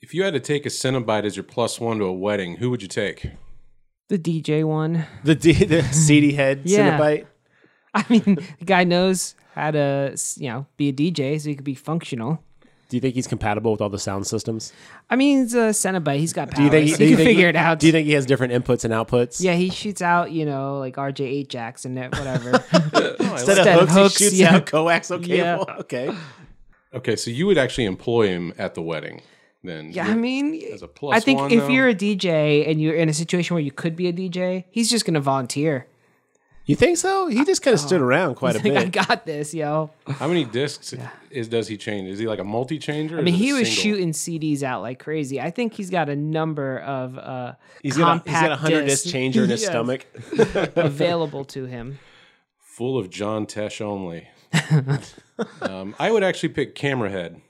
If you had to take a Cinnabite as your plus one to a wedding, who would you take? The DJ one. The, D, the seedy head Yeah. Cinnabite. I mean, the guy knows how to, s- you know, be a DJ, so he could be functional. Do you think he's compatible with all the sound systems? I mean, he's a Cenobite. He's got powers. Do you think do he you can think figure it out. Do you think he has different inputs and outputs? yeah, he shoots out, you know, like RJ8 jacks and that- eh, whatever. Instead, Instead of of hooks, hooks, he shoots yeah. out coaxial cable. Yeah. Okay. Okay, so you would actually employ him at the wedding then. yeah, I mean, As a plus I think one, if though? you're a DJ and you're in a situation where you could be a DJ, he's just going to volunteer. You think so? He just kind of stood around quite a Oh. Like, I bit. got this, yo. How many discs is does he change? Is he like a multi changer? I mean, he was shooting CDs out like crazy. I think he's got a number of uh, He's got, a, compact he's got a 100 discs disc changer in his Yes. stomach. available to him. full of John Tesh only. um, I would actually pick Camerahead.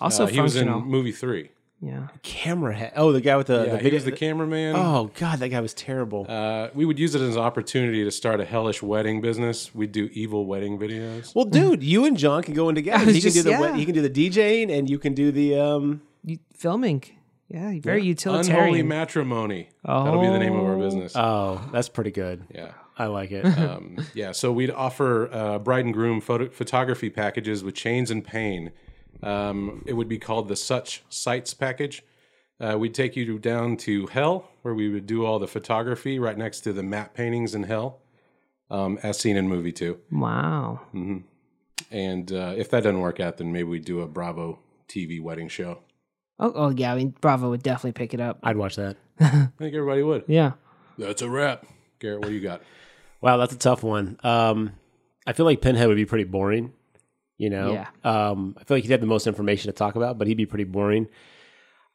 Also Uh, he was in functional. movie three. yeah. Camera head. Oh, the guy with the, Yeah, the he video. was the cameraman. oh, God, that guy was terrible. Uh, we would use it as an opportunity to start a hellish wedding business. We'd do evil wedding videos. well, dude, you and John can go in together. was He just- can do the yeah. wed- he can do the DJing, and you can do the um. You, filming. Yeah, you're very Unholy utilitarian. matrimony. That'll be the name of our business. Oh, that's pretty good. yeah. I like it. Um, yeah. So we'd offer uh, bride and groom photo- photography packages with chains and pain. Um, it would be called the Such Sights package. Uh, we'd take you down to hell, where we would do all the photography right next to the map paintings in hell, um, as seen in movie two. wow. And uh, if that doesn't work out, then maybe we do a Bravo TV wedding show. Oh, oh yeah. I mean, Bravo would definitely pick it up. I'd watch that. I think everybody would. Yeah. That's a wrap. Garrett, what do you got? Wow, that's a tough one. Um, I feel like Pinhead would be pretty boring. You know, Yeah. um, I feel like he'd have the most information to talk about, but he'd be pretty boring.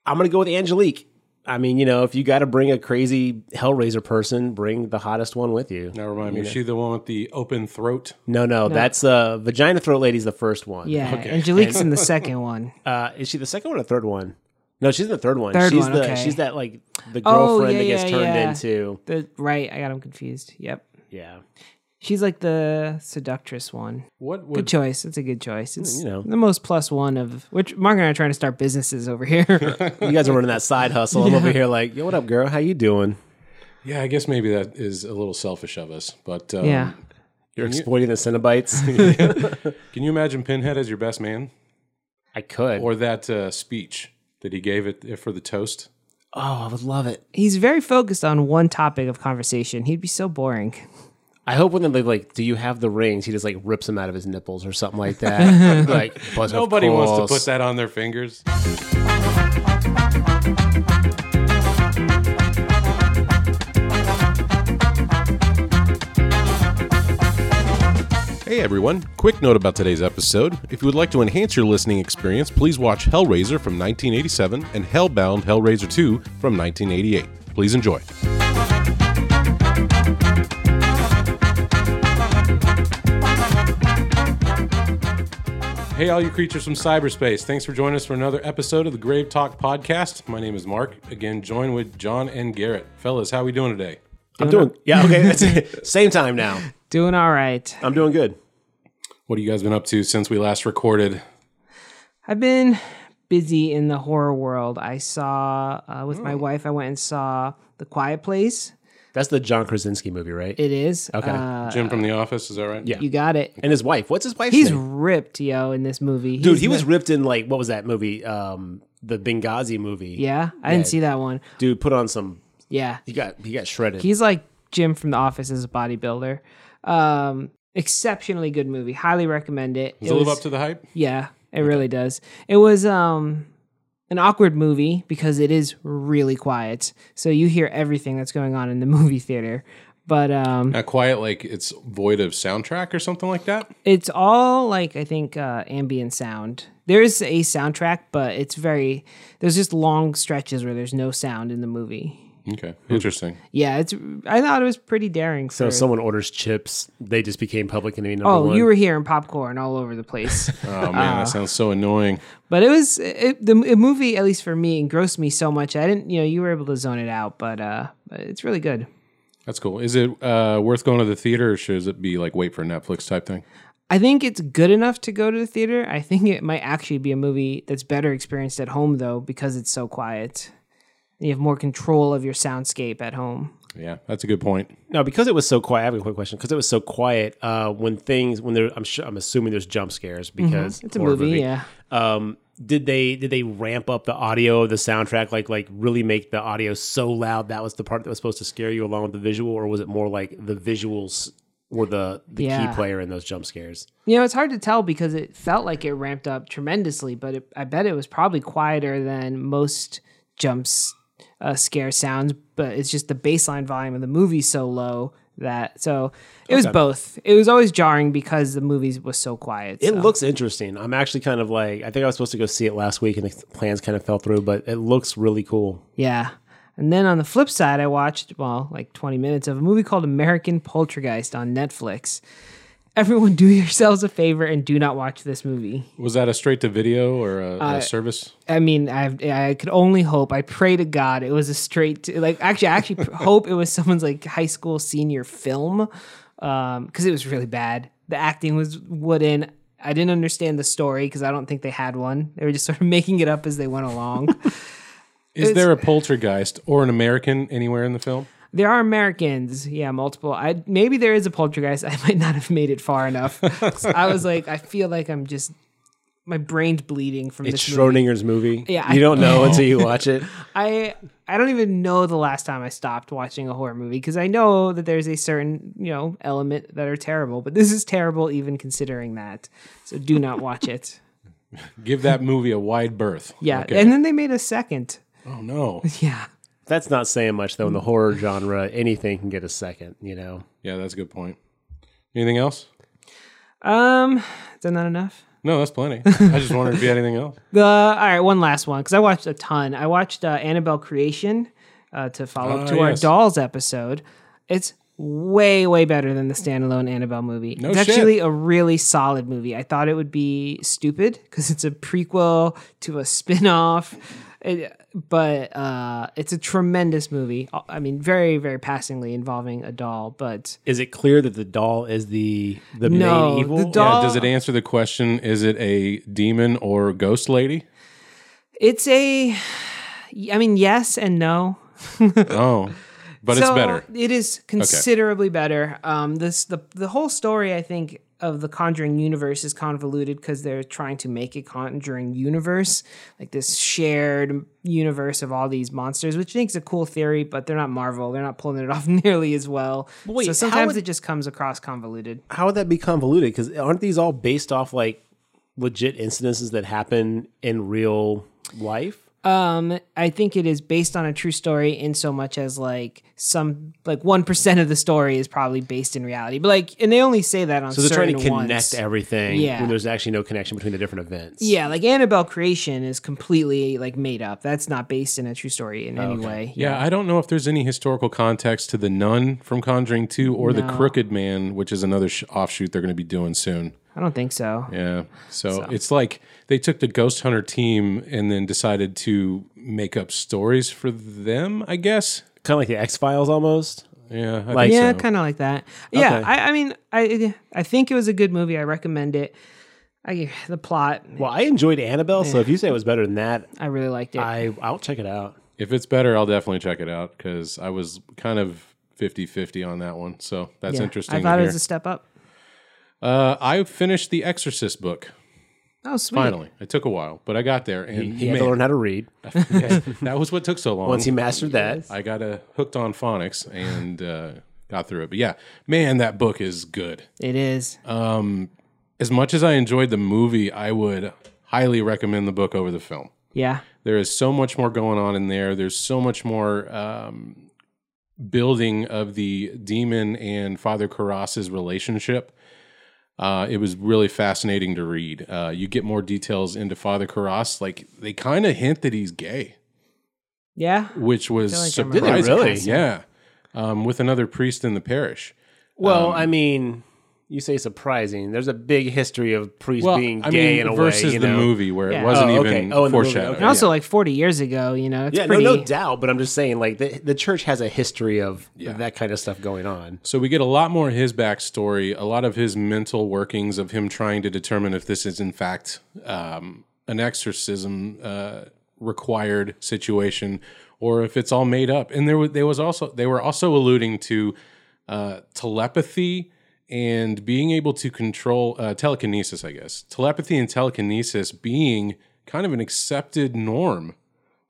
I'm gonna go with Angelique. I mean, you know, if you got to bring a crazy Hellraiser person, bring the hottest one with you. Now remind me, is she the one with the open throat? No, no, that's uh, Vagina Throat Lady's the first one. Yeah. Angelique's in the second one. uh, is she the second one or third one? No, she's in the third one. Third she's one, the okay. she's that like the Oh, girlfriend yeah, that gets yeah, turned yeah. into The right. I got him confused. Yep. yeah. She's like the seductress one. What Good would choice. It's a good choice. It's you know. the most plus one of which Mark and I are trying to start businesses over here. You guys are running that side hustle. I'm over here like, yo, what up, girl? How you doing? Yeah, I guess maybe that is a little selfish of us, but um, yeah. You're exploiting the Cenobites. Can you imagine Pinhead as your best man, I could. or that uh, speech that he gave it uh, for the toast? oh, I would love it. He's very focused on one topic of conversation. He'd be so boring. I hope when they like, do you have the rings? He just like rips them out of his nipples or something like that. like, but Nobody wants to put that on their fingers. Hey everyone, quick note about today's episode. If you would like to enhance your listening experience, please watch Hellraiser from 1987 and Hellbound Hellraiser 2 from 1988. Please enjoy. Hey, all you creatures from cyberspace. Thanks for joining us for another episode of the Grave Talk Podcast. My name is Mark. Again, joined with John and Garrett. Fellas, how we doing today? I'm doing. Yeah, okay. That's it. Same time now. Doing all right. I'm doing good. What have you guys been up to since we last recorded? I've been busy in the horror world. I saw uh, with my wife. I went and saw The Quiet Place. That's the John Krasinski movie, right? It is okay. Uh, Jim from The Office, is that right? Yeah. you got it. and his wife. What's his wife's He's name? ripped, yo, in this movie. Dude, He's he was the- ripped in like what was that movie? Um, the Benghazi movie. yeah, I didn't see that one. Dude, put on some. Yeah, He got he got shredded. he's like Jim from The Office as a bodybuilder. Um, exceptionally good movie. Highly recommend it. Does it, live up to the hype? Yeah, it really does. It was um an awkward movie because it is really quiet. So you hear everything that's going on in the movie theater. But um Not quiet, like it's void of soundtrack or something like that? it's all like I think uh ambient sound. There is a soundtrack, but it's very there's just long stretches where there's no sound in the movie. Okay, interesting. Yeah, it's I thought it was pretty daring. so For, if someone orders chips, they just became public enemy number oh, one. you were hearing popcorn all over the place. Oh man, that sounds so annoying. But it was it, the m- movie, at least for me, engrossed me so much. I didn't, you know, you were able to zone it out, but uh, it's really good. That's cool. Is it uh, worth going to the theater or should it be like wait for Netflix type thing? I think it's good enough to go to the theater. I think it might actually be a movie that's better experienced at home though because it's so quiet. You have more control of your soundscape at home. Yeah, that's a good point. No, because it was so quiet. I have a quick question. Because it was so quiet, uh, when things when there, I'm sure, I'm assuming there's jump scares because Mm-hmm. It's a horror movie, yeah. Um, did they did they ramp up the audio of the soundtrack like like really make the audio so loud that was the part that was supposed to scare you along with the visual, or was it more like the visuals were the the Yeah. key player in those jump scares? You know, it's hard to tell because it felt like it ramped up tremendously, but it, I bet it was probably quieter than most jumps uh, scare sounds. But it's just the baseline volume of the movie so low that so it was both. It was always jarring because the movie was so quiet. It so. looks interesting. I'm actually kind of like I think I was supposed to go see it last week and the plans kind of fell through, but it looks really cool. Yeah. And then on the flip side, I watched, well, like 20 minutes of a movie called American Poltergeist on Netflix. Everyone, do yourselves a favor and do not watch this movie. Was that a straight to video or a, a service? I mean, I I could only hope. I pray to God it was a straight to, like actually I actually pr- hope it was someone's like high school senior film um cuz it was really bad. The acting was wooden. I didn't understand the story cuz I don't think they had one. They were just sort of making it up as they went along. Is there a poltergeist or an American anywhere in the film? there are Americans. Yeah, multiple. I maybe there is a poltergeist. I might not have made it far enough. 'Cause I was like I feel like I'm just my brain's bleeding from It's this movie. Schrodinger's movie. Yeah, you I- don't know until you watch it. I I don't even know the last time I stopped watching a horror movie because I know that there's a certain you know element that are terrible, but this is terrible even considering that. So do not watch it. Give that movie a wide berth. Yeah, Okay. and then they made a second. oh no. Yeah, That's not saying much though. In Mm. the horror genre, anything can get a second. You know, Yeah, that's a good point. Anything else? um, is that not enough? No, that's plenty. I just wondered if you had anything else. The all right, one last one because I watched a ton. I watched uh, Annabelle Creation uh, to follow up Ah, to our yes. dolls episode. It's way way better than the standalone Annabelle movie. No it's shit. actually a really solid movie. I thought it would be stupid because it's a prequel to a spin-off. It- but uh, it's a tremendous movie. I- I mean, very, very passingly involving a doll, but is it clear that the doll is the the No, main evil? the doll- Yeah, does it answer the question? Is it a demon or ghost lady? it's a. I mean, yes and no. Oh, but it's So, better. It is considerably better. Um, this the the whole story I think of the Conjuring universe is convoluted because they're trying to make a Conjuring universe, like this shared universe of all these monsters, which I think is a cool theory, but they're not Marvel. They're not pulling it off nearly as well. wait, so how sometimes would- it just comes across convoluted. How would that be convoluted? Because aren't these all based off like legit incidences that happen in real life? Um, I think it is based on a true story in so much as like some like one percent of the story is probably based in reality, but like, and they only say that on So they're trying to certain connect ones. everything Yeah. when there's actually no connection between the different events. Yeah, like Annabelle creation is completely like made up. That's not based in a true story in any way. Oh, Yeah, I don't know if there's any historical context to the nun from Conjuring 2 or the Crooked Man, which is another sh- offshoot they're going to be doing soon. I don't think so. Yeah. So, it's like they took the Ghost Hunter team and then decided to make up stories for them, I guess. Kind of like the X Files almost. Yeah. I think Like- so. Yeah, kind of like that. Yeah, Okay. I, I mean, I I think it was a good movie. I recommend it. I the plot, Well, I enjoyed Annabelle, so if you say it was better than that, I really liked it. I I'll check it out. If it's better, I'll definitely check it out because I was kind of 50 50 on that one. So that's Yeah, interesting. I thought to it hear. was a step up. uh, I finished the Exorcist book. Oh, sweet. Finally, it took a while, but I got there, and He had to man, learn how to read. that was what took so long. Once he mastered that, I got uh, hooked on phonics and uh, got through it. But yeah, man, that book is good. It is. Uh, As much as I enjoyed the movie, I would highly recommend the book over the film. yeah. There is so much more going on in there. There's so much more um, building of the demon and Father Karas's relationship. Uh, it was really fascinating to read. Uh, you get more details into Father Karas. Like they kind of hint that he's gay, Yeah. which was like I remember surprising. Did they really? Yeah, um, with another priest in the parish. Well, I mean, You say surprising. There's a big history of priests Well, being I gay mean, in a versus way. You the know? movie where Yeah. it wasn't Oh, okay. even Oh, in the movie, foreshadowed. okay. And also, like 40 years ago, you know, it's Yeah, pretty. no, no doubt. But I'm just saying, like the, the church has a history of that kind of stuff going on. So we get a lot more of his backstory, a lot of his mental workings of him trying to determine if this is in fact um, an exorcism uh, required situation or if it's all made up. And there was, there was also they were also alluding to uh, telepathy and being able to control uh, telekinesis, I guess telepathy and telekinesis being kind of an accepted norm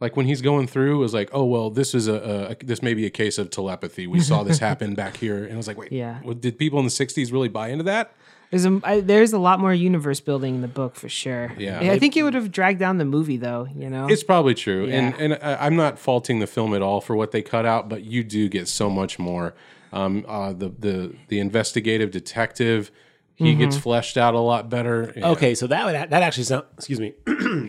like when he's going through it was like oh well this is a, a this may be a case of telepathy we saw this happen back here and i was like wait Yeah. what- did people in the 60s really buy into that There's a, I, there's a lot more universe building in the book for sure. Yeah. I think it would have dragged down the movie though, you know? it's probably true Yeah. and and I, i'm not faulting the film at all for what they cut out but you do get so much more um uh the the the investigative detective he Mm-hmm. gets fleshed out a lot better Oh. Yeah. Okay, so that would that actually sound excuse me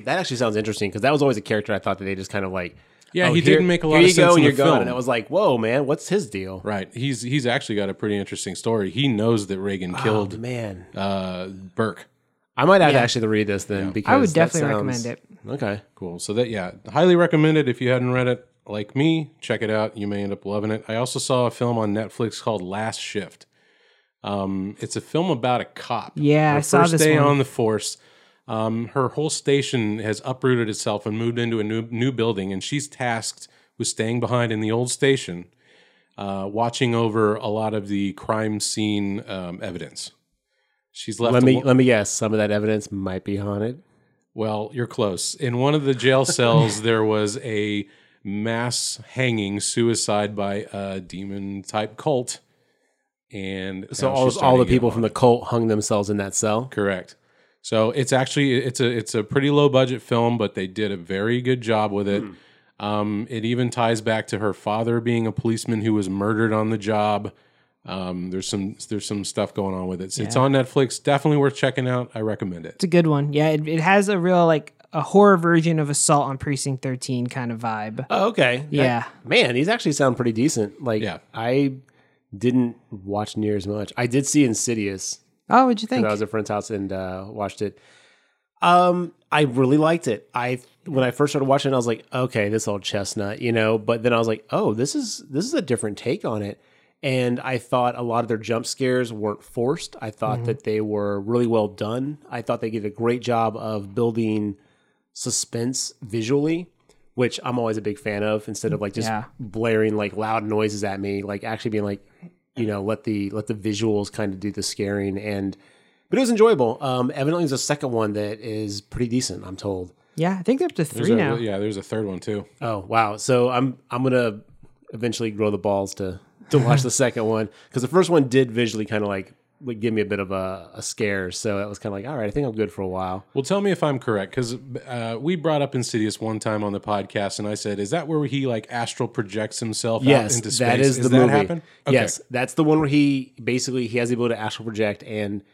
that actually sounds interesting because that was always a character I thought that they just kind of like Yeah, oh, he here- didn't make a lot here of you go sense and in you're the gone. film. and I was like whoa man what's his deal right he's he's actually got a pretty interesting story he knows that reagan Oh, killed man uh burke I might have Yeah. to actually read this then because I would that definitely sounds- recommend it. Okay, Cool. So that yeah, highly recommend it if you hadn't read it. Like me, check it out. You may end up loving it. I also saw a film on Netflix called Last Shift. Um, it's a film about a cop. Yeah, her I saw first this day one. on the force. Um, her whole station has uprooted itself and moved into a new new building, and she's tasked with staying behind in the old station, uh, watching over a lot of the crime scene um, evidence. She's left. let a- me let me guess. Some of that evidence might be haunted. well, you're close. In one of the jail cells, there was a mass hanging suicide by a demon type cult. And So now she's all, all the starting to get people from the cult hung themselves in that cell. Correct. So it's actually it's a it's a pretty low budget film, but they did a very good job with it. Hmm. Um, it even ties back to her father being a policeman who was murdered on the job. Um, there's some there's some stuff going on with it. So It's on Netflix. Definitely worth checking out. I recommend it. It's a good one. Yeah, it, it has a real like a horror version of Assault on Precinct 13 kind of vibe. Oh, okay. Yeah. That- man, these actually sound pretty decent. Like, Yeah. I didn't watch near as much. I did see Insidious. Oh, what'd you think? when I was at a friend's house and uh, watched it. Um, I really liked it. I when I first started watching, it, I was like, okay, this old chestnut, you know. But then I was like, oh, this is this is a different take on it. And I thought a lot of their jump scares weren't forced. I thought that they were really well done. I thought they did a great job of building suspense visually, which I'm always a big fan of. Instead of like just Yeah. blaring like loud noises at me, like actually being like, you know, let the let the visuals kind of do the scaring. And but it was enjoyable. Um, evidently, there's a second one that is pretty decent. I'm told. yeah, I think they're up to three There's a- now. yeah, there's a third one too. Oh wow! So I'm I'm gonna eventually grow the balls to to watch the second one because the first one did visually kind of like would give me a bit of a, a scare. So it was kind of like, all right, I think I'm good for a while. Well, tell me if I'm correct, because uh, we brought up Insidious one time on the podcast, and I said, "Is that where he like astral projects himself out into space?" That is Is the that movie. happen? Okay. Yes, that's the one where he basically he has the ability to astral project, and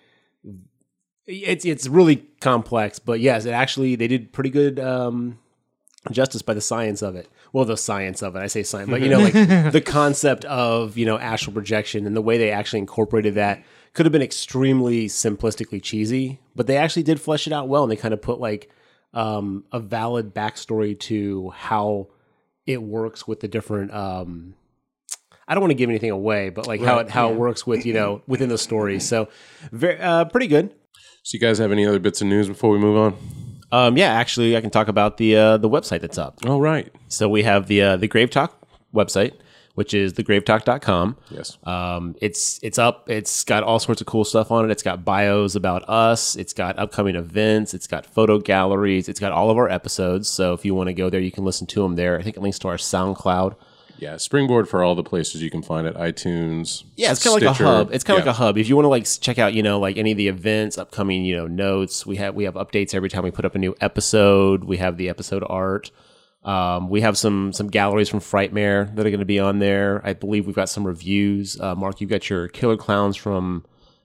it's it's really complex. But yes, it actually they did pretty good um, justice by the science of it. Well, the science of it, I say science, but you know, like the concept of you know astral projection and the way they actually incorporated that could have been extremely simplistically cheesy, but they actually did flesh it out well, and they kind of put like um, a valid backstory to how it works with the different um I don't want to give anything away, but like how it how it works with you know within the story. So, very uh, pretty good. So, you guys have any other bits of news before we move on? Um, yeah, actually, I can talk about the uh, the website that's up. All right. So we have the uh, the Grave Talk website, which is thegravetalk.com. Yes. Um, it's it's up. It's got all sorts of cool stuff on it. It's got bios about us. It's got upcoming events. It's got photo galleries. It's got all of our episodes. So if you want to go there, you can listen to them there. I think it links to our SoundCloud. Yeah. Springboard for all the places you can find it: iTunes. Yeah, it's kind of like a Stitcher. hub. It's kind of Yeah. like a hub. If you want to like s- check out, you know, like any of the events, upcoming, you know, notes. We have we have updates every time we put up a new episode. We have the episode art. Um, we have some some galleries from Frightmare that are going to be on there. I believe we've got some reviews. Uh, Mark, you've got your Killer Clowns from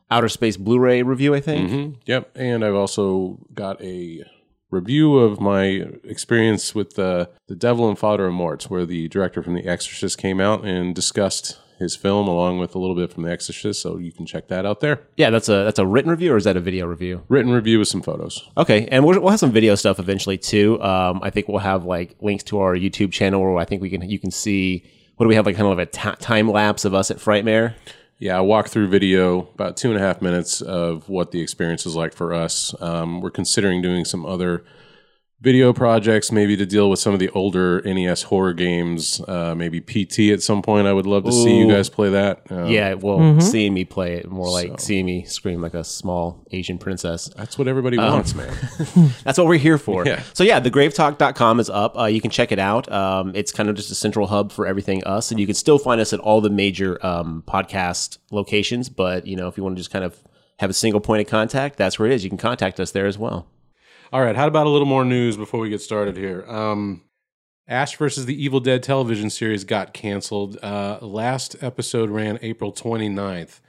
Outer Space Blu-ray review, I think. Yep. And I've also got a review of my experience with the the Devil and Father of Morts, where the director from The Exorcist came out and discussed his film, along with a little bit from The Exorcist. So you can check that out there. Yeah, that's a that's a written review or is that a video review? Written review with some photos. Okay, and we'll, we'll have some video stuff eventually too. Um, I think we'll have like links to our YouTube channel where I think we can you can see what do we have like kind of like a ti time lapse of us at Frightmare. Yeah, a walkthrough video, about two and a half minutes of what the experience is like for us. Um, we're considering doing some other video projects, maybe to deal with some of the older NES horror games, uh, maybe PT at some point. I would love to see you guys play that. Um, Yeah, well, seeing me play it more like seeing me scream like a small Asian princess. That's what everybody wants, man. That's what we're here for. Yeah. So yeah, thegravetalk.com is up. Uh, you can check it out. Um, it's kind of just a central hub for everything us, and you can still find us at all the major um, podcast locations. But you know, if you want to just kind of have a single point of contact, that's where it is. You can contact us there as well. All right, how about a little more news before we get started here? Um, Ash versus the Evil Dead television series got canceled. Uh, last episode ran April 29th.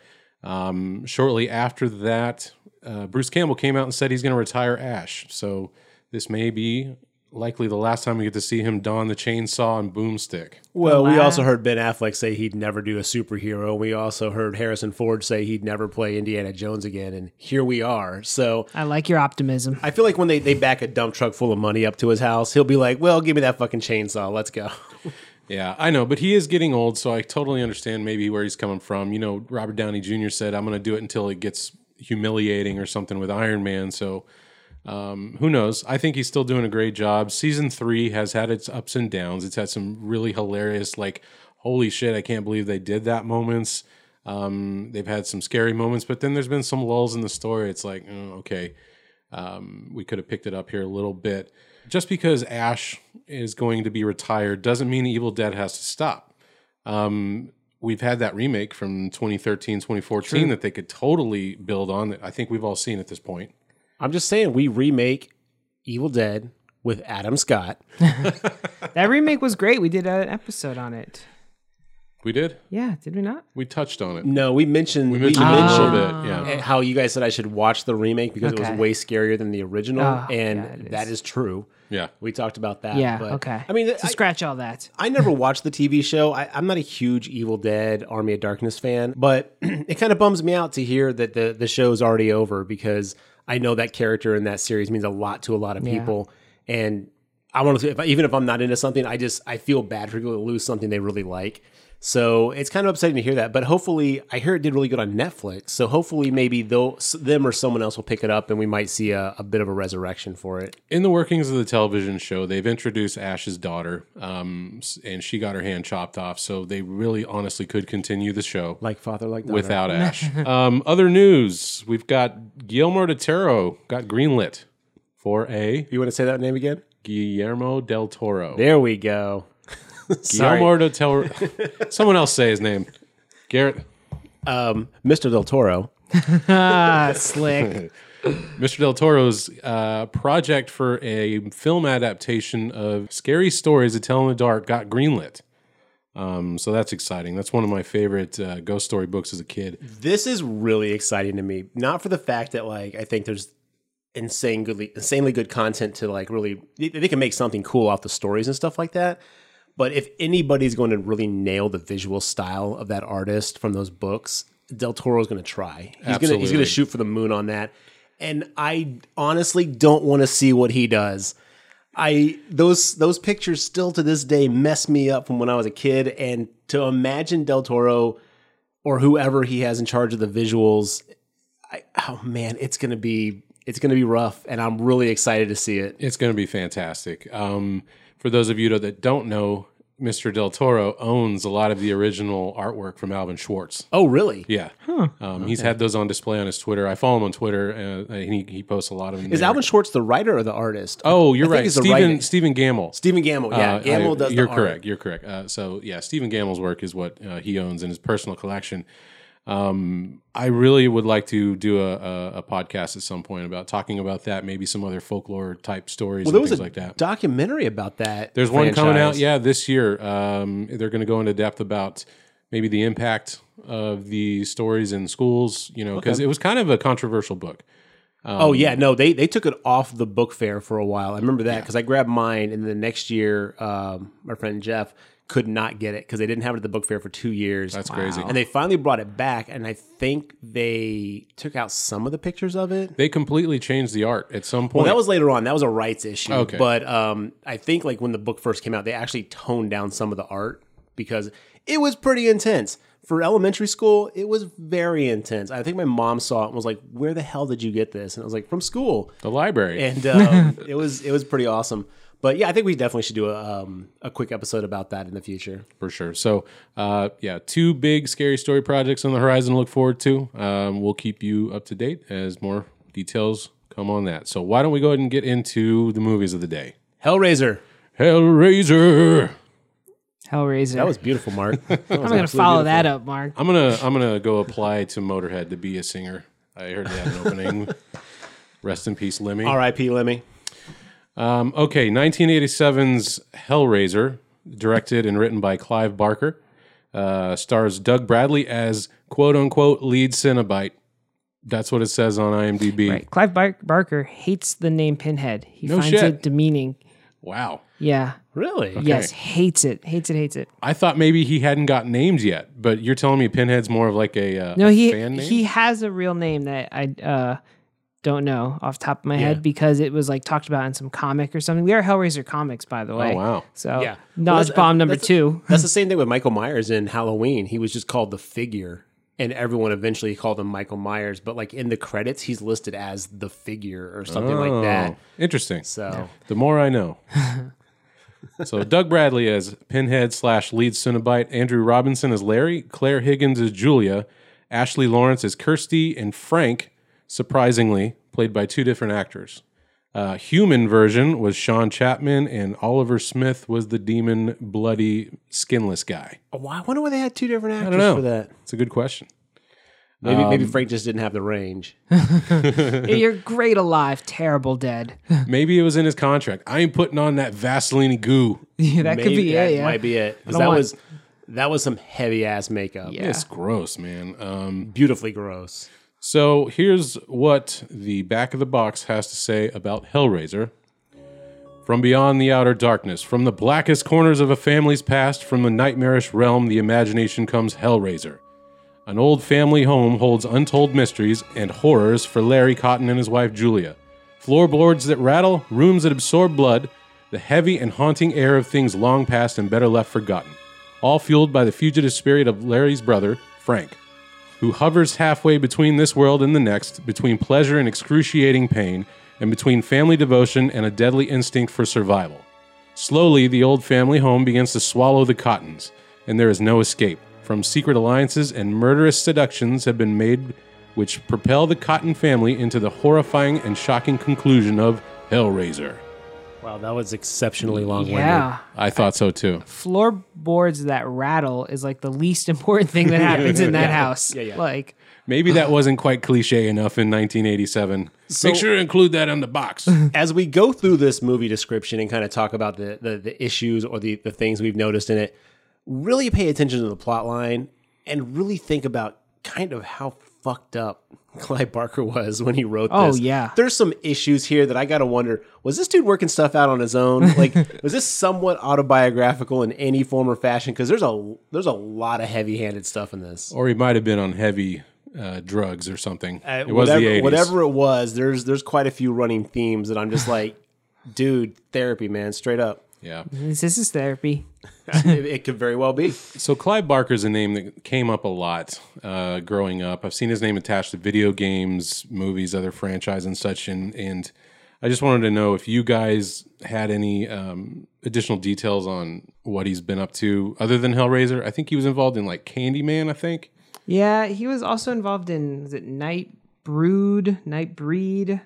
Um, shortly after that, uh, Bruce Campbell came out and said he's going to retire Ash. So this may be likely the last time we get to see him don the chainsaw and boomstick. Well, we also heard Ben Affleck say he'd never do a superhero. We also heard Harrison Ford say he'd never play Indiana Jones again. And here we are. So I like your optimism. I feel like when they, they back a dump truck full of money up to his house, he'll be like, well, give me that fucking chainsaw. Let's go. Yeah, I know, but he is getting old, so I totally understand maybe where he's coming from. You know, Robert Downey Jr. said, "I'm going to do it until it gets humiliating or something with Iron Man." So, um, who knows? I think he's still doing a great job. Season three has had its ups and downs. It's had some really hilarious, like, "Holy shit, I can't believe they did that" moments. Um, they've had some scary moments, but then there's been some lulls in the story. It's like, oh, okay, we could have picked it up here a little bit. Just because Ash is going to be retired doesn't mean Evil Dead has to stop. Um, we've had that remake from 2013, 2014 that they could totally build on that I think we've all seen at this point. I'm just saying, we remake Evil Dead with Adam Scott. That remake was great. We did an episode on it. We did? Yeah, did we not? We touched on it. No, we mentioned, we mentioned it a little bit, yeah. and how you guys said I should watch the remake because it Okay. Ah, was way scarier than the original, and that is true. Yeah. We talked about that. Yeah, but, okay. I mean, so I, scratch all that. I never watched the TV show. I, I'm not a huge Evil Dead Army of Darkness fan, but it kind of bums me out to hear that the the show's already over because I know that character in that series means a lot to a lot of people, and I want to if I, even if I'm not into something, I just I feel bad for people to lose something they really like. So it's kind of upsetting to hear that, but hopefully, I hear it did really good on Netflix. So hopefully, maybe they'll s- them or someone else will pick it up, and we might see a, a bit of a resurrection for it. in the workings of the television show, they've introduced Ash's daughter, um, s- and she got her hand chopped off. So they really, honestly, could continue the show Like father, like daughter. without Ash. um, other news: We've got Guillermo de Toro got greenlit for a you want to say that name again? Guillermo del Toro. There we go. Sorry. Guillermo del Toro. Someone else say his name. Garrett, Mr. Del Toro. Ah, slick. Mr. Del Toro's uh, project for a film adaptation of Scary Stories to Tell in the Dark got greenlit. Um, so that's exciting. That's one of my favorite uh, ghost story books as a kid. This is really exciting to me. Not for the fact that like I think there's insane goodly, insanely good content to like really they, they can make something cool off the stories and stuff like that. But if anybody's going to really nail the visual style of that artist from those books, Del Toro's going to try. He's going to he's going Absolutely. to shoot for the moon on that. And I honestly don't want to see what he does. I those those pictures still to this day mess me up from when I was a kid and to imagine Del Toro or whoever he has in charge of the visuals I, oh man it's going to be it's going to be rough and I'm really excited to see it. It's going to be fantastic. Um, for those of you that don't know, Mr. Del Toro owns a lot of the original artwork from Alvin Schwartz. Oh really? Yeah. Um, He's had those on display on his Twitter. I follow him on Twitter, uh, and he, he posts a lot of them. Is there. Alvin Schwartz the writer or the artist? Oh, you're I think right. he's the Stephen writer. Stephen Gamble. Stephen Gamble. Yeah, Uh, Gamble I- does the You're art. correct. You're correct. Uh, so yeah, Stephen Gamble's work is what uh, he owns in his personal collection. Um, I really would like to do a, a, a podcast at some point about talking about that. Maybe some other folklore type stories Well, there and was a things like that. documentary about that. There's one coming out, franchise. yeah, this year. Um, they're going to go into depth about maybe the impact of the stories in schools. You know, because it was kind of a controversial book. Um, oh yeah, no, they they took it off the book fair for a while. I remember that because I grabbed mine, and the next year, um, my friend Jeff could not get it because they didn't have it at the book fair for two years. That's crazy. And they finally brought it back, and I think they took out some of the pictures of it. They completely changed the art at some point. Well, that was later on. That was a rights issue. Okay. But um, I think like when the book first came out, they actually toned down some of the art because it was pretty intense. For elementary school, it was very intense. I think my mom saw it and was like, "Where the hell did you get this?" And I was like, "From school." the library. And um, it was it was pretty awesome. But yeah, I think we definitely should do a um, a quick episode about that in the future. for sure. So, uh, yeah, two big scary story projects on the horizon. to Look forward to. Um, we'll keep you up to date as more details come on that. So, why don't we go ahead and get into the movies of the day? Hellraiser. Hellraiser. Hellraiser. That was beautiful, Mark. That was I'm gonna absolutely follow beautiful. that up, Mark. I'm gonna I'm gonna go apply to Motorhead to be a singer. I heard they had an opening. Rest in peace, Lemmy. R.I.P. Lemmy. Um, okay, 1987's Hellraiser, directed and written by Clive Barker, uh, stars Doug Bradley as quote unquote lead Cenobite. That's what it says on IMDb. Right. Clive Bar- Barker hates the name Pinhead. He No finds shit. it demeaning. Wow. Yeah. Really? Yes. Hates it. Hates it. Hates it. I thought maybe he hadn't got names yet, but you're telling me Pinhead's more of like a, uh, No, a he fan name? he has a real name that I uh, don't know off the top of my head because it was like talked about in some comic or something. We are Hellraiser comics, by the way. wow. So Oh, Yeah. yeah, Well, Nas that's- Bomb number that's- two. That's the same thing with Michael Myers in Halloween. He was just called the figure, and everyone eventually called him Michael Myers. But like in the credits, he's listed as the figure or something Oh. like that. Oh, Interesting. So The more I know. so Doug Bradley as Pinhead slash lead Cenobite, Andrew Robinson as Larry, Claire Higgins as Julia, Ashley Lawrence as Kirsty, and Frank, surprisingly, played by two different actors. Uh, human version was Sean Chapman, and Oliver Smith was the demon, bloody, skinless guy. Oh, I wonder why they had two different I don't actors know. for that. It's a good question. Maybe Um, maybe Frank just didn't have the range. You're great alive, terrible dead. Maybe it was in his contract. I ain't putting on that Vaseline goo. Yeah, that could Maybe be that it. Yeah. might be it. 'Cause don't that want- was that was some heavy ass makeup. Yeah. It's gross, man. Um, Beautifully gross. So here's what the back of the box has to say about Hellraiser. From beyond the outer darkness, from the blackest corners of a family's past, from the nightmarish realm, the imagination comes Hellraiser. An old family home holds untold mysteries and horrors for Larry Cotton and his wife Julia. Floorboards that rattle, rooms that absorb blood, the heavy and haunting air of things long past and better left forgotten. All fueled by the fugitive spirit of Larry's brother, Frank who hovers halfway between this world and the next, between pleasure and excruciating pain, and between family devotion and a deadly instinct for survival. Slowly, the old family home begins to swallow the cottons, and there is no escape. From secret alliances and murderous seductions have been made, which propel the Cotton family into the horrifying and shocking conclusion of Hellraiser. Wow, that was exceptionally long. yeah. I thought so too. Floorboards that rattle is like the least important thing that happens in that house. Yeah, yeah. Like Maybe that wasn't quite cliche enough in 1987. Make sure to include that on the box. as we go through this movie description and kind of talk about the the, the issues or the, the things we've noticed in it, really pay attention to the plot line and really think about kind of how fucked up Clive Barker was when he wrote Oh, this. yeah. There's some issues here that I gotta wonder, was this dude working stuff out on his own? Like, was this somewhat autobiographical in any form or fashion? Because there's a there's a lot of heavy handed stuff in this. or he might have been on heavy uh, drugs or something. Uh, it was whatever, the 80s. Whatever it was, there's there's quite a few running themes that I'm just like, dude, therapy, man, straight up. Yeah. this this is therapy. it, it could very well be. So Clive Barker's a name that came up a lot uh, growing up. I've seen his name attached to video games, movies, other franchise, and such. And and I just wanted to know if you guys had any um, additional details on what he's been up to other than Hellraiser. I think he was involved in like Candyman. I think. Yeah, he was also involved in was it Night Brood, Night Breed,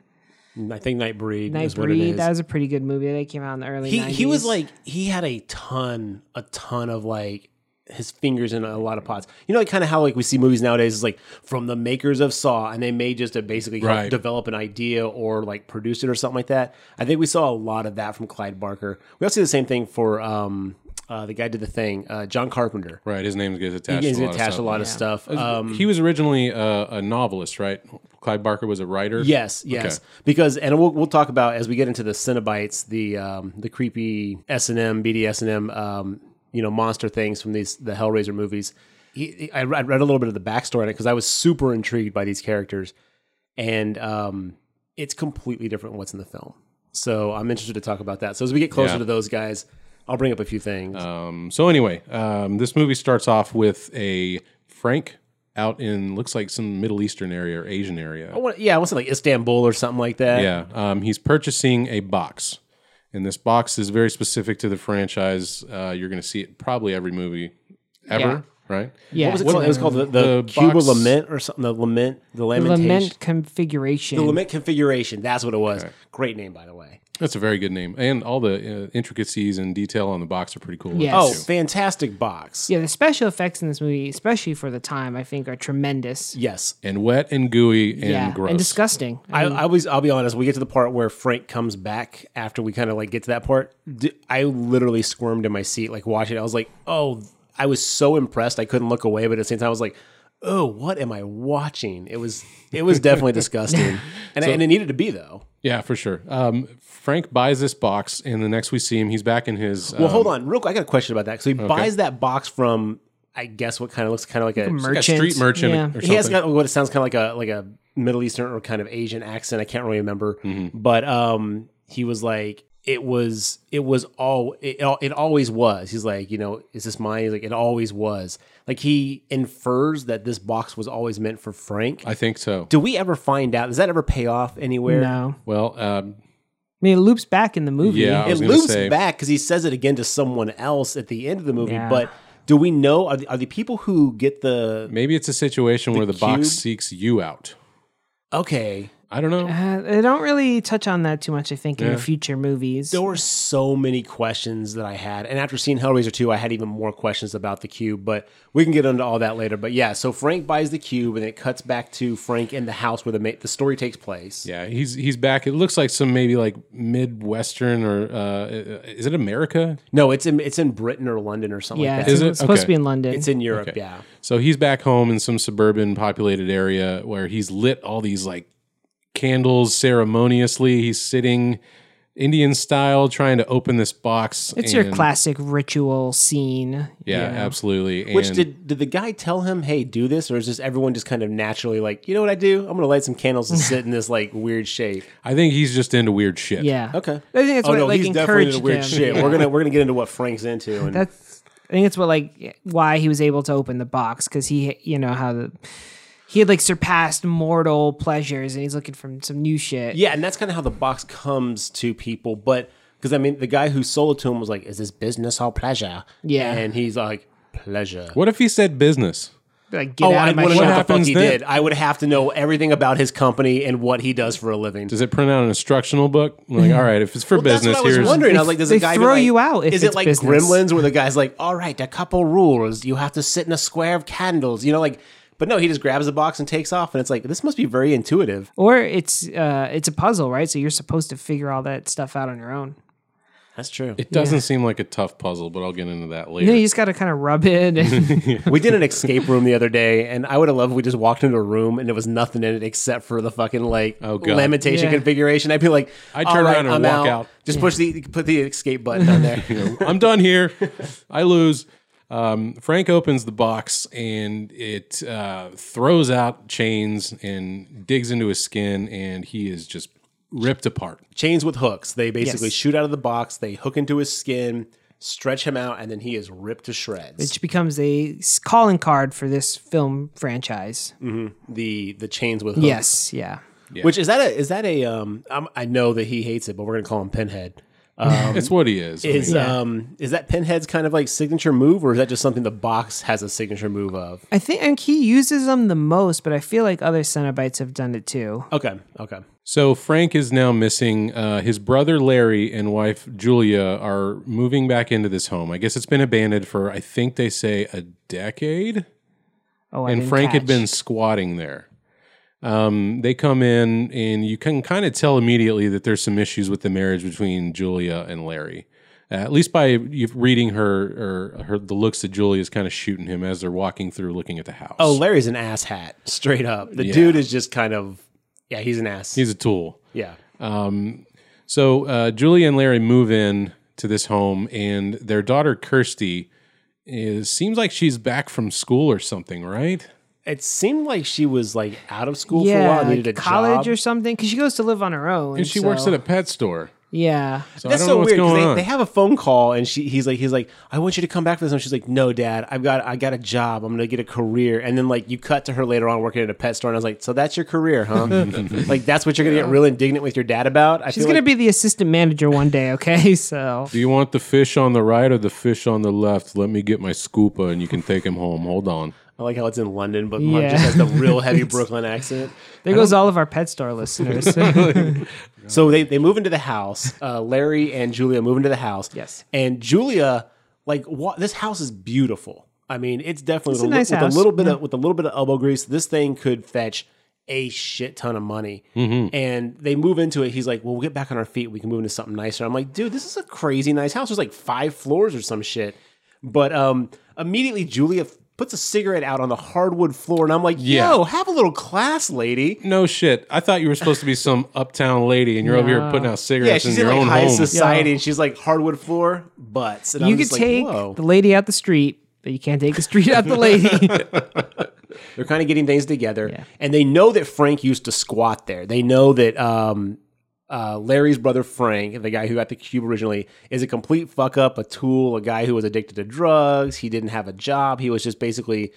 I think Nightbreed. Night is what it Breed. is. That was a pretty good movie that came out in the early. he 90s. he was like he had a ton, a ton of like his fingers in a lot of pots. You know, like kind of how like we see movies nowadays is like from the makers of Saw, and they may just to basically help Right. develop an idea or like produce it or something like that. I think we saw a lot of that from Clyde Barker. We also see the same thing for um uh, the guy did the thing, uh, John Carpenter. Right. His name gets He attached. gets to a lot attached of a stuff. lot of stuff. Um, he was originally uh, a, a novelist, right? Clive Barker was a writer. Yes, yes. Okay. Because and we'll we'll talk about as we get into the Cenobites, the um the creepy S and M, BDS and M um you know monster things from these the Hellraiser movies. He, he- I read read a little bit of the backstory on it because I was super intrigued by these characters, and um, it's completely different than what's in the film. So I'm interested to talk about that. So as we get closer Yeah. to those guys, I'll bring up a few things. Um, so anyway, um, this movie starts off with a Frank out in looks like some Middle Eastern area or Asian area. I want, yeah, I want to say like Istanbul or something like that. Yeah, um, he's purchasing a box, and this box is very specific to the franchise. Uh, you're going to see it probably every movie ever, Yeah. right? Yeah. What was it called? It was called the, the, The Cuba box- Lament or something. The Lament, the Lamentation. Lament configuration. The Lament Configuration. That's what it was. Great name, by the way. That's a very good name, and all the uh, intricacies and detail on the box are pretty cool. Yes. Oh, Two. fantastic box. yeah, the special effects in this movie, especially for the time, I think are tremendous. Yes. and wet and gooey and yeah, gross. and disgusting. I, I was. I'll be honest. We get to the part where Frank comes back after we kind of like get to that part. D- I literally squirmed in my seat, like watching. it. I was like, "Oh!" I was so impressed. I couldn't look away, but at the same time, I was like, "Oh, what am I watching?" It was. It was definitely disgusting, and, and it needed to be though. Yeah, for sure. Um, Frank buys this box, and the next we see him, he's back in his. uh, Well, hold on, real quick. I got a question about that. So he buys that box from, I guess, what kind of looks kind of like a like a street merchant Yeah. or something. He has got what it sounds kind of like a like a Middle Eastern or kind of Asian accent. I can't really remember, but um, he was like, it was it was all it, al- it always was. He's like, you know, is this mine? He's like, it always was. Like he infers that this box was always meant for Frank. I think so. Do we ever find out? Does that ever pay off anywhere? no. Well, um, I mean, it loops back in the movie. Yeah, I it was gonna loops say- back because he says it again to someone else at the end of the movie. Yeah. But do we know? Are the, are the people who get the maybe it's a situation where the box cube? seeks you out. okay? I don't know. Uh, they don't really touch on that too much, I think, in the future movies. There were so many questions that I had, and after seeing Hellraiser two, I had even more questions about the cube. But we can get into all that later. But yeah, so Frank buys the cube, and it cuts back to Frank in the house where the ma- the story takes place. Yeah, he's he's back. It looks like some maybe like midwestern or uh, is it America? No, it's in it's in Britain or London or something yeah, it's, like that. Is it? it's supposed to Okay. be in London. It's in Europe. Yeah, So he's back home in some suburban populated area where he's lit all these like candles ceremoniously. He's sitting Indian style trying to open this box. It's your and- classic ritual scene. Yeah, absolutely. And Which did did the guy tell him, hey, do this, or is just everyone just kind of naturally like, you know what I do? I'm gonna light some candles and sit in this like weird shape. I think he's just into weird shit. Yeah. Okay. I think that's oh what no, like he's definitely encouraged into weird him. shit. Yeah. We're gonna we're gonna get into what Frank's into and That's I think it's what like why he was able to open the box because he you know how the he had like surpassed mortal pleasures and he's looking for some new shit. yeah, and that's kind of how the box comes to people. But because I mean, the guy who sold it to him was like, "Is this business or pleasure?" Yeah. and he's like, "Pleasure." What if he said business? Like get oh, out I of my want to shop. know what the fuck happens he then? did. I would have to know everything about his company and what he does for a living. Does it print out an instructional book? Like, all right, if it's for That's business, what I was here's wondering. I They- was like, does a they guy be throw like- you out if is it it's like business. Gremlins where the guy's like, all right, a couple rules. You have to sit in a square of candles. You know, like, but no, he just grabs the box and takes off, and it's like this must be very intuitive. Or it's uh it's a puzzle, right? So you're supposed to figure all that stuff out on your own. That's true. It doesn't seem like a tough puzzle, but I'll get into that later. You know, you just got to kind of rub it. And we did an escape room the other day, and I would have loved if we just walked into a room and there was nothing in it except for the fucking like Oh, God. lamentation Yeah. configuration. I'd be like, I'd all turn right, around and I'm walk out. Just push the put the escape button on there. I'm done here. I lose. Um, Frank opens the box and it uh, throws out chains and digs into his skin, and he is just ripped apart. chains with hooks. They basically Yes. shoot out of the box, they hook into his skin, stretch him out, and then he is ripped to shreds. which becomes a s- calling card for this film franchise. The the chains with hooks. Yes, yeah. Which is that a is that a um I'm, I know that he hates it, but we're gonna call him Pinhead. Um, it's what he is. I Is mean, um is that Pinhead's kind of like signature move, or is that just something the box has a signature move of? I think and he uses them the most, but I feel like other Cenobites have done it too. Okay, okay. so Frank is now missing. Uh, his brother Larry and wife Julia are moving back into this home. I guess it's been abandoned for, I think they say, a decade. Oh, I and didn't Frank had catch. been squatting there. Um, they come in, and you can kind of tell immediately that there's some issues with the marriage between Julia and Larry. Uh, at least by you reading her or her the looks that Julia's kind of shooting him as they're walking through, looking at the house. Oh, Larry's an ass hat, straight up. The dude is just kind of yeah, he's an ass. he's a tool. yeah. So uh, Julia and Larry move in to this home, and their daughter Kirsty is seems like she's back from school or something, right? It seemed like she was like out of school for a yeah, while, needed a like college job. or something, because she goes to live on her own. And she works at a so- pet store. yeah. So That's I don't know so what's weird. 'cause going They, on. they have a phone call, and she he's like he's like, I want you to come back for this. And she's like, No, Dad, I've got I got a job. I'm gonna get a career. And then like you cut to her later on working at a pet store, and I was like, So that's your career, huh? like that's what you're gonna get real indignant with your dad about. I She's feel gonna like- be the assistant manager one day, okay? So Do you want the fish on the right or the fish on the left? Let me get my scoopa and you can take him home. Hold on. I like how it's in London, but Mark Yeah. just has the real heavy Brooklyn accent. there goes all of our pet store listeners. So they, they move into the house. Uh, Larry and Julia move into the house. Yes. And Julia, like, wa- this house is beautiful. I mean, it's definitely with, a a li- nice with house. a little bit of with a little bit of elbow grease. This thing could fetch a shit ton of money. And they move into it. He's like, "Well, we'll get back on our feet. We can move into something nicer." I'm like, "Dude, this is a crazy nice house. There's like five floors or some shit." But um, immediately Julia f- puts a cigarette out on the hardwood floor, and I'm like, Yeah. "Yo, have a little class, lady." No shit. I thought you were supposed to be some uptown lady and you're over here putting out cigarettes Yeah, she's in in your like own high home. society, Yeah. and she's like hardwood floor butts. And you I'm could just take like, Whoa. the lady out the street, but you can't take the street out the lady. They're kind of getting things together, and they know that Frank used to squat there. They know that um, uh, Larry's brother Frank, the guy who got the cube originally, is a complete fuck up, a tool, a guy who was addicted to drugs. He didn't have a job. He was just basically.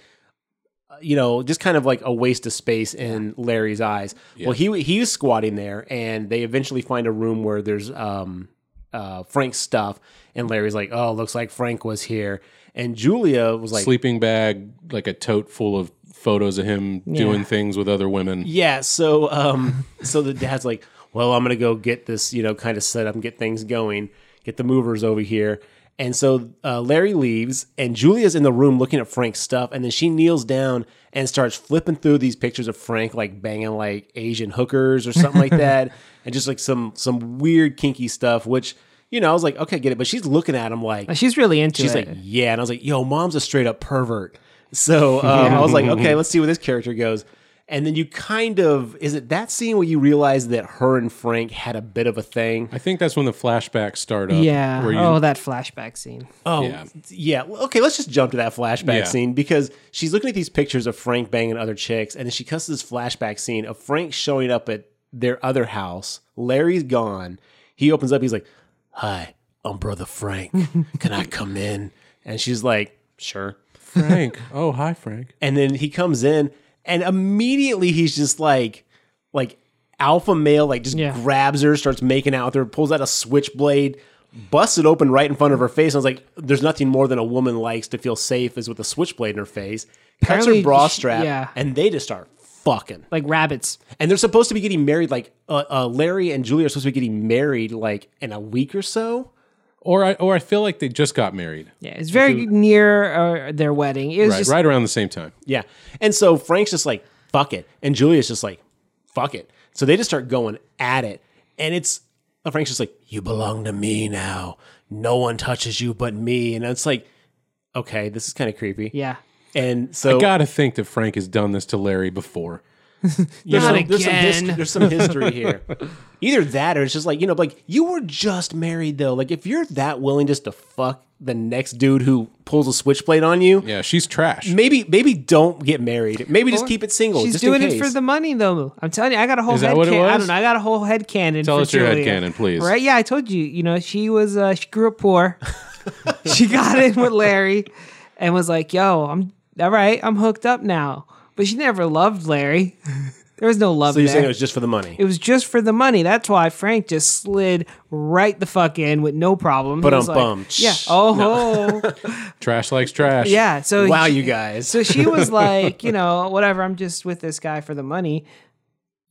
uh, You know, just kind of like a waste of space in Larry's eyes. Well, he he was squatting there, and they eventually find a room where there's um, uh, Frank's stuff, and Larry's like, "Oh, looks like Frank was here," and Julia was like, Sleeping bag, like a tote full of photos of him doing things with other women. Yeah, so um so the dad's like, "Well, I'm going to go get this, you know, kind of set up and get things going, get the movers over here." And so uh, Larry leaves, and Julia's in the room looking at Frank's stuff, and then she kneels down and starts flipping through these pictures of Frank like banging like Asian hookers or something like that, and just like some some weird kinky stuff. Which you know, I was like, okay, get it, but she's looking at him like She's really into She's it. like, yeah. And I was like, yo, mom's a straight up pervert. So um, I was like, okay, let's see where this character goes. And then you kind of, is it that scene where you realize that her and Frank had a bit of a thing? I think that's when the flashbacks start up. yeah. Where you, oh, that flashback scene. Oh, Yeah. yeah. Well, okay, let's just jump to that flashback Yeah. scene because she's looking at these pictures of Frank banging other chicks. And then she cuts this flashback scene of Frank showing up at their other house. Larry's gone. He opens up. He's like, hi, I'm Brother Frank. Can I come in? And she's like, sure. Frank. Oh, hi, Frank. and then he comes in and immediately he's just like like alpha male like just Yeah. grabs her starts making out with her pulls out a switchblade busts it open right in front of her face i was like there's nothing more than a woman likes to feel safe is with a switchblade in her face cuts her Apparently, bra she- strap yeah. and they just start fucking Like rabbits. and they're supposed to be getting married like uh, uh, larry and julia are supposed to be getting married like in a week or so Or I or I feel like they just got married. Yeah, it's very near uh, their wedding. It was Right. just right around the same time. Yeah. And so Frank's just like, fuck it. And Julia's just like, fuck it. So they just start going at it. And it's and Frank's just like, you belong to me now. No one touches you but me. And it's like, okay, this is kind of creepy. yeah. And so Gotta think that Frank has done this to Larry before. there's, Not some, there's, some his- again. there's some history here. Either that or it's just like, you know, like you were just married though. Like if you're that willing just to fuck the next dude who pulls a switchblade on you, Yeah, she's trash. maybe maybe don't get married. Maybe just keep it single. She's just in doing it case. for the money, though. I'm telling you, I got a whole Is that head. what it can- I was? don't know. I got a whole head cannon. Tell for us your Julia. headcanon, please. Right? Yeah, I told you. You know, she was uh, she grew up poor. she got in with Larry, and was like, "Yo, I'm all right. I'm hooked up now." But she never loved Larry. there was no love So you're there. saying it was just for the money. It was just for the money. That's why Frank just slid right the fuck in with no problem. But I'm was like, bummed. Yeah. Oh. Trash likes trash. yeah. So wow, she- you guys. So she was like, you know, whatever. I'm just with this guy for the money.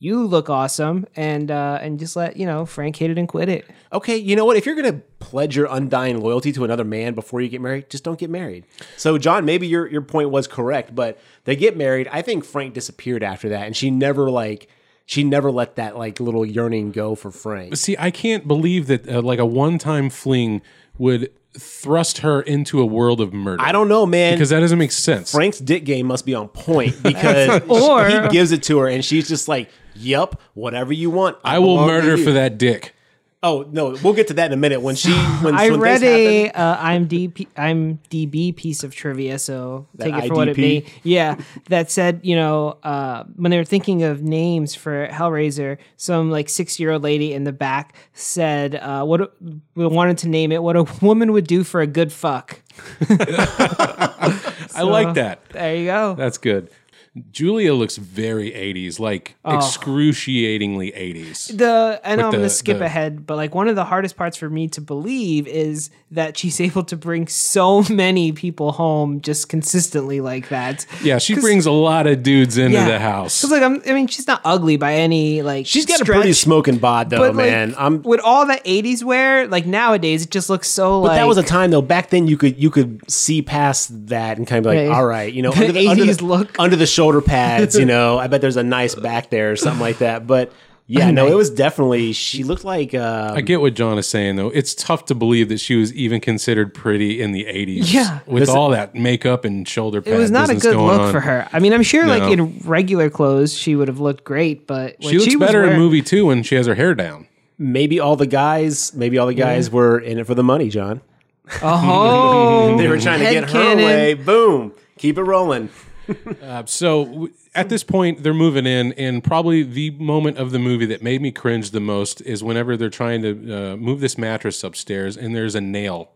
You look awesome, and uh, and just let you know Frank hit it and quit it. okay, you know what? If you're gonna pledge your undying loyalty to another man before you get married, just don't get married. So, John, maybe your your point was correct, but they get married. I think Frank disappeared after that, and she never like she never let that like little yearning go for Frank. See, I can't believe that uh, like a one-time fling would thrust her into a world of murder. I don't know, man. because that doesn't make sense. Frank's dick game must be on point because Or- he gives it to her, and she's just like, "Yep, whatever you want, I will belong to murder you." for that dick. Oh no, we'll get to that in a minute. When she, when I when read things happen- a uh, IMDb, IMDb piece of trivia, so take it for what it may. IDP? Yeah, that said, you know, uh, when they were thinking of names for Hellraiser, some like six year old lady in the back said, uh, "What a- we wanted to name it? What a woman would do for a good fuck." I like that. There you go. That's good. Julia looks very 80s, like Oh. excruciatingly 80s. The I know I'm the- gonna skip the- ahead, but like one of the hardest parts for me to believe is that she's able to bring so many people home just consistently like that. Yeah, she brings a lot of dudes into Yeah. the house. Cause like I'm, I mean, she's not ugly by any like. She's got stretch, a pretty smoking bod though, but, like, man. I'm. with all the '80s wear. Like nowadays, it just looks so. But like, that was a time though. Back then, you could you could see past that and kind of be like, Right. all right, you know, The under the, under 80s the- look. under the shoulder pads. You know, I bet there's a nice back there or something like that. But yeah, no, it was definitely. She looked like. Uh, I get what John is saying, though. It's tough to believe that she was even considered pretty in the 80s. Yeah. With all that makeup and shoulder pad It was not a business good going look on. for her. I mean, I'm sure No. like in regular clothes she would have looked great, but when She looks was better in wearing- movie two when she has her hair down. maybe all the guys, maybe all the guys were in it for the money, John. Oh, They were trying to get her Headcanon. away. Boom. Keep it rolling. So w- at this point, they're moving in, and probably the moment of the movie that made me cringe the most is whenever they're trying to uh, move this mattress upstairs, and there's a nail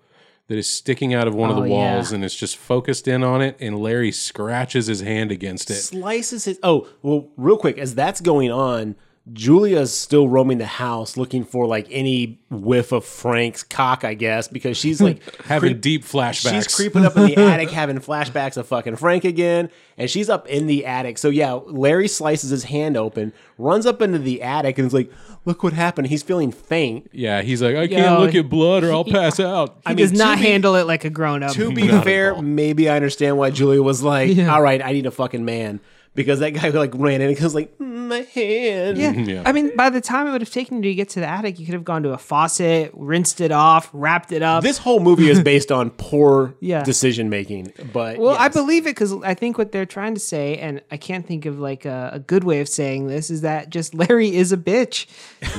that is sticking out of one of the Oh, walls, yeah. and it's just focused in on it, and Larry scratches his hand against it. Slices his. Oh, well, real quick, as that's going on, Julia's still roaming the house looking for like any whiff of Frank's cock, I guess, because she's like Having creep- deep flashbacks. She's creeping up in the attic, having flashbacks of fucking Frank again, and she's up in the attic. So yeah, Larry slices his hand open, runs up into the attic, and is like, "Look what happened." He's feeling faint. yeah, he's like, I can't look at blood or I'll pass out. He mean, does to not be- handle it like a grown up. To be fair, maybe I understand why Julia was like, "All right, I need a fucking man," because that guy like ran in and was like, "My hand." Yeah. Yeah. I mean, by the time it would have taken you to get to the attic, you could have gone to a faucet, rinsed it off, wrapped it up. This whole movie is based on poor Yeah. decision making, but Well, I yes. believe it because I think what they're trying to say, and I can't think of like a, a good way of saying this, is that just Larry is a bitch.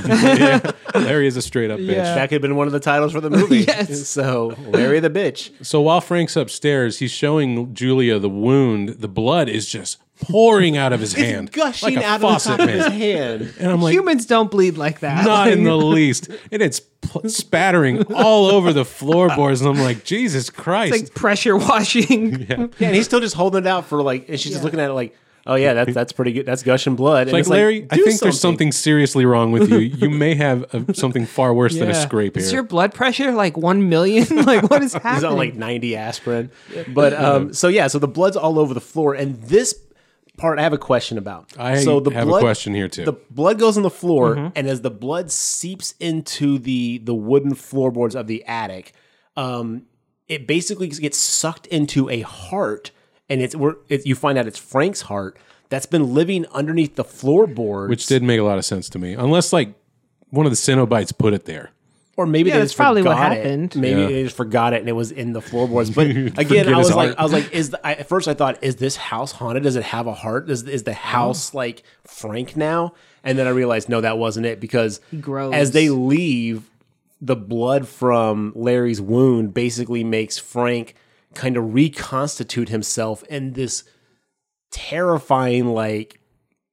Larry is a straight up bitch. Yeah. that could have been one of the titles for the movie. Yes. So Larry the bitch. So while Frank's upstairs, he's showing Julia the wound. The blood is just pouring out of his hand, gushing like a out of the faucet, top of his man. hand. And I'm like, Humans don't bleed like that. not in the least. And it's pl- spattering all over the floorboards. And I'm like, Jesus Christ. It's like pressure washing. Yeah, and he's still just holding it out for like, and she's just looking at it like, oh yeah, that's that's pretty good. That's gushing blood. And like, it's Larry, I do think there's something seriously wrong with you. You may have uh something far worse than a Yeah. scrape here. Is your blood pressure like one million? like what is He's happening? on like 90 aspirin, but um, so yeah, so the blood's all over the floor, and this part I have a question about. I so have a question here, too. Mm-hmm. The blood goes on the floor, and as the blood seeps into the the wooden floorboards of the attic, um, it basically gets sucked into a heart, and it's where it, you find out it's Frank's heart that's been living underneath the floorboards, Which didn't make a lot of sense to me. Unless, like, one of the Cenobites put it there. or maybe Yeah, they that's just probably what forgot happened. It. Maybe Yeah. they just forgot it and it was in the floorboards. But again, I his was like, heart. I was like, is the, I, at first I thought, is this house haunted? Does it have a heart? Is Oh. is the house like Frank now? And then I realized, no, that wasn't it because grows. as they leave, the blood from Larry's wound basically makes Frank kind of reconstitute himself in this terrifying like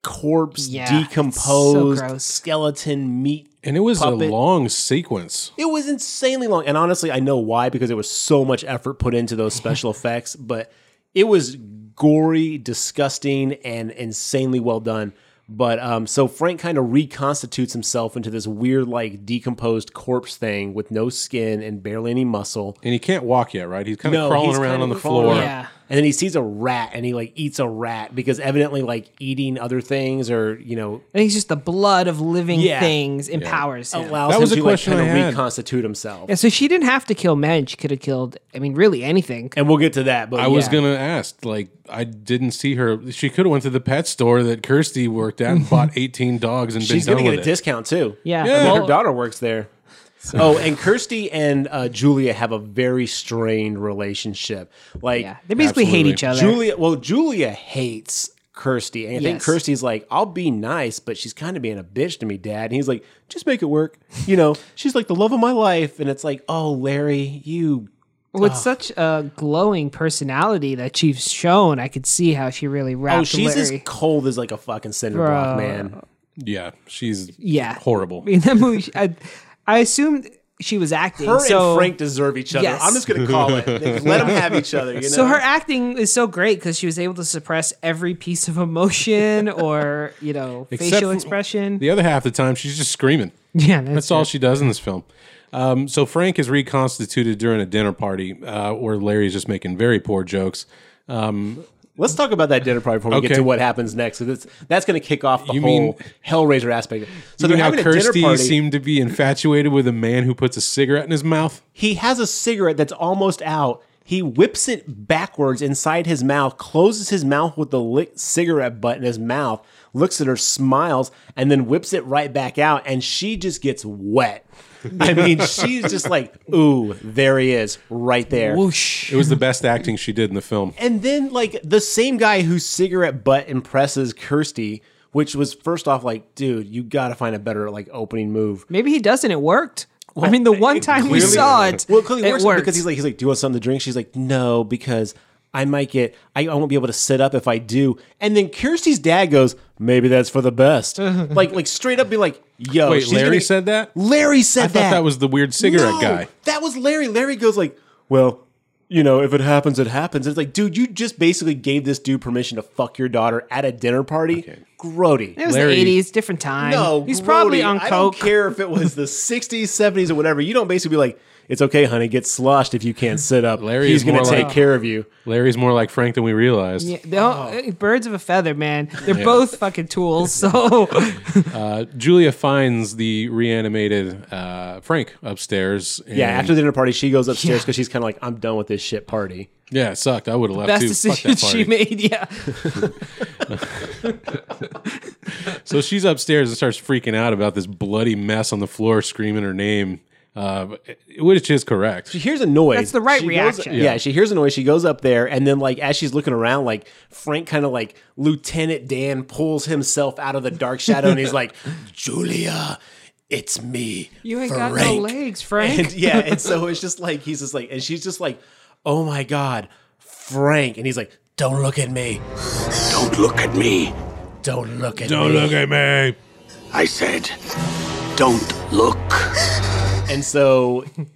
corpse Yeah, it's so decomposed gross. skeleton meat And it was a Puppet. long sequence. it was insanely long. And honestly, I know why because there was so much effort put into those special effects, but it was gory, disgusting, and insanely well done. But um, so Frank kind of reconstitutes himself into this weird, like decomposed corpse thing with no skin and barely any muscle. And he can't walk yet, right? He's kind of No, crawling he's around kinda on the crawling floor. around. Yeah. And then he sees a rat and he like eats a rat because evidently, like eating other things or, you know, I think it's just the blood of living Yeah. things empowers him. allows That him was a to like, question I kind of had. reconstitute himself. And so she didn't have to kill men. She could have killed, I mean, really anything. And we'll get to that. But I was yeah. gonna ask, like, I didn't see her. She could have went to the pet store that Kirsty worked at and bought eighteen dogs and She's been done gonna get with a it. discount too. Yeah. I mean, Yeah. her daughter works there. Oh, and Kirsty and uh, Julia have a very strained relationship. Like Yeah. They basically hate Absolutely. each other. Julia, well, Julia hates Kirsty. And I think Yes. Kirsty's like, I'll be nice, but she's kind of being a bitch to me, Dad. And he's like, just make it work. You know, she's like the love of my life. And it's like, oh, Larry, you. With such a glowing personality that she's shown, I could see how she really wrapped Oh, she's as Larry. cold as like a fucking cinder block, Bro. man. Yeah, she's yeah, horrible. I mean, that movie, I, I assumed she was acting. Her so, and Frank deserve each other. Yes. I'm just gonna call it. They just let them have each other. You know? So her acting is so great because she was able to suppress every piece of emotion or you know Except facial for- expression. The other half of the time, she's just screaming. yeah, that's, That's all she does in this film. Um, so Frank is reconstituted during a dinner party uh, where Larry's just making very poor jokes. Let's talk about that dinner party before we get Okay. to what happens next. 'cause That's, that's going to kick off the You whole mean- Hellraiser aspect. So You they're know how having a dinner Kirsty party. seemed to be infatuated with a man who puts a cigarette in his mouth. he has a cigarette that's almost out. He whips it backwards inside his mouth, closes his mouth with the lit cigarette butt in his mouth, looks at her, smiles, and then whips it right back out. And she just gets wet. I mean, she's just like, ooh, there he is, right there. It was the best acting she did in the film. And then like the same guy whose cigarette butt impresses Kirsty, which was first off like, dude, you gotta find a better like opening move. maybe he doesn't. It worked. I mean, the one time we clearly- saw it, Well, it clearly it works worked. because he's like, he's like, do you want something to drink? She's like, no, because I might get, I, I won't be able to sit up if I do. And then Kirsty's dad goes, maybe that's for the best. like, like straight up, be like, yo, Wait, she's Larry gonna- said that? Larry said I thought that was the weird cigarette no, guy. That was Larry. Larry goes like, "Well, you know, if it happens, it happens." It's like, dude, you just basically gave this dude permission to fuck your daughter at a dinner party. Grody. it was Larry- the '80s, different time. No, he's probably Grody. on I don't coke. care if it was the '60s, '70s, or whatever. You don't basically be like, "It's okay, honey, get sloshed if you can't sit up." Larry he's is gonna more take like- care of you. Larry's more like Frank than we realized. Yeah, they all- eh, birds of a feather, man. They're both fucking tools. So Julia finds the reanimated uh, Frank upstairs. and- Yeah, after the dinner party, she goes upstairs Yeah. because she's kind of like, "I'm done with this shit party." yeah, it sucked. I would have left best too. decision Fuck that party. she made. Yeah, So she's upstairs and starts freaking out about this bloody mess on the floor, screaming her name, uh, which is correct. She hears a noise. That's the right She goes- reaction. yeah. she hears a noise. She goes up there, and then like as she's looking around, like Frank kind of like Lieutenant Dan pulls himself out of the dark shadow, and he's like, "Julia, it's me, you ain't Frank." got no legs, Frank. And yeah, and so it's just like he's just like, and she's just like, "Oh my god, Frank," and he's like, "Don't look at me, Don't look at me. don't look at Don't me." look at me. I said, don't look. and so.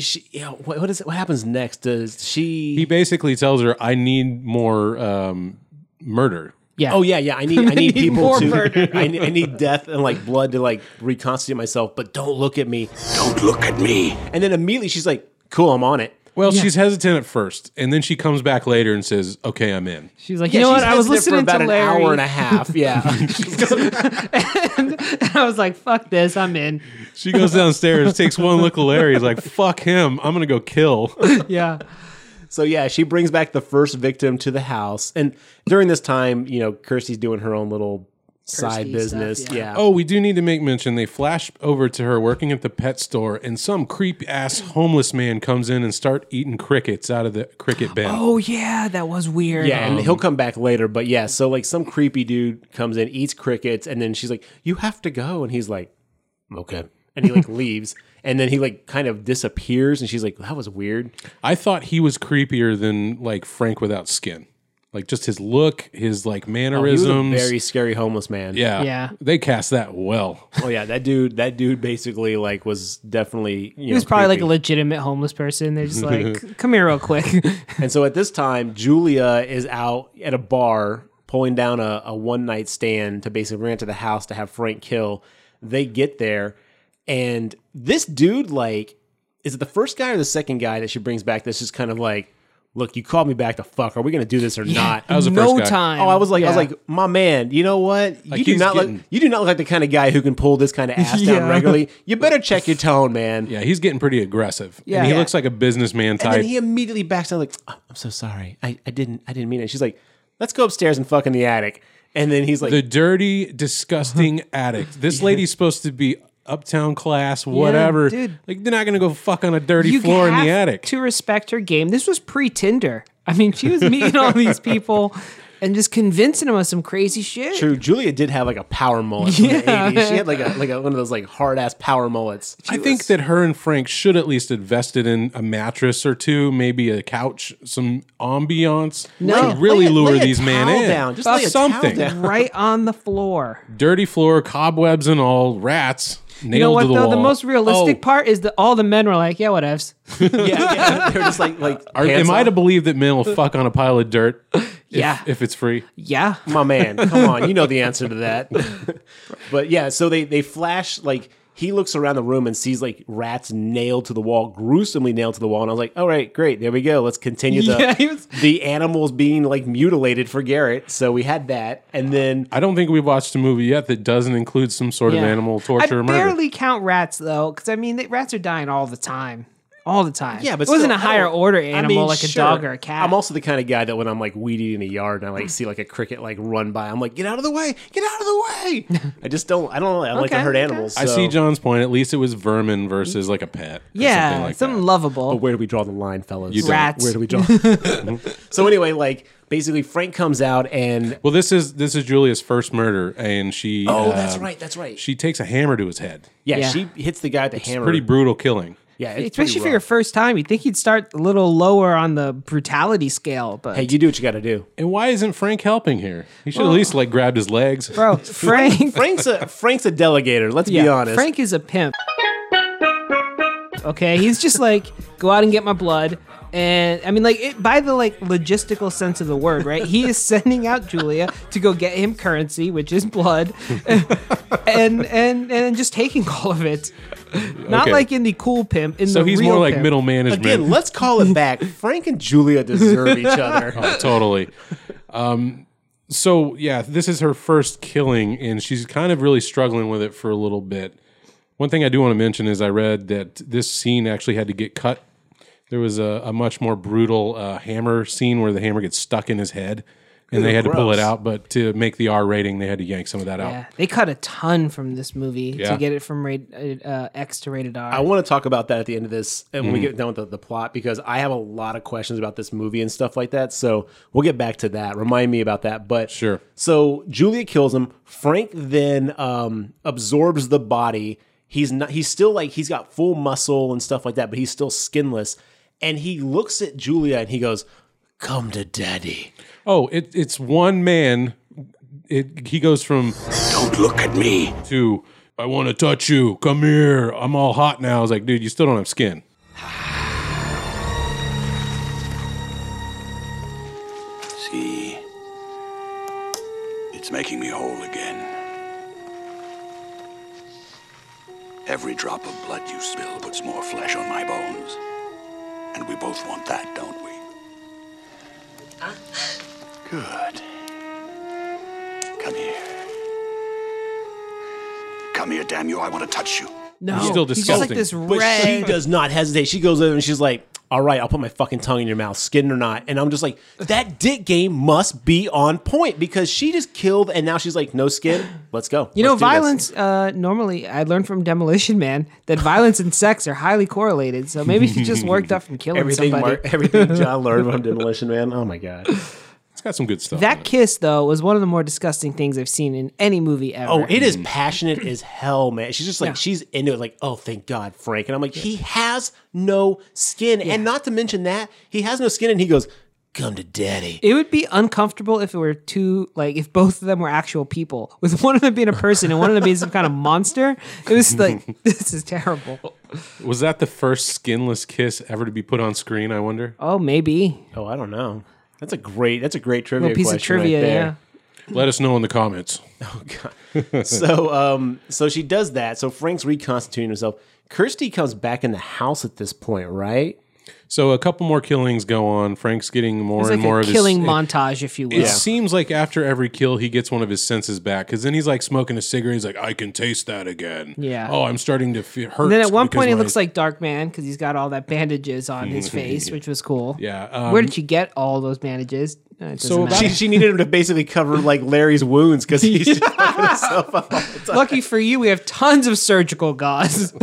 She, you know, what, what is it? What happens next? Does she? He basically tells her, "I need more um, murder." yeah. Oh yeah, yeah. I need I need, people more to murder. I, need, I need death and like blood to like reconstitute myself. But don't look at me. Don't look at me. And then immediately she's like, "Cool, I'm on it." Well, she's hesitant at first, and then she comes back later and says, "Okay, I'm in." She's like, you know she's what? I was listening hesitant for about to an Larry. hour and a half. Yeah, I was like, fuck this, I'm in. She goes downstairs, takes one look at Larry, is like, "Fuck him! I'm gonna go kill." Yeah. So yeah, she brings back the first victim to the house, and during this time, you know, Kirsty's doing her own little side stuff, business. yeah. yeah. Oh, we do need to make mention. They flash over to her working at the pet store, and some creep ass homeless man comes in and start eating crickets out of the cricket bin. Oh yeah, that was weird. Yeah, and he'll come back later. But yeah, so like some creepy dude comes in, eats crickets, and then she's like, "You have to go," and he's like, "Okay," and he like leaves, and then he like kind of disappears, and she's like, "That was weird." I thought he was creepier than like Frank without skin, like just his look, his like Oh, He was mannerisms. a very scary homeless man. yeah, Yeah. They cast that well. Oh yeah, that dude. That dude basically like was definitely you He was probably like a legitimate homeless person. They're just like, come here real quick. And so at this time, Julia is out at a bar pulling down a, a one night stand to basically rent to the house to have Frank kill. They get there, and this dude, like, is it the first guy or the second guy that she brings back that's just kind of like, look, you called me back to fuck. Are we going to do this or not? was the no first guy. time. Oh, I was like, I was Yeah. like, my man, you know what? you do he's not look, getting- you do not look like the kind of guy who can pull this kind of ass Yeah. down regularly. You better check your tone, man. Yeah, he's getting pretty aggressive. Yeah. and he Yeah. looks like a businessman And type. then he immediately backs down like, "Oh, I'm so sorry. I, I didn't I didn't mean it. She's like, let's go upstairs and fuck in the attic. And then he's like, the dirty, disgusting Uh-huh. addict. This lady's supposed to be uptown class, whatever. dude. Like they're not gonna go fuck on a dirty floor in have the attic. To respect her game. This was pre Tinder. I mean, she was meeting all these people. and just convincing him of some crazy shit. True, Julia did have like a power mullet. Yeah. In the Yeah. 80s. She had like a like a, one of those like hard ass power mullets. I think that her and Frank should at least invested in a mattress or two, maybe a couch, some ambiance No. to really Lay a- lure lay a these men towel in. down. Just lay a towel something. down. Right on the floor. Dirty floor, cobwebs and all, rats nailed You know what to the though? wall. The most realistic Oh, part is that all the men were like, "Yeah, whatevs." yeah, yeah. they're just like like. Are, pants am I on. to believe that men will fuck on a pile of dirt? if- Yeah. if it's free. yeah, my man come on you know the answer to that but yeah so they they flash like he looks around the room and sees like rats nailed to the wall gruesomely nailed to the wall and i was like all right great there we go let's continue the Yeah, he was- the animals being like mutilated for garrett so we had that and then I don't think we've watched a movie yet that doesn't include some sort yeah. of animal torture I or murder. barely count rats though, because I mean, they, rats are dying all the time, all the time. yeah, but it wasn't still, a higher oh, order I mean, animal like sure. a dog or a cat. Mm. I'm also the kind of guy that when I'm like weed eating a yard and I like see like a cricket like run by, I'm like, get out of the way, get out of the way. I just don't, I don't, I like to Okay, hurt okay. animals. I so- see John's point. At least it was vermin versus like a pet. or yeah, something like that. lovable. But where do we draw the line, fellas? You don't. Rats. Where do we draw? Mm-hmm. so anyway, like basically, Frank comes out and Well, this is this is Julia's first murder, and she. oh, that's um, right, that's right. She takes a hammer to his head. yeah, Yeah. she hits the guy with the hammer. Pretty brutal killing. yeah, it's pretty Especially for your rough. first time, you'd think you'd start a little lower on the brutality scale, but Hey, you do what you got to do. And why isn't Frank helping here? He should at least like grabbed his legs. bro, Frank, Frank's a Frank's a delegator. Let's yeah, be honest. Frank is a pimp. Okay, he's just like go out and get my blood, and I mean like it, by the like logistical sense of the word, right? He is sending out Julia to go get him currency, which is blood, and and and just taking all of it. Not Okay. like in the cool pimp. In so the he's real more like pimp. middle management. Again, let's call it back. Frank and Julia deserve each other. Oh, totally. Um, so yeah, this is her first killing, and she's kind of really struggling with it for a little bit. One thing I do want to mention is I read that this scene actually had to get cut. There was a, a much more brutal uh, hammer scene where the hammer gets stuck in his head, and they had to pull gross. it out. But to make the R rating, they had to yank some of that out. Yeah, they cut a ton from this movie Yeah. to get it from rated uh, X to rated R. I want to talk about that at the end of this, and when we get done with the, the plot, because I have a lot of questions about this movie and stuff like that. So we'll get back to that. Remind me about that. But Sure. So Julia kills him. Frank then um, absorbs the body. He's not. He's still like he's got full muscle and stuff like that, but he's still skinless. And he looks at Julia and he goes, "Come to daddy." Oh, it, it's one man. It, he goes from Don't look at me. to I want to touch you. Come here. I'm all hot now. I was like, dude, you still don't have skin. See, it's making me whole again. Every drop of blood you spill puts more flesh on my bones. And we both want that, don't we? Good. Come here. Come here, damn you. I want to touch you. no, He's still he's just like disgusting. this But she red. does not hesitate. She goes over and she's like, "All right, I'll put my fucking tongue in your mouth, skin or not." And I'm just like, "That dick game must be on point because she just killed, and now she's like, no skin. Let's go. you know, violence. Uh, normally, I learned from Demolition Man that violence and sex are highly correlated. So maybe she just worked up from killing Everything, somebody. Mar- everything John learned from Demolition Man. Oh my god. It's got some good stuff. in that it. kiss, though, was one of the more disgusting things I've seen in any movie ever. Oh, it is passionate as hell, man. She's just like Yeah. she's into it. Like, oh, thank God, Frank. And I'm like, he has no skin, and not to mention that he has no skin, and he goes, "Come to daddy." It would be uncomfortable if it were two, like if both of them were actual people, with one of them being a person and one of them being some kind of monster. It was like this is terrible. Was that the first skinless kiss ever to be put on screen? I wonder. Oh, maybe Oh, I don't know. That's a great. That's a great trivia. a piece of question right trivia. there. yeah. Let us know in the comments. so um so she does that so frank's reconstituting himself kirsty comes back in the house at this point right So a couple more killings go on. Frank's getting more It's and like more a of his killing it- montage, if you will. It, seems like after every kill, he gets one of his senses back because then he's like smoking a cigarette. He's like, "I can taste that again." Yeah. Oh, I'm starting to feel hurt. And then at one because point, it my- looks like Dark Man because he's got all that bandages on his face, which was cool. Yeah. Um, Where did you get all those bandages? Uh, it So so about- she, she needed him to basically cover like larry's wounds because he's just fucking himself up lucky for you, we have tons of surgical gauze.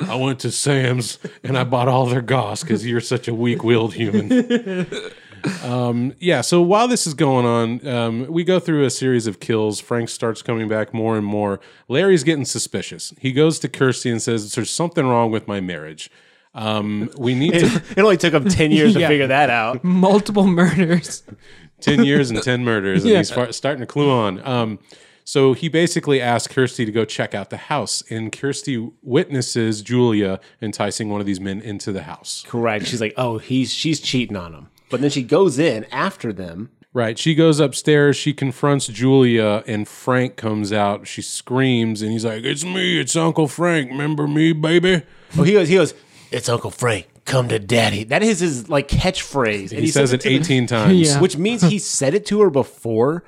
I went to Sam's and I bought all their goss because you're such a weak-willed human. Um, yeah, so while this is going on, um, we go through a series of kills. Frank starts coming back more and more. Larry's getting suspicious. He goes to Kirsty and says, There's something wrong with my marriage. Um, we need to It only took him 10 years to figure that out. Multiple murders. 10 years and 10 murders. And Yeah. he's far, starting to clue on. Um, so he basically asks Kirsty to go check out the house. And Kirsty witnesses Julia enticing one of these men into the house. Correct. She's like, oh, he's she's cheating on him. But then she goes in after them. Right. She goes upstairs. She confronts Julia, and Frank comes out. She screams, and he's like, It's me. It's Uncle Frank. Remember me, baby? Oh, he goes, he goes, It's Uncle Frank. Come to daddy. that is his like catchphrase. And He, says it to the- 18 times. Yeah. which means he said it to her before,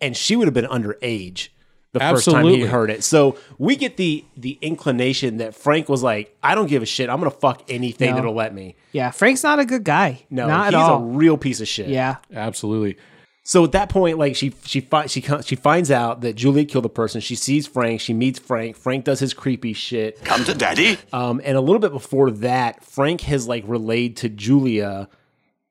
and she would have been underage the first time Absolutely. he heard it. So we get the the inclination that Frank was like, "I don't give a shit. I'm gonna fuck anything No. that'll let me." Yeah, Frank's not a good guy. No, not he's at all. a real piece of shit. yeah, Absolutely. So at that point, like she she fi- she co- she finds out that Julia killed the person. She sees Frank. She meets Frank. Frank does his creepy shit. Come to daddy. Um, and a little bit before that, Frank has like relayed to Julia,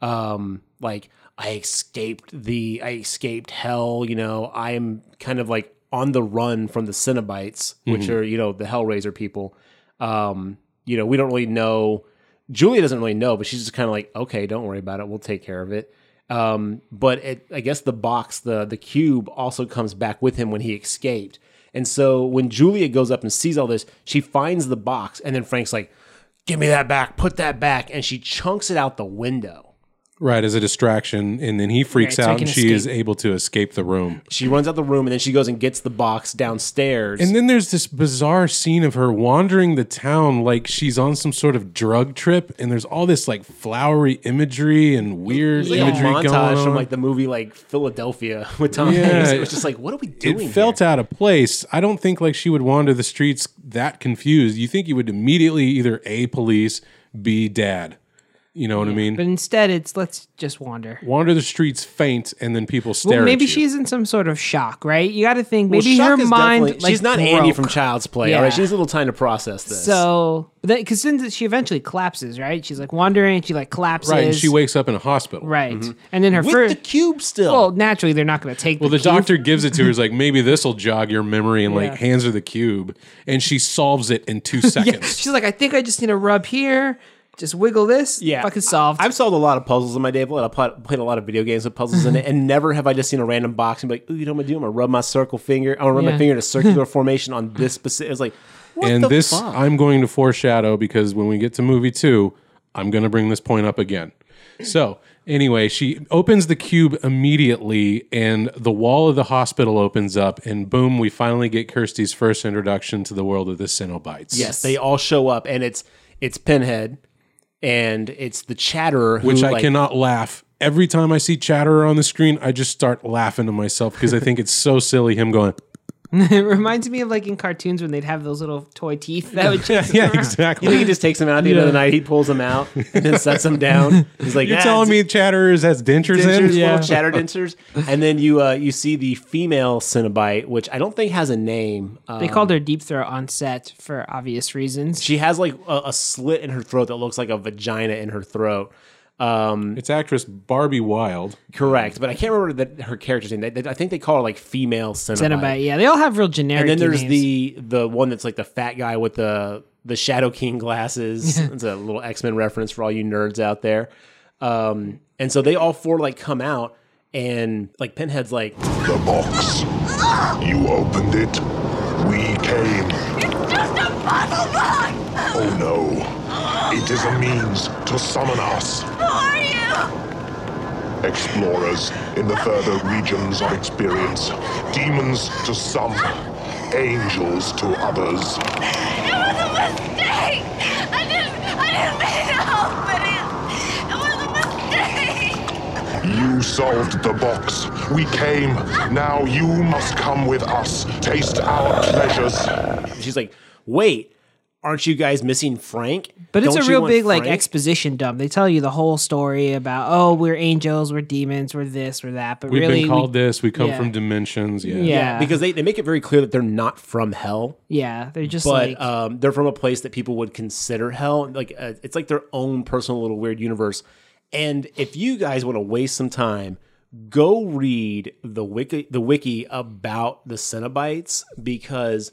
um, like I escaped the I escaped hell. You know, I'm kind of like on the run from the Cenobites, which are you know the Hellraiser people. Um, you know, we don't really know. Julia doesn't really know, but she's just kind of like, okay, don't worry about it. We'll take care of it. Um, but it, I guess the box, the the cube, also comes back with him when he escaped. And so when Julia goes up and sees all this, she finds the box, and then Frank's like, "Give me that back! Put that back!" And she chunks it out the window. Right. As a distraction. And then he freaks Right, so he out, can and she escape. is able to escape the room. She runs out the room, and then she goes and gets the box downstairs. And then there's this bizarre scene of her wandering the town like she's on some sort of drug trip, and there's all this like flowery imagery and weird There's like a imagery going montage on. from like the movie like Philadelphia with Tom Yeah. Hanks. It was just like, what are we it doing? felt out of place. I don't think like she would wander the streets that confused. You think you would immediately either a police, b dad. You know what I mean? but instead, it's let's just wander. Wander the streets faint, and then people stare. Well, maybe at you. she's in some sort of shock, right? You got to think Well, maybe Shock her is mind. definitely- Like, she's not Andy broke. from Child's Play. Yeah. All right, she needs a little time to process this. So, because since she eventually collapses, right? She's like wandering, she like collapses, right, and she wakes up in a hospital. right? And then her Mm-hmm. with first, the cube still. well, naturally they're not going to take. Well, the the cube. doctor gives it to her. He's like, maybe this will jog your memory, and Yeah. like hands her the cube, and she solves it in two Yeah, seconds. she's like, I think I just need to rub here, just wiggle this, fucking solved. I, have solved a lot of puzzles in my day. I've played, played a lot of video games with puzzles in it, and never have I just seen a random box and be like, "Ooh, you know what I'm gonna do? I'm gonna rub my circle finger. I'm gonna rub Yeah. my finger in a circular formation on this specific." It's like, what and the this fuck? I'm going to foreshadow because when we get to movie two, I'm going to bring this point up again. So, anyway, she opens the cube immediately, and the wall of the hospital opens up, and boom, we finally get Kirsty's first introduction to the world of the Cenobites. yes, they all show up, and it's it's Pinhead, and it's the Chatterer, who, Which I like, cannot laugh. Every time I see Chatterer on the screen, I just start laughing to myself because I think it's so silly him going, it reminds me of like in cartoons when they'd have those little toy teeth that would just Yeah, exactly. You think he just takes him out at the end of the night? He pulls him out and then sets him down. He's like, You're "Ah, telling it's me Chatterer has dentures, dentures, in? little chatter dentures, and then you uh, you see the female Cenobite, which I don't think has a name. Um, They called her deep throat on set for obvious reasons. she has like a, a slit in her throat that looks like a vagina in her throat. Um, It's actress Barbie Wilde. correct, but I can't remember the, her character's name. They, they- I think they call her like female Cenobite. Cenobite, yeah, they all have real generic. And then there's names. the the one that's like the fat guy with the the Shadow King glasses. it's a little X Men reference for all you nerds out there. Um, and so they all four like come out, and like Pinhead's like, The box. You opened it. We came. Just a puzzle box! Oh no. It is a means to summon us, Who are you? explorers in the further regions of experience. Demons to some, angels to others. It was a mistake! I didn't I didn't mean to open it! It was a mistake! You solved the box. We came. Now you must come with us. Taste our pleasures. she's like, wait, aren't you guys missing Frank? But it's Don't a you real want big like Frank?" exposition dump. They tell you the whole story about oh we're angels, we're demons, we're this, we're that. But We've really, been we- called this. We come yeah. from dimensions. Yeah. yeah, because they, they make it very clear that they're not from hell, yeah, they're just but like um, uh, they're from a place that people would consider hell. Like uh, it's like their own personal little weird universe. And if you guys want to waste some time, go read the wiki the wiki about the Cenobites because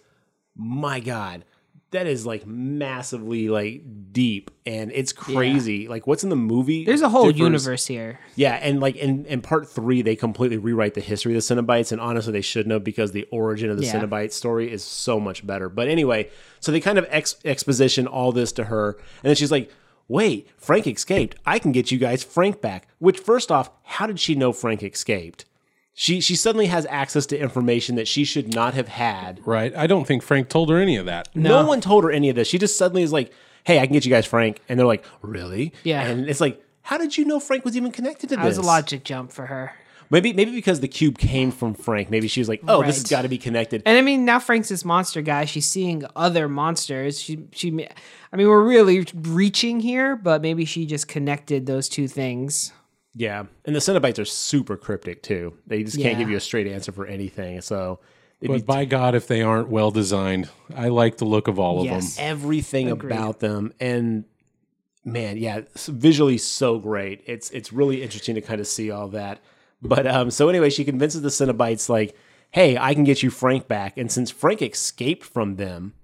my god, that is like massively like deep and it's crazy. Like what's in the movie? There's a whole differs- universe here. Yeah, and like in, in part three, they completely rewrite the history of the Cenobites, and honestly, they shouldn't have because the origin of the Yeah. Cenobite story is so much better. But anyway, so they kind of ex- exposition all this to her, and then she's like, "Wait, Frank escaped. I can get you guys Frank back." Which, first off, how did she know Frank escaped? She she suddenly has access to information that she should not have had. Right. I don't think Frank told her any of that. No, one told her any of this. She just suddenly is like, "Hey, I can get you guys Frank," and they're like, "Really?" Yeah. and it's like. How did you know Frank was even connected to this? That was a logic jump for her. Maybe maybe because the cube came from Frank. Maybe she was like, "Oh, this has Right. got to be connected." And I mean, now Frank's this monster guy. She's seeing other monsters. She, she, I mean, we're really reaching here, but maybe she just connected those two things. yeah, and the Cenobites are super cryptic too. They just can't Yeah. give you a straight answer for anything. So it'd But by God, if they aren't well designed, I like the look of all of Yes. them. everything about them, and man, yeah, it's visually so great. It's it's really interesting to kind of see all that. But um, so anyway, she convinces the Cenobites like, "Hey, I can get you Frank back." And since Frank escaped from them,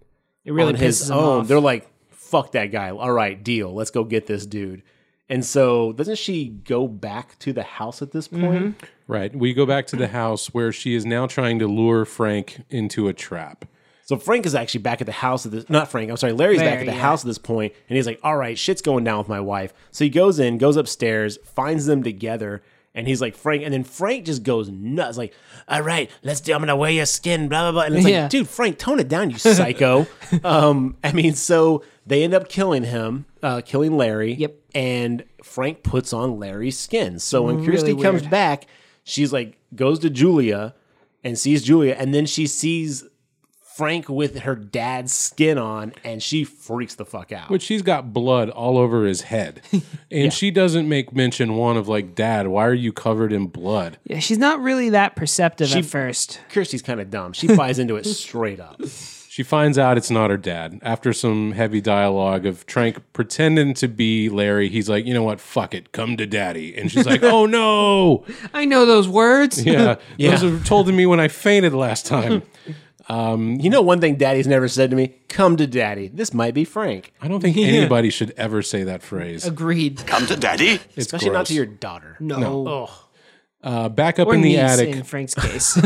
It really on pisses his him own. off. They're like, fuck that guy. All right, deal. Let's go get this dude. And so doesn't she go back to the house at this point? Mm-hmm. Right. We go back to the house where she is now trying to lure Frank into a trap. So Frank is actually back at the house at this not Frank, I'm sorry, Larry's back Larry, at the yeah. house at this point, and he's like, All right, shit's going down with my wife. So he goes in, goes upstairs, finds them together, and he's like, Frank, and then Frank just goes nuts, like, All right, let's do I'm gonna wear your skin, blah blah blah. And it's Yeah. like, dude, Frank, tone it down, you psycho. um, I mean, so they end up killing him, uh, killing Larry. Yep. And Frank puts on Larry's skin. So when Kirsty weird. comes back, she's like goes to Julia and sees Julia, and then she sees Frank with her dad's skin on, and she freaks the fuck out. But she's got blood all over his head. And she doesn't make mention one of like, Dad, why are you covered in blood? yeah, she's not really that perceptive She- at first. Kirsty's kind of dumb. She buys into it straight up. She finds out it's not her dad after some heavy dialogue of Trank pretending to be Larry. He's like, you know what? Fuck it. Come to daddy. And she's like, oh no. I know those words. Yeah. Those were told to me when I fainted last time. You know, one thing Daddy's never said to me: "Come to Daddy." This might be Frank, I don't think anybody should ever say that phrase. Agreed. Come to daddy. It's especially not gross. to your daughter. No. Uh, back up Or in the niece attic. in Frank's case.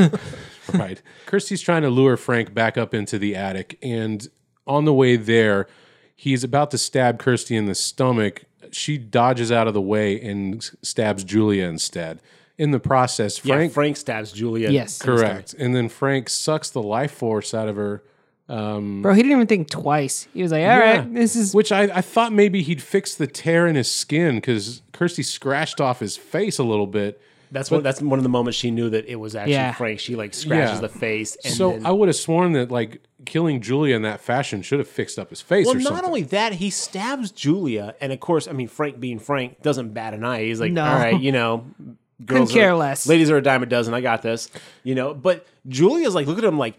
Right. Kirsty's trying to lure Frank back up into the attic. And on the way there, he's about to stab Kirsty in the stomach. She dodges out of the way and s- stabs Julia instead. In the process, Yeah, Frank. Frank stabs Julia. yes. correct. And then Frank sucks the life force out of her. Bro, he didn't even think twice. He was like, "All right, Yeah. this is Which I, I thought maybe he'd fix the tear in his skin because Kirsty scratched off his face a little bit. That's one. That's one of the moments she knew that it was actually Yeah. Frank. She like scratches Yeah. the face. And so then, I would have sworn that like killing Julia in that fashion should have fixed up his face well, or not something. only that, he stabs Julia, and of course, I mean Frank being Frank doesn't bat an eye. He's like, No. all right, you know, girls care are- less. Ladies are a dime a dozen. I got this, you know. But Julia's like, look at him, like,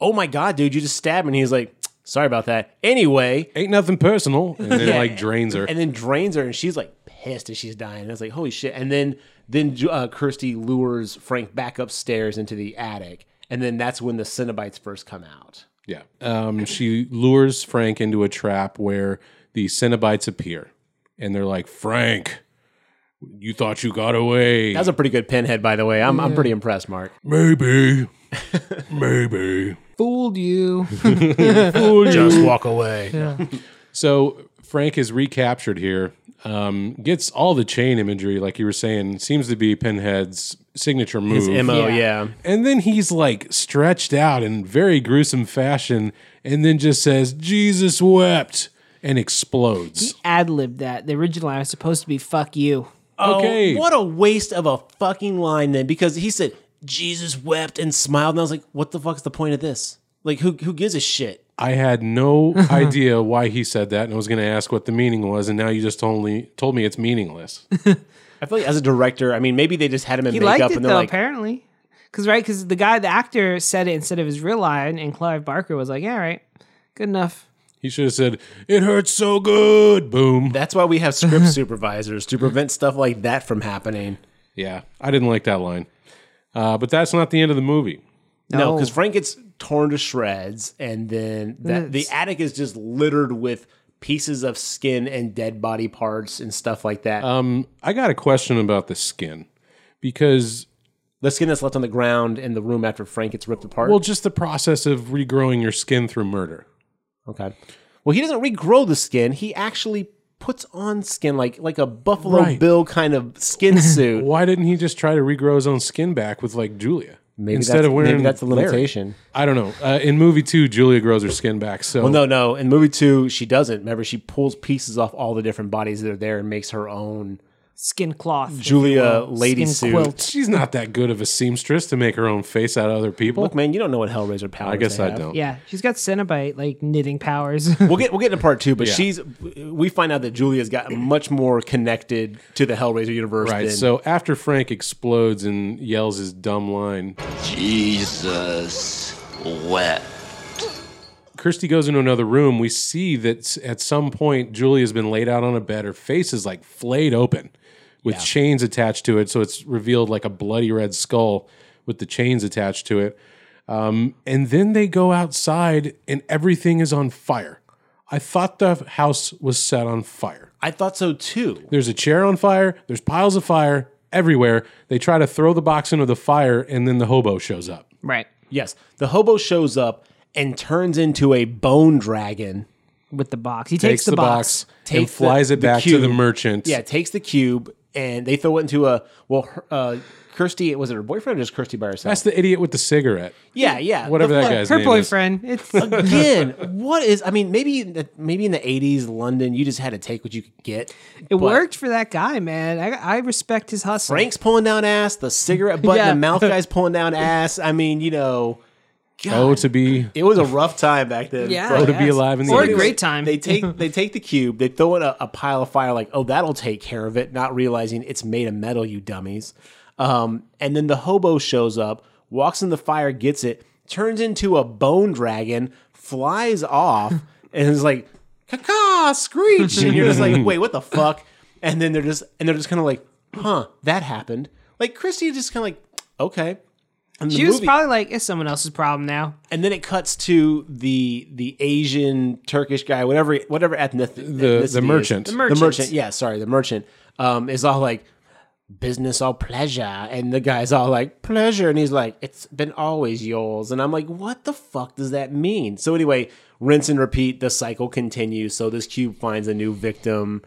oh my god, dude, you just stabbed me. And he's like, sorry about that. Anyway, Ain't nothing personal. And then like drains her. and then drains her, and she's like pissed as she's dying. And it's like, holy shit! And then then uh, Kirsty lures Frank back upstairs into the attic, and then that's when the Cenobites first come out. Yeah. Um, she lures Frank into a trap where the Cenobites appear and they're like, Frank, you thought you got away. That's a pretty good pinhead, by the way. I'm I'm pretty impressed, Mark. maybe. maybe. fooled you." Just walk away. So Frank is recaptured here, um, gets all the chain imagery, like you were saying, seems to be Pinhead's signature move. His mo, yeah. Yeah. and then he's like stretched out in very gruesome fashion and then just says, Jesus wept, and explodes. Ad libbed that. The original line was supposed to be "fuck you." okay. Oh, what a waste of a fucking line then, because he said Jesus wept and smiled, and I was like, what the fuck is the point of this? Like, who who gives a shit? I had no idea why he said that, and I was going to ask what the meaning was, and now you just only told me it's meaningless. I feel like as a director, I mean, maybe they just had him in He makeup, liked it and they're though, like, apparently. Because right, because the guy, the actor, said it instead of his real line, and Clive Barker was like, "Yeah, all right, good enough." He should have said, "It hurts so good." Boom. That's why we have script supervisors to prevent stuff like that from happening. Yeah, I didn't like that line. Uh, but that's not the end of the movie. No, No. because Frank gets torn to shreds, and then that the it's- attic is just littered with pieces of skin and dead body parts and stuff like that. I got a question about the skin because the skin that's left on the ground in the room after Frank gets ripped apart. well, just the process of regrowing your skin through murder. okay. Well, he doesn't regrow the skin. He actually puts on skin like like a Buffalo Right. Bill kind of skin suit. Why didn't he just try to regrow his own skin back with like Julia Maybe that's, maybe that's the Larry? limitation. I don't know. Uh, in movie two, Julia grows her skin back. So Well, no, no. In movie two, she doesn't. Remember, she pulls pieces off all the different bodies that are there and makes her own Skin cloth. if you Julia will. lady Skin suit. quilt. she's not that good of a seamstress to make her own face out of other people. Look, man, you don't know what Hellraiser powers. I guess they I have. don't. Yeah, she's got Cenobite like knitting powers. We'll get we'll get into part two, but Yeah. she's we find out that Julia's got much more connected to the Hellraiser universe. Right. than, So after Frank explodes and yells his dumb line, Jesus wept. Christy goes into another room. We see that s- at some point Julia's been laid out on a bed. Her face is like flayed open with chains attached to it. So it's revealed like a bloody red skull with the chains attached to it. Um, and then they go outside and everything is on fire. I thought the house was set on fire. I thought so too. There's a chair on fire. There's piles of fire everywhere. They try to throw the box into the fire and then the hobo shows up. right. Yes, the hobo shows up and turns into a bone dragon. With the box. He takes, the, box. and takes the- flies it the back to the cube. merchant. Yeah, takes the cube and they throw it into a well. Her, uh, Kirsty was it her boyfriend or just Kirsty by herself? That's the idiot with the cigarette. yeah, yeah. Whatever The that fuck- guy's Her name is. boyfriend. It's Again, what is? I mean, maybe in the- maybe in the eighties London, you just had to take what you could get. it worked for that guy, man. I, I respect his hustle. Frank's pulling down ass. The cigarette butt in Yeah. the mouth guy's pulling down ass. I mean, you know, God, Oh, to be it was a rough time back then. Yeah. but oh, to be yes. alive in the Or a 80s. great time. They take they take the cube. They throw in a, a pile of fire. Like, oh, that'll take care of it. Not realizing it's made of metal. You dummies. Um, and then the hobo shows up, walks in the fire, gets it, turns into a bone dragon, flies off, and is like, "Caca!" Screech, and you're just like, "Wait, what the fuck?" And then they're just and they're just kind of like, "Huh, that happened." Like Christy is just kind of like, "Okay." And the She was movie- probably like, it's someone else's problem now. and then it cuts to the the Asian Turkish guy, whatever whatever ethnic the merchant. The the merchant, merchant. the merchant. Yeah, sorry, the merchant um, is all like business or pleasure, and the guy's all like pleasure, and he's like it's been always yours, and I'm like what the fuck does that mean? So anyway, rinse and repeat. The cycle continues. So this cube finds a new victim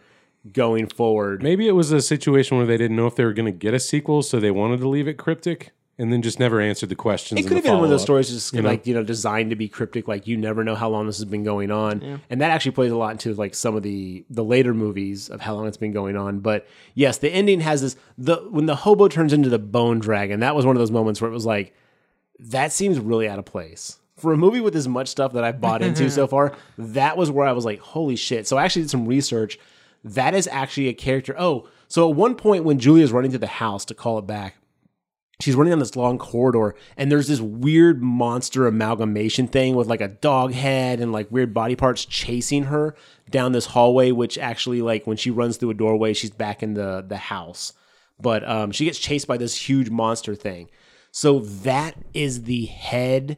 going forward. Maybe it was a situation where they didn't know if they were going to get a sequel, so they wanted to leave it cryptic and then just never answered the questions. It in could the have been one of those follow-up. stories just like you know designed to be cryptic, like you never know how long this has been going on, and that actually plays a lot into like some of the the later movies of how long it's been going on. But yes, the ending has this the when the hobo turns into the bone dragon. That was one of those moments where it was like that seems really out of place for a movie with as much stuff that I've bought into so far. That was where I was like, holy shit! So I actually did some research. That is actually a character. Oh, so at one point when Julia's running to the house to call it back she's running down this long corridor and there's this weird monster amalgamation thing with like a dog head and like weird body parts chasing her down this hallway which actually like when she runs through a doorway she's back in the the house but um she gets chased by this huge monster thing so that is the head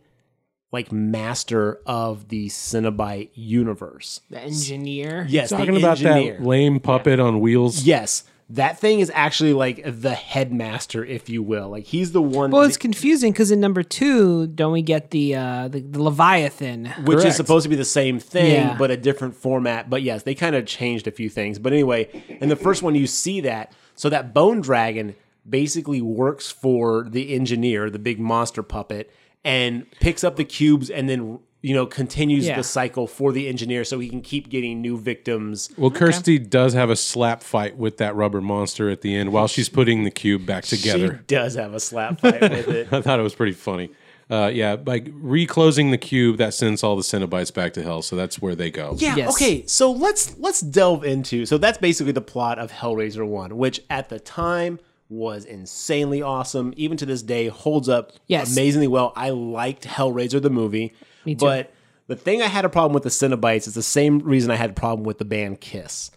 like master of the Cenobite universe The engineer. yes the Talking about engineer. that lame puppet on wheels. yes that thing is actually like the headmaster if you will like he's the one Well, it's confusing because in number two, don't we get the uh, the, the Leviathan? which Correct. is supposed to be the same thing Yeah. but a different format but yes they kind of changed a few things but anyway in the first one you see that so that bone dragon basically works for the engineer the big monster puppet and picks up the cubes and then you know continues Yeah. the cycle for the engineer so he can keep getting new victims Well, Kirsty does have a slap fight with that rubber monster at the end while she's putting the cube back together. she does have a slap fight with it I thought it was pretty funny. Uh, yeah, like reclosing the cube that sends all the Cenobites back to hell. So that's where they go. Yeah. Yes. Okay. So let's let's delve into. So that's basically the plot of Hellraiser One, which at the time was insanely awesome. Even to this day, holds up Yes. amazingly well. I liked Hellraiser the movie, too. but The thing I had a problem with the Cenobites is the same reason I had a problem with the band Kiss.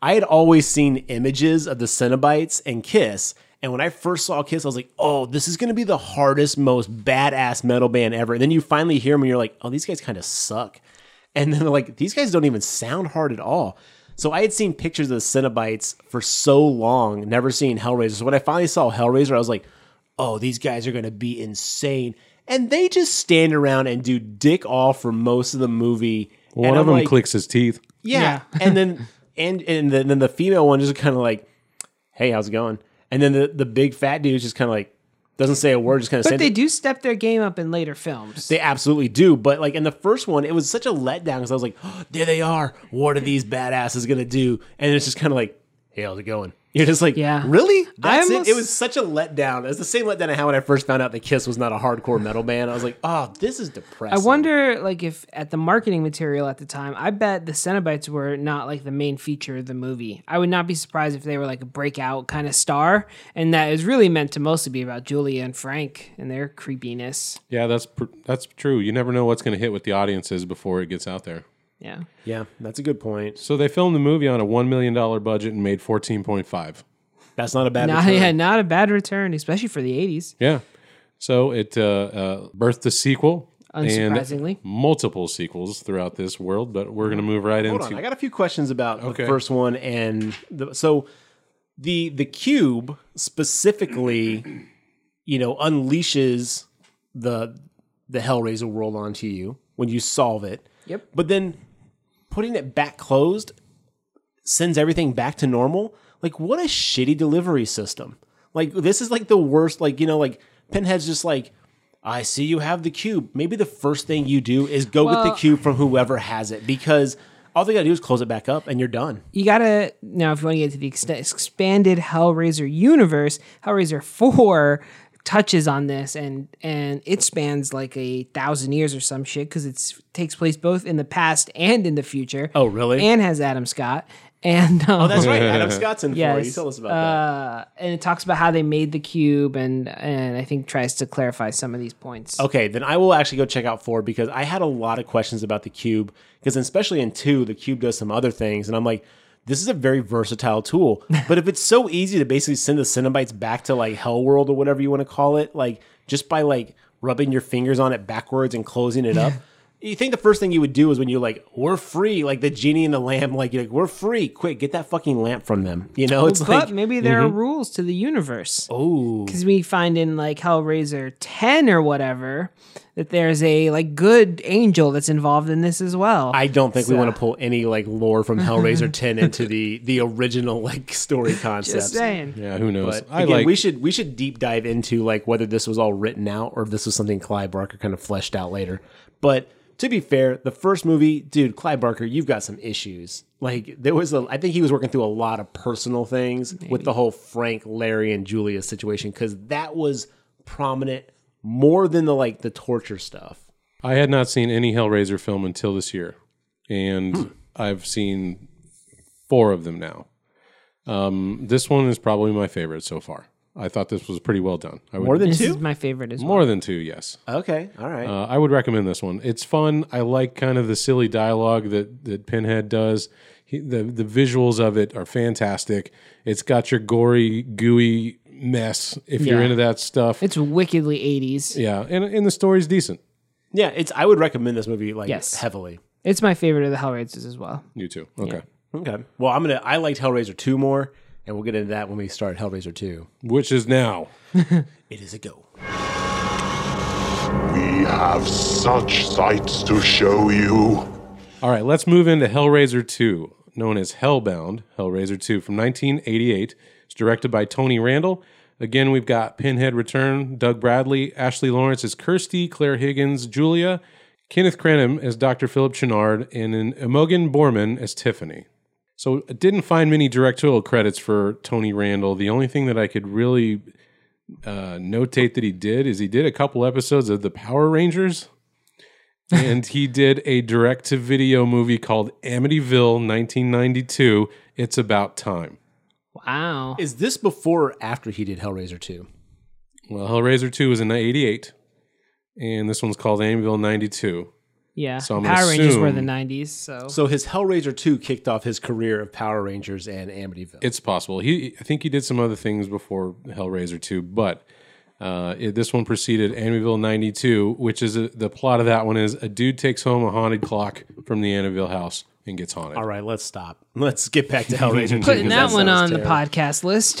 I had always seen images of the Cenobites and Kiss. And when I first saw Kiss, I was like, oh, this is going to be the hardest, most badass metal band ever. And then you finally hear them and you're like, oh, these guys kind of suck. And then they're like, these guys don't even sound hard at all. So I had seen pictures of the Cenobites for so long, never seen Hellraiser. So when I finally saw Hellraiser, I was like, oh, these guys are going to be insane. And they just stand around and do dick all for most of the movie. One And of I'm them like, clicks his teeth. yeah. and then and and then, then the female one just kind of like, hey, how's it going? And then the the big fat dude is just kind of like doesn't say a word, just kind of. But they do step their game up in later films. They absolutely do. But like in the first one, it was such a letdown because I was like, "Oh, there they are. What are these badasses gonna do? And it's just kind of like, hey, how's it going? You're just like, Yeah. really? That's almost- it. It was such a letdown. It's the same letdown I had when I first found out that Kiss was not a hardcore metal band. I was like, oh, this is I depressing. wonder, like, if at the marketing material at the time, I bet the Cenobites were not like the main feature of the movie. I would not be surprised if they were like a breakout kind of star, and that is really meant to mostly be about Julia and Frank and their creepiness. Yeah, that's pr- that's true. You never know what's going to hit with the audiences before it gets out there. Yeah, Yeah, that's a good point. So they filmed the movie on a one million dollar budget and made fourteen point five. That's not a bad. not return. yeah, not a bad return, especially for the '80s. Yeah. So it uh, uh, birthed a sequel. and Unsurprisingly. multiple sequels throughout this world, but we're going to move right Hold into. on, I got a few questions about Okay. the first one and the, so the the cube specifically, you know, unleashes the the Hellraiser world onto you when you solve it. Yep. But then putting it back closed sends everything back to normal. Like what a shitty delivery system. Like this is like the worst. Like you know, like Pinhead's just like. I see you have the cube. Maybe the first thing you do is go get Well- the cube from whoever has it because all they gotta do is close it back up and you're done. you gotta now if you want to get to the ex- expanded Hellraiser universe, Hellraiser four touches on this and and it spans like a thousand years or some shit because it takes place both in the past and in the future. Oh, really? Oh, And has Adam Scott and um, That's right. Adam Scott's in for it. You Yes. tell us about and it talks about how they made the cube and and I think tries to clarify some of these points. that. Okay, then I will actually go check out four because I had a lot of questions about the cube because especially in two, the cube does some other things, and I'm like, this is a very versatile tool. but if it's so easy to basically send the Cenobites back to like Hell World or whatever you want to call it, like just by like rubbing your fingers on it backwards and closing it up. You think the first thing you would do is when you're like, "We're free," like the genie and the lamp, like you're like, "We're free, quick, get that fucking lamp from them." You know, it's but like maybe there are rules to the universe. Ooh. because we find in like Hellraiser 10 or whatever that there's a like good angel that's involved in this as well. I don't think we So- want to pull any like lore from Hellraiser 10 into the the original like story just concepts. saying. yeah, who knows? But I again, like. we should we should deep dive into like whether this was all written out or if this was something Clive Barker kind of fleshed out later. But to be fair, the first movie, dude, Clive Barker, you've got some issues. Like there was a, I think he was working through a lot of personal things with the whole Frank, Larry, and Julia situation because that was prominent more than the like the torture stuff. I had not seen any Hellraiser film until this year, and Hmm. I've seen four of them now. Um, this one is probably my favorite so far. I thought this was pretty well done. I would, More than This is two. my favorite as well. more than two, yes. Okay, all right. Uh, I would recommend this one. It's fun. I like kind of the silly dialogue that that Pinhead does. He, the the visuals of it are fantastic. It's got your gory, gooey mess if you're Yeah. into that stuff. It's wickedly 80s. yeah, and and the story's decent. Yeah, it's. I would recommend this movie like Yes. heavily. It's my favorite of the Hellraisers as well. You too. Okay. Okay. Well, I'm gonna. I liked Hellraiser two more, and we'll get into that when we start Hellraiser two. Which is now. It is a go. We have such sights to show you. All right, let's move into Hellraiser 2, known as Hellbound. Hellraiser 2 from 1988. It's directed by Tony Randall. Again, we've got Pinhead Return, Doug Bradley, Ashley Lawrence as Kirsty, Claire Higgins, Julia, Kenneth Crenham as Dr. Philip Chenard, and an Imogen Borman as Tiffany. So, I didn't find many directorial credits for Tony Randall. The only thing that I could really uh, notate that he did is he did a couple episodes of the Power Rangers and he did a direct to video movie called Amityville 1992. It's about time. Wow. Is this before or after he did Hellraiser two? Well, Hellraiser 2 was in 88, and this one's called Amityville 92. Yeah. So I'm gonna Power Rangers were the assume- 90s, so, So his Hellraiser 2 kicked off his career of Power Rangers and Amityville. It's possible. He, I think he did some other things before Hellraiser 2, but uh, it- this one preceded Amityville 92, which is a, the plot of that one is a dude takes home a haunted clock from the Amityville house and gets haunted. All right, let's stop. Let's get back to Hellraiser 2. putting that, one on the pod. podcast list. It's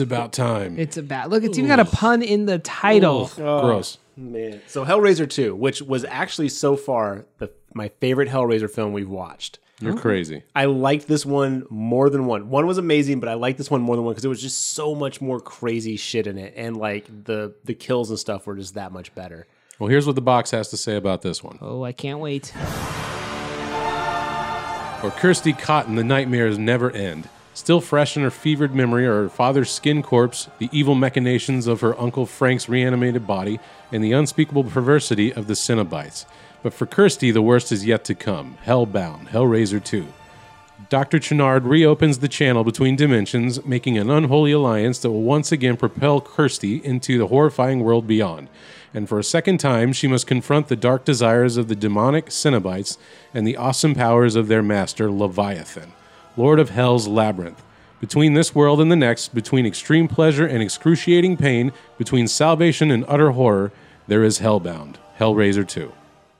about time. it's a bad look. It's even got a pun in the title. Gross. Man. So Hellraiser 2, which was actually so far the, my favorite Hellraiser film we've watched. You're crazy. I liked this one more than one. One was amazing, but I liked this one more than one because it was just so much more crazy shit in it, and like the the kills and stuff were just that much better. Well, here's what the box has to say about this one. Oh, I can't wait. For Kirsty Cotton, the nightmares never end. Still fresh in her fevered memory are her father's skin corpse, the evil machinations of her uncle Frank's reanimated body, and the unspeakable perversity of the Cenobites. But for Kirsty, the worst is yet to come. Hellbound, Hellraiser 2. Dr. Chenard reopens the channel between dimensions, making an unholy alliance that will once again propel Kirsty into the horrifying world beyond. And for a second time, she must confront the dark desires of the demonic Cenobites and the awesome powers of their master, Leviathan, Lord of Hell's Labyrinth. Between this world and the next, between extreme pleasure and excruciating pain, between salvation and utter horror, there is Hellbound, Hellraiser 2.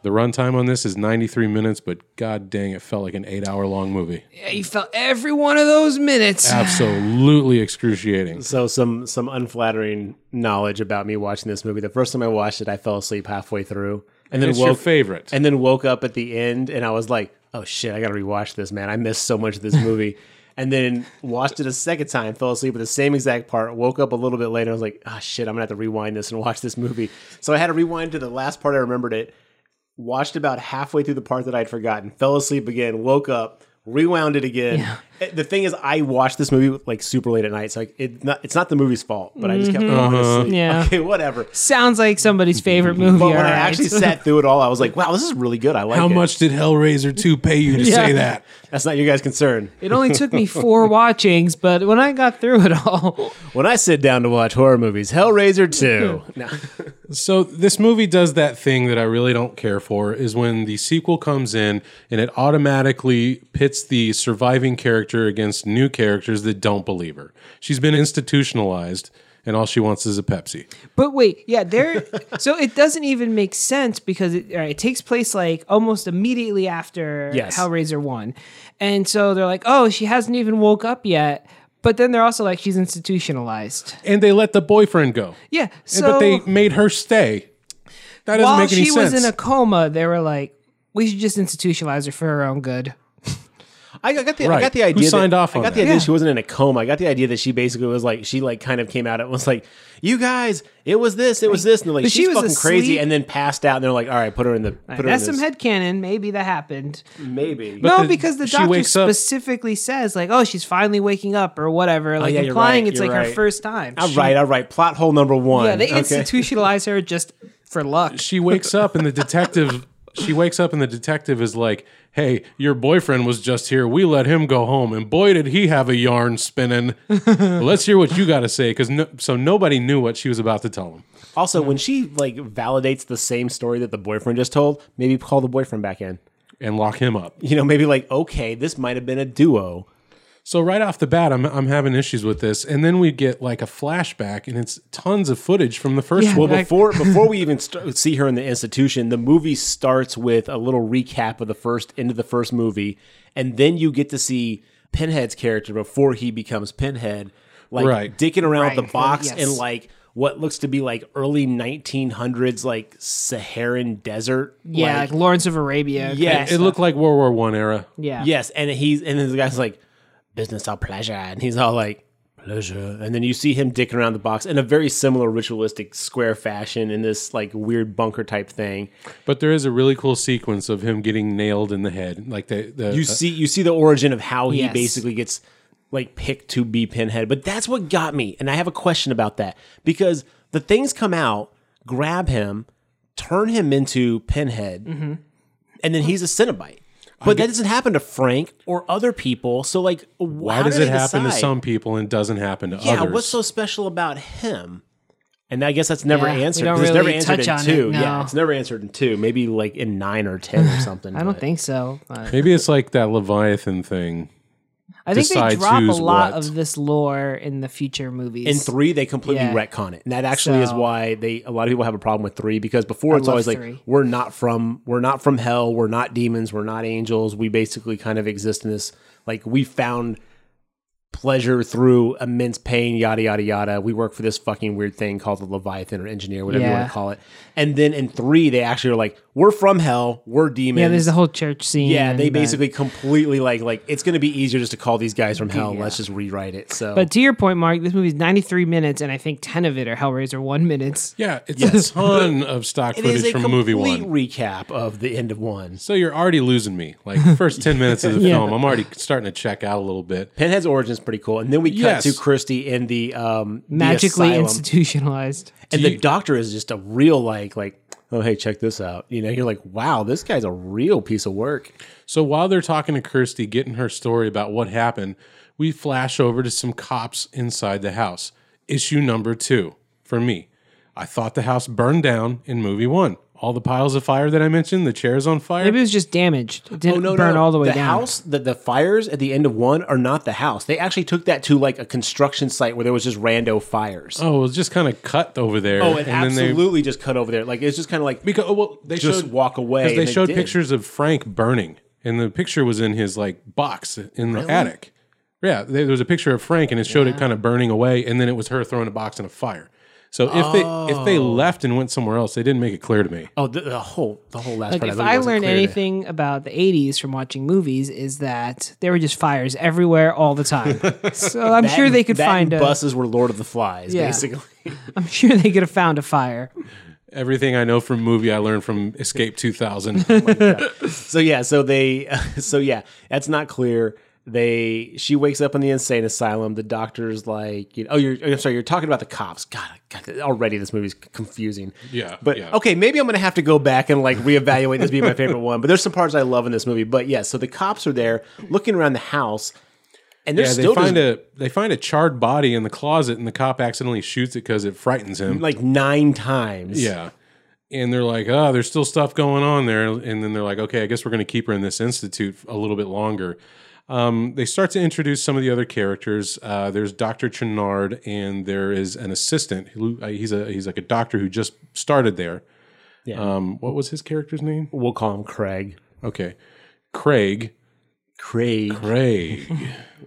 The runtime on this is 93 minutes, but god dang, it felt like an eight hour long movie. Yeah, you felt every one of those minutes. Absolutely excruciating. So some some unflattering knowledge about me watching this movie. The first time I watched it, I fell asleep halfway through, and then It's woke your favorite. and then woke up at the end, and I was like, "Oh shit, I gotta rewatch this, man! I missed so much of this movie." and then watched it a second time, fell asleep with the same exact part, woke up a little bit later, I was like, "Ah shit, I'm gonna have to rewind this and watch this movie." So I had to rewind to the last part I remembered it. Watched about halfway through the part that I'd forgotten, fell asleep again, woke up. Rewound it again. Eh, The thing is, I watched this movie like super late at night, so like it not, it's not the movie's fault, but I just Mm-hmm. kept falling Uh-huh. asleep. Yeah. Okay, whatever. Sounds like somebody's favorite movie. But when all I right. actually sat through it all, I was like, "Wow, this is really good. I like How it." much did Hellraiser 2 pay you to say that? That's not your guys' concern. It only took me four watchings, but when I got through it all, When I sit down to watch horror movies, Hellraiser 2. no. So this movie does that thing that I really don't care for is when the sequel comes in and it automatically pits the surviving character against new characters that don't believe her. She's been institutionalized and all she wants is a Pepsi. But wait, yeah, there. so it doesn't even make sense because it, all right, it takes place like almost immediately after Yes. Hellraiser one, and so they're like, oh, she hasn't even woke up yet. But then they're also like, she's institutionalized. And they let the boyfriend go. Yeah, And- so but they made her stay. That doesn't while make any she sense. was in a coma, they were like, we should just institutionalize her for her own good. I got the Right. I got the Who idea. signed that, off on I got the that? idea Yeah. she wasn't in a coma. I got the idea that she basically was like she like kind of came out and was like, "You guys, it was this, it was this," and they're like, But she "She's was fucking crazy," asleep. and then passed out. And they're like, "All right, put her in the put her That's in some this. headcanon. Maybe that happened. maybe." no, the- because the she doctor wakes up- specifically says like, "Oh, she's finally waking up" or whatever, like Oh, yeah, you're implying right, it's you're like her right. first time. all She- right, all right. Plot hole number one. Yeah, they Okay. institutionalize her just for luck. she wakes up and the detective she wakes up and the detective is like hey your boyfriend was just here we let him go home and boy did he have a yarn spinning let's hear what you got to say because no, so nobody knew what she was about to tell him Also, when she like validates the same story that the boyfriend just told, maybe call the boyfriend back in. and lock him up You know, maybe like, okay, this might have been a duo. so right off the bat i'm, I'm having issues with this and then we get like a flashback and it's tons of footage from the first Yeah. one Well, Back- before before we even st- see her in the institution, the movie starts with a little recap of the first end of the first movie, and then you get to see Pinhead's character before he becomes Pinhead, like Right. dicking around with Right. the box Yes. in like what looks to be like early 1900s like Saharan desert. yeah, like, Lawrence of Arabia. yeah, it looked like world war one era yeah, Yes, and he's and then the guy's like, "Business or pleasure," and he's all like, "Pleasure." And then you see him dicking around the box in a very similar ritualistic square fashion in this like weird bunker type thing. but there is a really cool sequence of him getting nailed in the head like the, the uh, You see, you see the origin of how he Yes. basically gets like picked to be Pinhead. But that's what got me, and I have a question about that because the things come out, grab him, turn him into Pinhead, Mm-hmm. and then he's a Cenobite. But that doesn't happen to Frank or other people. So, like, why does it happen to some people and doesn't happen to Yeah, others what's so special about him? And I guess that's never Yeah, we answered. don't 'cause it's really never answered touch in on it, two. Yeah, no. it's never answered in two. Maybe like in nine or ten or something. I don't but- think so. but- Maybe it's like that Leviathan thing. I think they decides drop a who's lot what. of this lore in the future movies. In three, they completely Yeah. retcon it, and that actually is So- why they a lot of people have a problem with three because before it's love always like three. we're not from we're not from hell, we're not demons, we're not angels. We basically kind of exist in this like we found pleasure through immense pain, yada yada yada. We work for this fucking weird thing called the Leviathan or Engineer, whatever you Yeah. want to call it. And then in three, they actually are like we're from hell, we're demons. yeah, there's a whole church scene. yeah, they and that. basically completely like like it's going to be easier just to call these guys from hell. Let's just rewrite it. So, But to your point, Mark, this movie's 93 minutes, and I think 10 of it are Hellraiser one minutes. Yeah, it's a ton of stock It is footage a from movie complete one. recap of the end of one. So you're already losing me. Like first ten minutes of the film, I'm already starting to check out a little bit. Pinhead's origin is pretty cool, and then we cut Yes. to Christy in the um, the Magically asylum. institutionalized. and the doctor is just a real like like oh hey check this out you know you're like wow this guy's a real piece of work So while they're talking to Kirsty, getting her story about what happened, we flash over to some cops inside the house. Issue number two for me. I thought the house burned down in movie one. All the piles of fire that I mentioned, the chairs on fire. Maybe it was just damaged. Oh, It didn't burn all the way down. house the, the fires at the end of one are not the house they actually took that to like a construction site where there was just rando fires oh, it was just kind of cut over there. oh it they absolutely just cut over there like it's just kind of like Because oh, well, they Just showed, walk away, 'cause They and they showed did. pictures of Frank burning, and the picture was in his like box in the attic. Yeah, there there was a picture of Frank, and it showed it kind of burning away, and then it was her throwing a box in a fire. So if they if they left and went somewhere else, they didn't make it clear to me. oh the, the whole the whole last Like, part if really I wasn't learned clear to- anything about the 80s from watching movies, is that there were just fires everywhere all the time. so I'm That sure and- they could that find and a. buses were Lord of the Flies Yeah. basically am sure they could have found a fire. Everything I know from movie, I learned from Escape 2000. So yeah, so they, so yeah, that's not clear. They, she wakes up in the insane asylum. The doctor's like, you know, oh, you're, I'm sorry, you're talking about the cops. God, God already this movie's confusing. Yeah, but yeah. okay, maybe I'm gonna have to go back and like reevaluate this being my favorite one. But there's some parts I love in this movie. But yeah, so the cops are there looking around the house, and they're yeah, they still find just, a they find a charred body in the closet, and the cop accidentally shoots it because it frightens him. like nine times. Yeah. And they're like, oh, there's still stuff going on there. And then they're like, okay, I guess we're going to keep her in this institute a little bit longer. Um, they start to introduce some of the other characters. Uh, there's Dr. Chenard, and there is an assistant who uh, he's a he's like a doctor who just started there. Yeah. Um, what was his character's name? we'll call him Craig. Okay, Craig. Craig. Craig.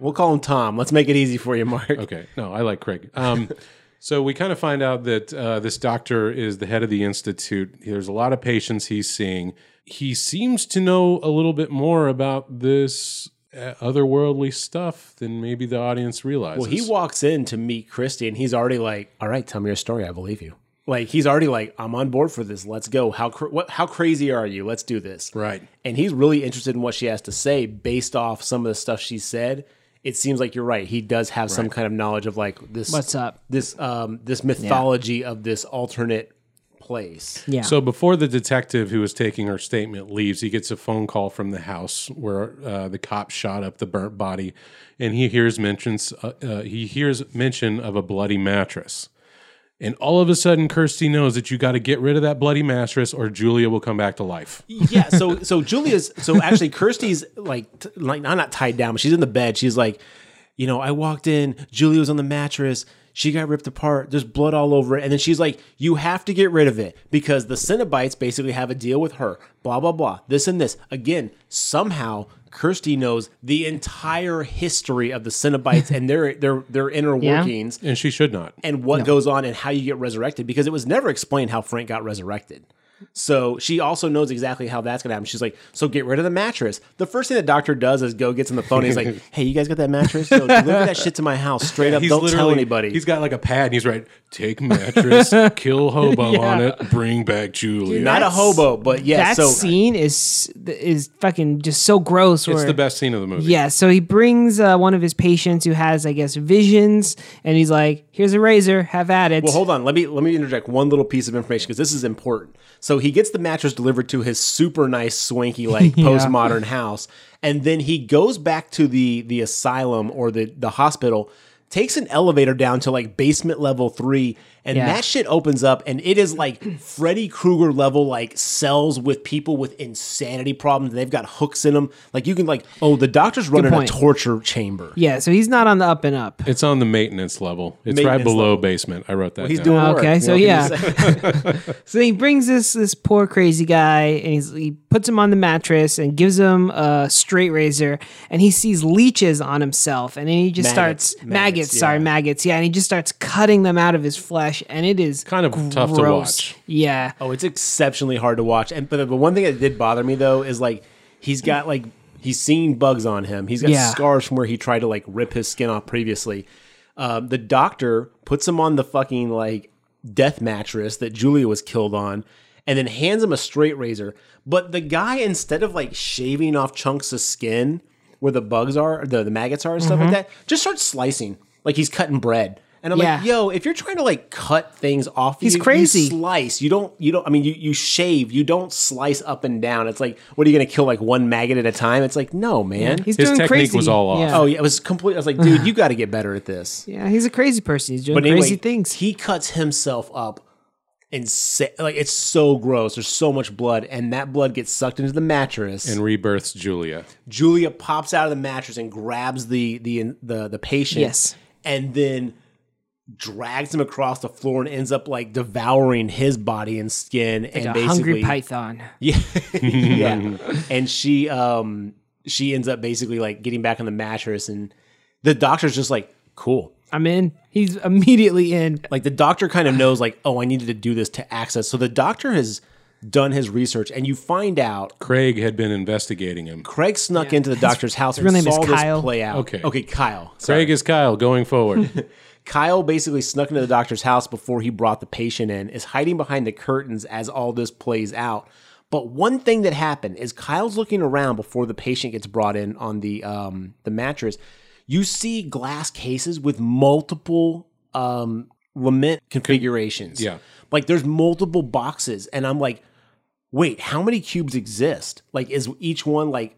We'll call him Tom. Let's make it easy for you, Mark. Okay. No, I like Craig. Um, so we kind of find out that uh, this doctor is the head of the institute. There's a lot of patients he's seeing. He seems to know a little bit more about this uh, otherworldly stuff than maybe the audience realizes. Well, he walks in to meet Christy, and he's already like, "All right, tell me your story. I believe you." Like he's already like, "I'm on board for this. Let's go. How cr- what? How crazy are you? Let's do this." Right. And he's really interested in what she has to say based off some of the stuff she said. It seems like you're right. He does have some kind of knowledge of like this. What's up? This um this mythology of this alternate place. Yeah. So before the detective who was taking her statement leaves, he gets a phone call from the house where uh, the cop shot up the burnt body, and he hears mentions uh, uh, he hears mention of a bloody mattress. And all of a sudden, Kirsty knows that you got to get rid of that bloody mattress, or Julia will come back to life. yeah. So so Julia's so actually Kirsty's like t- like not not tied down, but she's in the bed. She's like, you know, I walked in. Julia was on the mattress. She got ripped apart. There's blood all over it. And then she's like, you have to get rid of it because the Cenobites basically have a deal with her. Blah blah blah. This and this. Again, somehow Kirsty knows the entire history of the Cenobites and their their their inner Yeah. workings And she should not. and what goes on and how you get resurrected because it was never explained how Frank got resurrected. So she also knows exactly how that's gonna happen. She's like, "So get rid of the mattress." The first thing the doctor does is go gets on the phone. And he's like, "Hey, you guys got that mattress? Yo, deliver that shit to my house straight up. Don't tell anybody." He's got like a pad, and he's right. Take mattress, kill hobo on it, bring back Julia. not a That's- hobo, but yeah. that so scene is is fucking just so gross. it's where- the best scene of the movie. Yeah, so he brings uh, one of his patients who has, I guess, visions, and he's like, "Here's a razor, have at it." Well, hold on. Let me let me interject one little piece of information because this is important. So he gets the mattress delivered to his super nice, swanky, like postmodern house, and then he goes back to the the asylum or the the hospital takes an elevator down to like basement level three, and Yeah. that shit opens up, and it is like Freddy Krueger level like cells with people with insanity problems. They've got hooks in them. Like you can like, oh, the doctor's running a point. torture chamber. Yeah, so he's not on the up and up. It's on the maintenance level. It's right Maintenance below level. basement. I wrote that. He's down. doing work. Okay, you so know, yeah, he's- so he brings this this poor crazy guy, and he's, he puts him on the mattress and gives him a straight razor, and he sees leeches on himself, and then he just Maggots. starts maggots, Maggots, sorry, yeah. maggots, yeah, and he just starts cutting them out of his flesh, and it is Kind of tough to gross. watch. Yeah, Oh, it's exceptionally hard to watch. And but the one thing that did bother me though is like he's got like he's seen bugs on him. He's got Yeah. scars from where he tried to like rip his skin off previously. Um, the doctor puts him on the fucking like death mattress that Julia was killed on, and then hands him a straight razor. But the guy instead of like shaving off chunks of skin where the bugs are, the the maggots are, and stuff Mm-hmm. like that, just starts slicing like he's cutting bread. And I'm Yeah. like, yo, if you're trying to like cut things off, He's you- you crazy. slice. You don't. You don't. I mean, you you shave. You don't slice up and down. It's like, what are you going to kill like one maggot at a time? It's like, no, man. he's His doing technique crazy. was all off. Yeah. oh yeah, it was complete. I was like, dude, you got to get better at this. yeah, he's a crazy person. He's doing But anyway, crazy things. He cuts himself up. And like it's so gross. There's so much blood, and that blood gets sucked into the mattress. And rebirths Julia. Julia pops out of the mattress and grabs the the the the patient. Yes. And then drags him across the floor and ends up like devouring his body and skin and a basically hungry python. yeah yeah and she um she ends up basically like getting back on the mattress and the doctor's just like cool I'm in. He's immediately in. like the doctor kind of knows like oh i needed to do this to access so the doctor has done his research and you find out Craig had been investigating him. craig snuck into the doctor's house real and name is saw this Kyle. play out Okay. okay kyle Craig is Kyle going forward. Kyle basically snuck into the doctor's house before he brought the patient in, is hiding behind the curtains as all this plays out. But one thing that happened is Kyle's looking around before the patient gets brought in on the um, the mattress. You see glass cases with multiple um, lament configurations. yeah. like there's multiple boxes, and I'm like, wait, how many cubes exist? Like, is each one like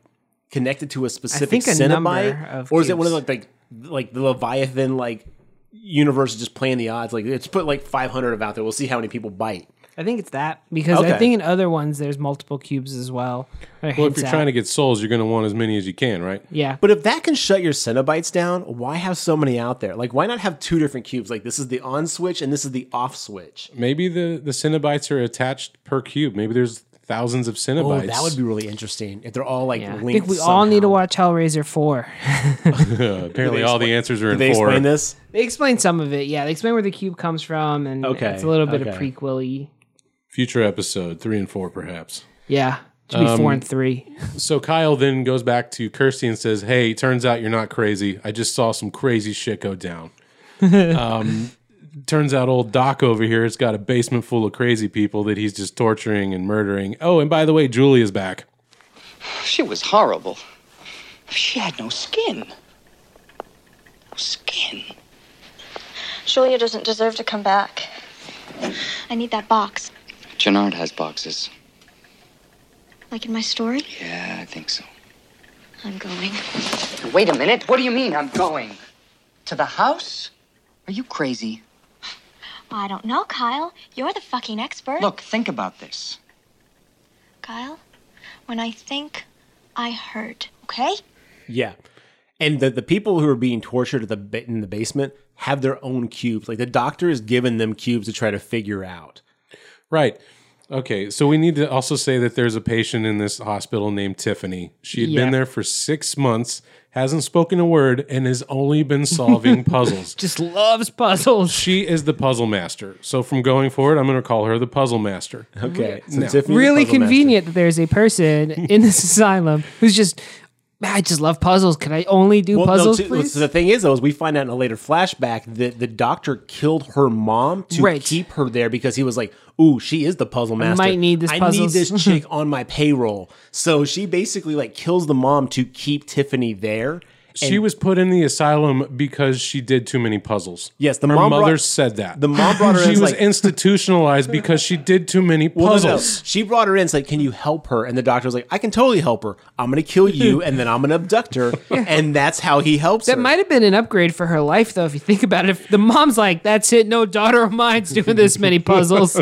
connected to a specific think a number Cenobite, of or is it one of cubes. like like like the Leviathan like universe is just playing the odds? Like, let's put like 500 of out there. We'll see how many people bite. I think it's that because I Okay. think in other ones there's multiple cubes as well. well, if you're trying to get souls, you're going to want as many as you can, right? yeah, But if that can shut your Cenobites down, why have so many out there? Like, why not have two different cubes? Like, this is the on switch and this is the off switch. Maybe the the Cenobites are attached per cube. Maybe there's thousands of Oh, Cenobites. that would be really interesting if they're all like yeah. I think linked. we all need to somehow. watch Hellraiser four. Apparently, all the answers are in Did they four. explain this? they explain some of it. Yeah, they explain where the cube comes from, and Okay, it's a little bit of okay. prequely. Future episode three and four, perhaps. Yeah, should be Um, four and three. So Kyle then goes back to Kirsty and says, "Hey, turns out you're not crazy. I just saw some crazy shit go down." um, turns out old Doc over here has got a basement full of crazy people that he's just torturing and murdering. Oh, and by the way, Julia's back. She was horrible. She had no skin. No skin. Julia doesn't deserve to come back. I need that box, Gennard has boxes. like in my story. Yeah, I think so. I'm going. Wait a minute. What do you mean I'm going? To the house? Are you crazy? I don't know, Kyle. You're the fucking expert. Look, think about this. Kyle, when I think, I heard. Okay? Yeah. And the, the people who are being tortured at the ba- in the basement have their own cubes. Like the doctor is giving them cubes to try to figure out. Right. Okay. So we need to also say that there's a patient in this hospital named Tiffany. She had Yeah. been there for six months, hasn't spoken a word, and has only been solving puzzles. Just loves puzzles. She is the puzzle master. So from going forward, I'm going to call her the puzzle master. Okay. So No. Tiffany the Really puzzle master. convenient that there's a person in this asylum who's just. I just love puzzles. Can I only do Well, no, puzzles, too- please? so the thing is, though, is we find out in a later flashback that the doctor killed her mom to Right. keep her there because he was like, "Ooh, she is the puzzle master. might need this I puzzles." need this chick on my payroll." So she basically like kills the mom to keep Tiffany there, She was put in the asylum because she did too many puzzles. Yes, the her mom brought- mother said that. The mom brought her in. she it's was like, institutionalized because she did too many Well, no, no. puzzles. She brought her in. It's like, can you help her? And the doctor was like, I can totally help her. I'm going to kill you, and then I'm going to abduct her. And that's how he helps That her. might have been an upgrade for her life, though, if you think about it. If the mom's like, that's it, no daughter of mine's doing this many puzzles.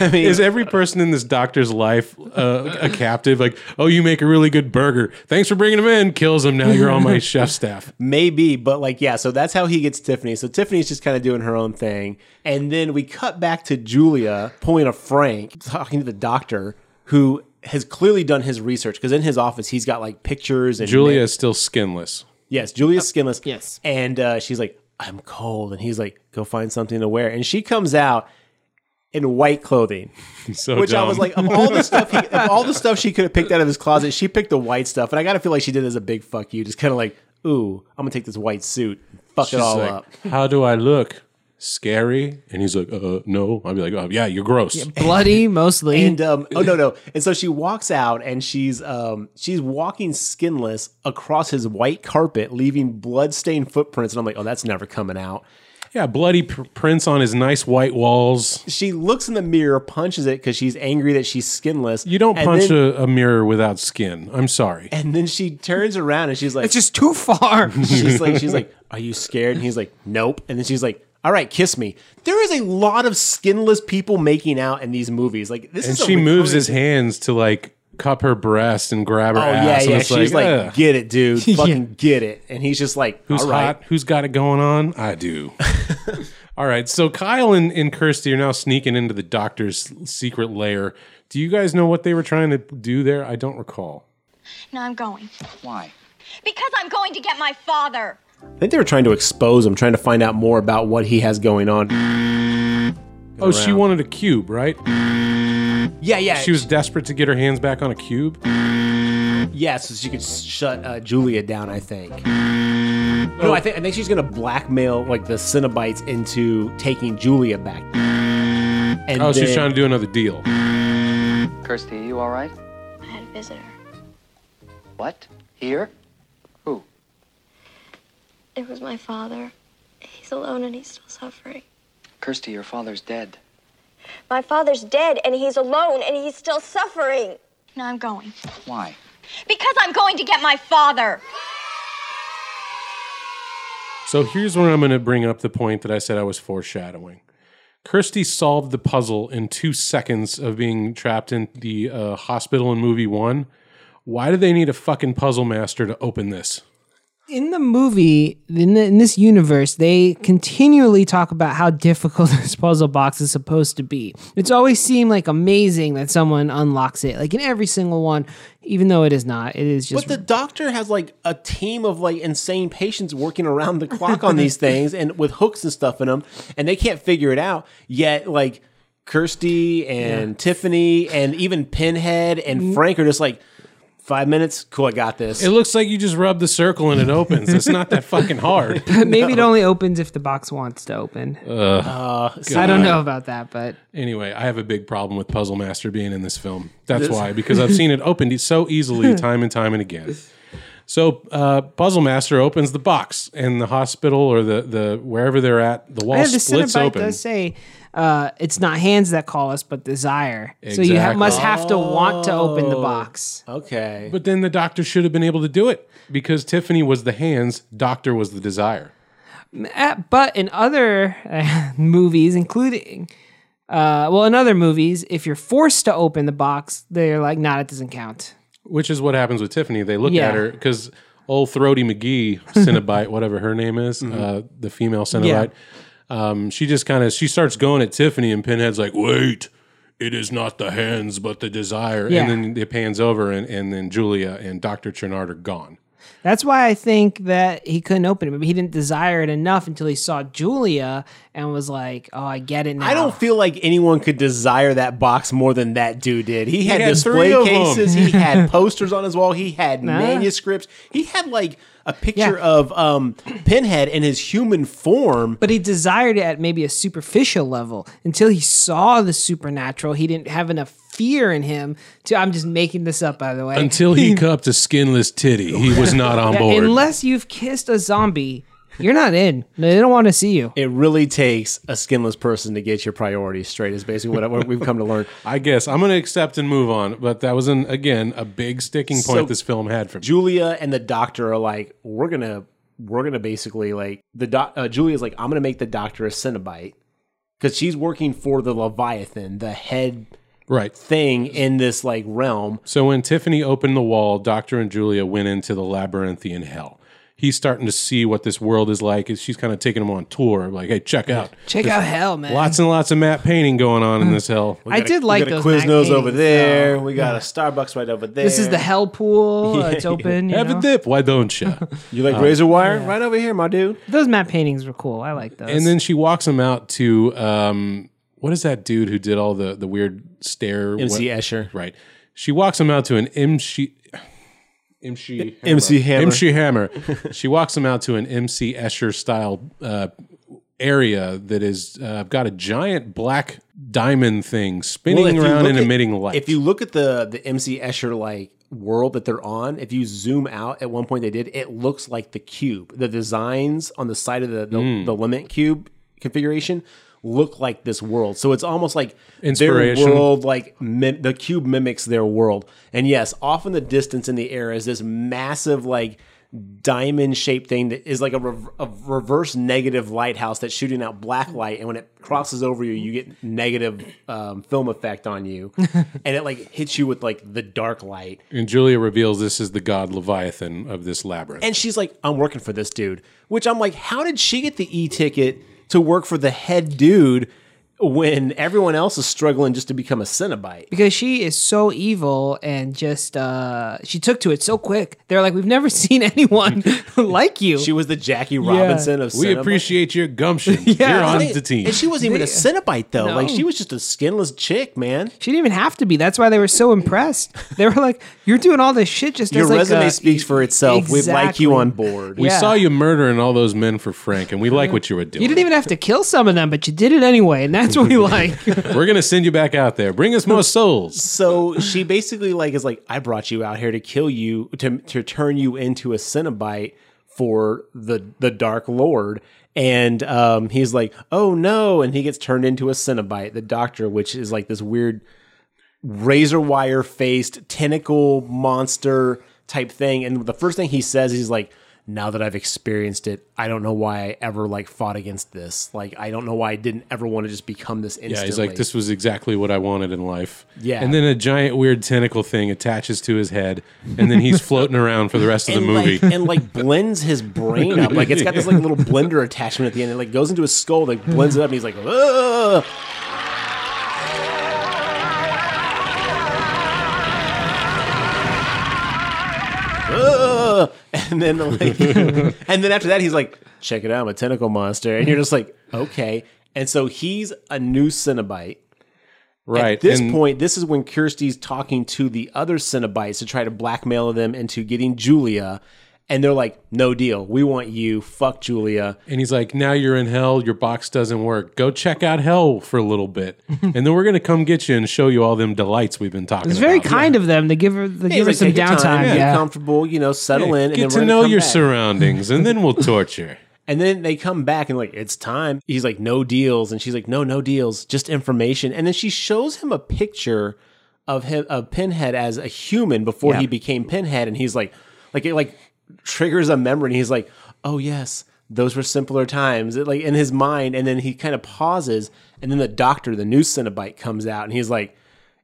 Is every person in this doctor's life uh, a captive? Like, oh, you make a really good burger. Thanks for bringing him in. Kills him. Now you're on my chef staff. Maybe, but like, yeah, so that's how he gets Tiffany. So Tiffany's just kind of doing her own thing. And then we cut back to Julia pulling a Frank, talking to the doctor who has clearly done his research because in his office he's got like pictures and Julia is still skinless. Yes, Julia's skinless. yes. And uh, she's like, I'm cold. And he's like, go find something to wear. And she comes out in white clothing, So which I dumb. was like, of all the stuff, he, of all the stuff she could have picked out of his closet, she picked the white stuff. And I got to feel like she did it as a big fuck you, just kind of like, ooh, I'm gonna take this white suit, and fuck She's it all like, up. How do I look? Scary? And he's like, uh, no. I'd be like, oh, yeah, you're gross. Bloody, mostly. And um, oh no no, and so she walks out and she's um she's walking skinless across his white carpet, leaving bloodstained footprints. And I'm like, oh, that's never coming out. Yeah, bloody pr- prints on his nice white walls. she looks in the mirror, punches it because she's angry that she's skinless. You don't and punch then, a, a mirror without skin. I'm sorry. And then she turns around and she's like, it's just too far. she's like, she's like, are you scared? And he's like, nope. And then she's like, all right, kiss me. There is a lot of skinless people making out in these movies. Like this, and is a she moves recurring- his hands to like cup her breast and grab her Oh ass. yeah, and yeah. it's She's like, "Ugh, get it, dude. Fucking get it. And he's just like, who's all right. hot? Who's got it going on? I do. All right. So Kyle and, and Kirsty are now sneaking into the doctor's secret lair. Do you guys know what they were trying to do there? I don't recall. No, I'm going. Why? Because I'm going to get my father. I think they were trying to expose him, trying to find out more about what he has going on. Oh, she wanted a cube, right? Yeah, yeah. She was desperate to get her hands back on a cube. Yeah, so she could shut uh, Julia down. I think. No, I think I think she's gonna blackmail like the Cenobites into taking Julia back. And Oh, she's then- trying to do another deal. Kirsty, are you all right? I had a visitor. What? Here? Who? It was my father. He's alone and he's still suffering. Kirsty, your father's dead. My father's dead and he's alone and he's still suffering. No, I'm going. Why? Because I'm going to get my father. So here's where I'm going to bring up the point that I said I was foreshadowing. Kirsty solved the puzzle in two seconds of being trapped in the uh, hospital in movie one. Why do they need a fucking puzzle master to open this? in the movie, in, the, in this universe, they continually talk about how difficult this puzzle box is supposed to be. It's always seemed like amazing that someone unlocks it, like in every single one, even though it is not. It is just But the doctor has like a team of like insane patients working around the clock on these things and with hooks and stuff in them, and they can't figure it out yet. Like Kirsty and Tiffany and even Pinhead and Frank are just like five minutes. Cool, I got this. It looks like you just rub the circle and it opens. It's not that fucking hard. maybe it only opens if the box wants to open. I don't Uh, know about that, but Anyway, I have a big problem with Puzzle Master being in this film. That's why, because I've seen it opened so easily time and time and again. So uh, Puzzle Master opens the box, and the hospital or the the wherever they're at, the wall yeah, the splits Cinnabite open. does say uh, it's not hands that call us, but desire. So you ha- Exactly. must have to want to open Oh. the box. okay, But then the doctor should have been able to do it because Tiffany was the hands, doctor was the desire. at- but in other uh, movies, including, uh, well, in other movies, if you're forced to open the box, they're like, nah, it doesn't count. Which is what happens with Tiffany. They look Yeah. at her because old Throaty McGee, Cinnabite, whatever her name is, uh, the female Cinnabite, um, she just kind of she starts going at Tiffany, and Pinhead's like, "Wait, it is not the hands, but the desire." Yeah. And then it pans over, and, and then Julia and Doctor Chernard are gone. That's why I think that he couldn't open it. Maybe he didn't desire it enough until he saw Julia and was like, oh, I get it now. I don't feel like anyone could desire that box more than that dude did. He had, had three display of 'em. cases, he had posters on his wall, he had manuscripts, he had like a Yeah. picture of um, Pinhead in his human form. But he desired it at maybe a superficial level. Until he saw the supernatural, he didn't have enough fear in him to I'm just making this up by the way. Until he cupped a skinless titty, he was not on Yeah, board. unless you've kissed a zombie, you're not in. They don't want to see you. It really takes a skinless person to get your priorities straight. Is basically what, what we've come to learn. I guess I'm going to accept and move on. But that was, an, again, a big sticking point So- this film had for me. Julia and the doctor are like, we're gonna we're gonna basically like the doc. Uh, Julia's like, I'm gonna make the doctor a Cenobite because she's working for the Leviathan, the head Right. thing in this like realm. So when Tiffany opened the wall, Doctor and Julia went into the labyrinthian hell. He's starting to see what this world is like. and She's kind of taking him on tour. Like, hey, check out. Check out hell, man. Hmm. Lots and lots of matte painting going on in this hell. I did like we got those a Quiznos matte over paintings, there. though. We got a Starbucks right over there. This is the hell pool. uh, it's open. you Have know? a dip. Why don't you? You like razor wire? Right over here, my dude. Those matte paintings were cool. I like those. and then she walks him out to um, what is that dude who did all the the weird stare? MC what- Escher. Right. She walks him out to an MC. MC Hammer. MC Hammer. MC Hammer. she walks him out to an MC Escher style uh, area that is uh, got a giant black diamond thing spinning Well, if you around look and at- emitting light. If you look at the the MC Escher like world that they're on, if you zoom out, at one point they did, it looks like the cube. The designs on the side of the the, Hmm. the limit cube configuration look like this world. So it's almost like their Inspiration. world, like mim- the cube mimics their world. And yes, off in the distance in the air is this massive like diamond shaped thing that is like a, rev a reverse negative lighthouse that's shooting out black light and when it crosses over you you get negative um, film effect on you and it like hits you with like the dark light and Julia reveals this is the god Leviathan of this labyrinth. and she's like i'm working for this dude which i'm like how did she get the e-ticket to work for the head dude when everyone else is struggling just to become a cenobite because she is so evil and just uh, she took to it so quick. They're like, we've never seen anyone like you. she was the jackie robinson of we Cenobite. appreciate your gumption. You're on the team. and she wasn't even a cenobite though No. like she was just a skinless chick man She didn't even have to be. That's why they were so impressed. They were like, "You're doing all this shit just Your as like resume a- speaks for itself. We'd like Exactly. you on board. we Yeah. saw you murdering all those men for Frank, and we like what you were doing. You didn't even have to kill some of them, but you did it anyway, and that's what we like. We're gonna send you back out there. Bring us more souls. so she basically like is like, I brought you out here to kill you to to turn you into a Cenobite for the the Dark Lord. And um, he's like, oh no, and he gets turned into a Cenobite, the Doctor, which is like this weird razor wire faced tentacle monster type thing. And the first thing he says, he's like, now that I've experienced it, I don't know why I ever like fought against this. Like, I don't know why I didn't ever want to just become this instantly. Yeah, he's like, this was exactly what I wanted in life. Yeah. And then a giant weird tentacle thing attaches to his head, and then he's floating around for the rest of the and movie. like and like blends his brain up. Like it's got this like little blender attachment at the end. It like goes into his skull, like blends it up, and he's like, Ugh! Ugh! And then like, and then after that, he's like, "Check it out, I'm a tentacle monster," and you're just like, "Okay." And so he's a new Cenobite. right. At this and point, this is when Kirsty's talking to the other Cenobites to try to blackmail them into getting Julia. And they're like, no deal. We want you. Fuck Julia. And he's like, now you're in hell. Your box doesn't work. Go check out hell for a little bit, and then we're gonna come get you and show you all them delights we've been talking It's very about. kind of them to give her to give her He's some like, "Take your downtime. time, Yeah. Get comfortable, you know, settle in. And Get then to we're gonna know come your back. surroundings, and then we'll torture. And then they come back and like, it's time. He's like, no deals. And she's like, no, no deals, just information. And then she shows him a picture of him of Pinhead as a human before he became Pinhead. And he's like, like it like triggers a memory. And he's like, oh yes, those were simpler times. It, like in his mind. And then he kind of pauses. And then the doctor, the new Cenobite, comes out and he's like.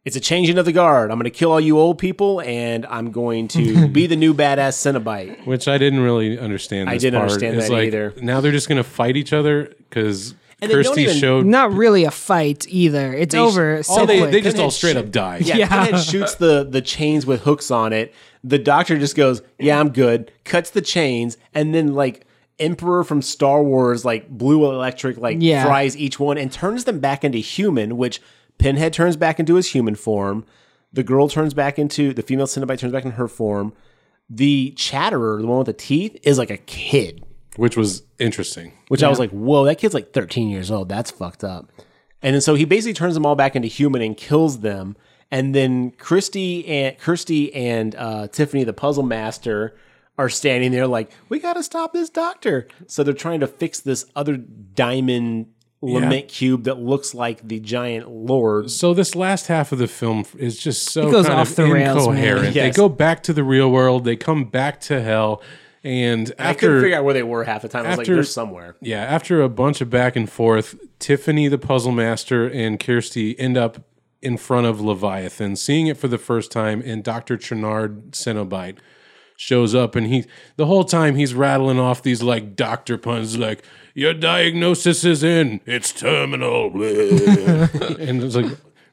It's a changing of the guard. I'm going to kill all you old people, and I'm going to be the new badass Cenobite. Which I didn't really understand. I this didn't part. understand It's that like, either. Now they're just gonna fight each other because And they don't Kirsty even- showed. Not really a fight either. It's over. So all they, quick. they just all Pinhead straight showed- up die. Yeah, Yeah. Pinhead shoots the the chains with hooks on it. The doctor just goes, "Yeah, I'm good." Cuts the chains, and then like Emperor from Star Wars, like blue electric, like Yeah. fries each one and turns them back into human. Which Pinhead turns back into his human form. The girl turns back into the female Cenobite turns back into her form. The Chatterer, the one with the teeth, is like a kid, which was interesting. which I was like, "Whoa, that kid's like 13 years old. That's fucked up." And then so he basically turns them all back into human and kills them. and then Christy and Kirsty and uh, Tiffany, the puzzle master, are standing there like, "We got to stop this doctor." So they're trying to fix this other diamond lament cube that looks like the giant lord. So this last half of the film is just so It goes kind off of the rails, man. incoherent. Yes. They go back to the real world. They come back to hell, and I couldn't figure after out where they were half the time. I was like, after- "They're somewhere." yeah, after a bunch of back and forth, Tiffany the puzzle master and Kirsty end up in front of Leviathan, seeing it for the first time, and Doctor Chernard Cenobite shows up and he the whole time he's rattling off these like doctor puns like your diagnosis is in it's terminal and it's like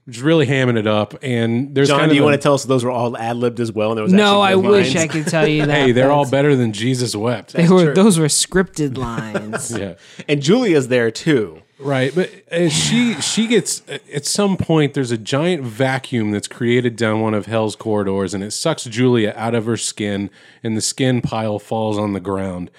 just really hamming it up and there's John, kind do of you a- want to tell us those were all ad libbed as well? And there was No, I actually wish I lines? could tell you that. hey they're all but better than jesus wept They were those were scripted lines. yeah And Julia's there too. Right, but uh, she she gets at some point. There's a giant vacuum that's created down one of Hell's corridors, and it sucks Julia out of her skin, and the skin pile falls on the ground.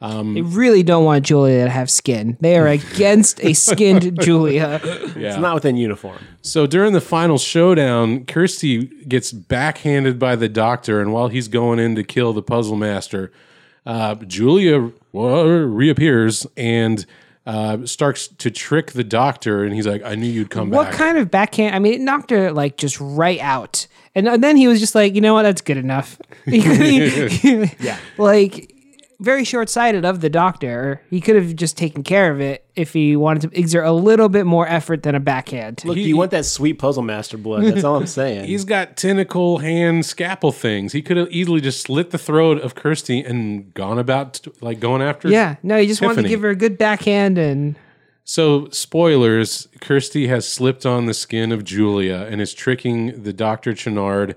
They really don't want Julia to have skin. They are against a skinned Julia. It's not within uniform. So during the final showdown, Kirsty gets backhanded by the doctor, and while he's going in to kill the puzzle master, uh, Julia uh, reappears and uh, starts to trick the doctor, and he's like, "I knew you'd come What back." kind of backhand? I mean, it knocked her like just right out, and then he was just like, you know what, that's good enough. yeah, like very short-sighted of the doctor. He could have just taken care of it if he wanted to exert a little bit more effort than a backhand. Look, you want that sweet puzzle master blood. That's all I'm saying. He's got tentacle hand scalpel things. He could have easily just slit the throat of Kirsty and gone about t- like going after. yeah, no, he just wanted to Tiffany. give her a good backhand, and So spoilers: Kirsty has slipped on the skin of Julia and is tricking the Doctor Chenard.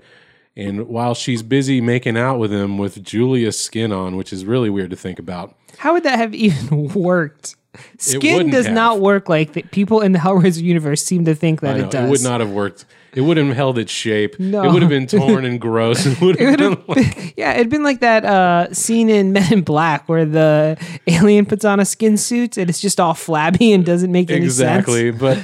And while she's busy making out with him with Julia's skin on, which is really weird to think about, how would that have even worked? Skin wouldn't does have. not work like that. People in the Hellraiser universe seem to think that I know, it does. it would not have worked. It wouldn't have held its shape. No. It would have been torn and gross. It would have been like, Yeah, it'd been like that uh, scene in Men in Black where the alien puts on a skin suit and it's just all flabby and doesn't make any sense. exactly, but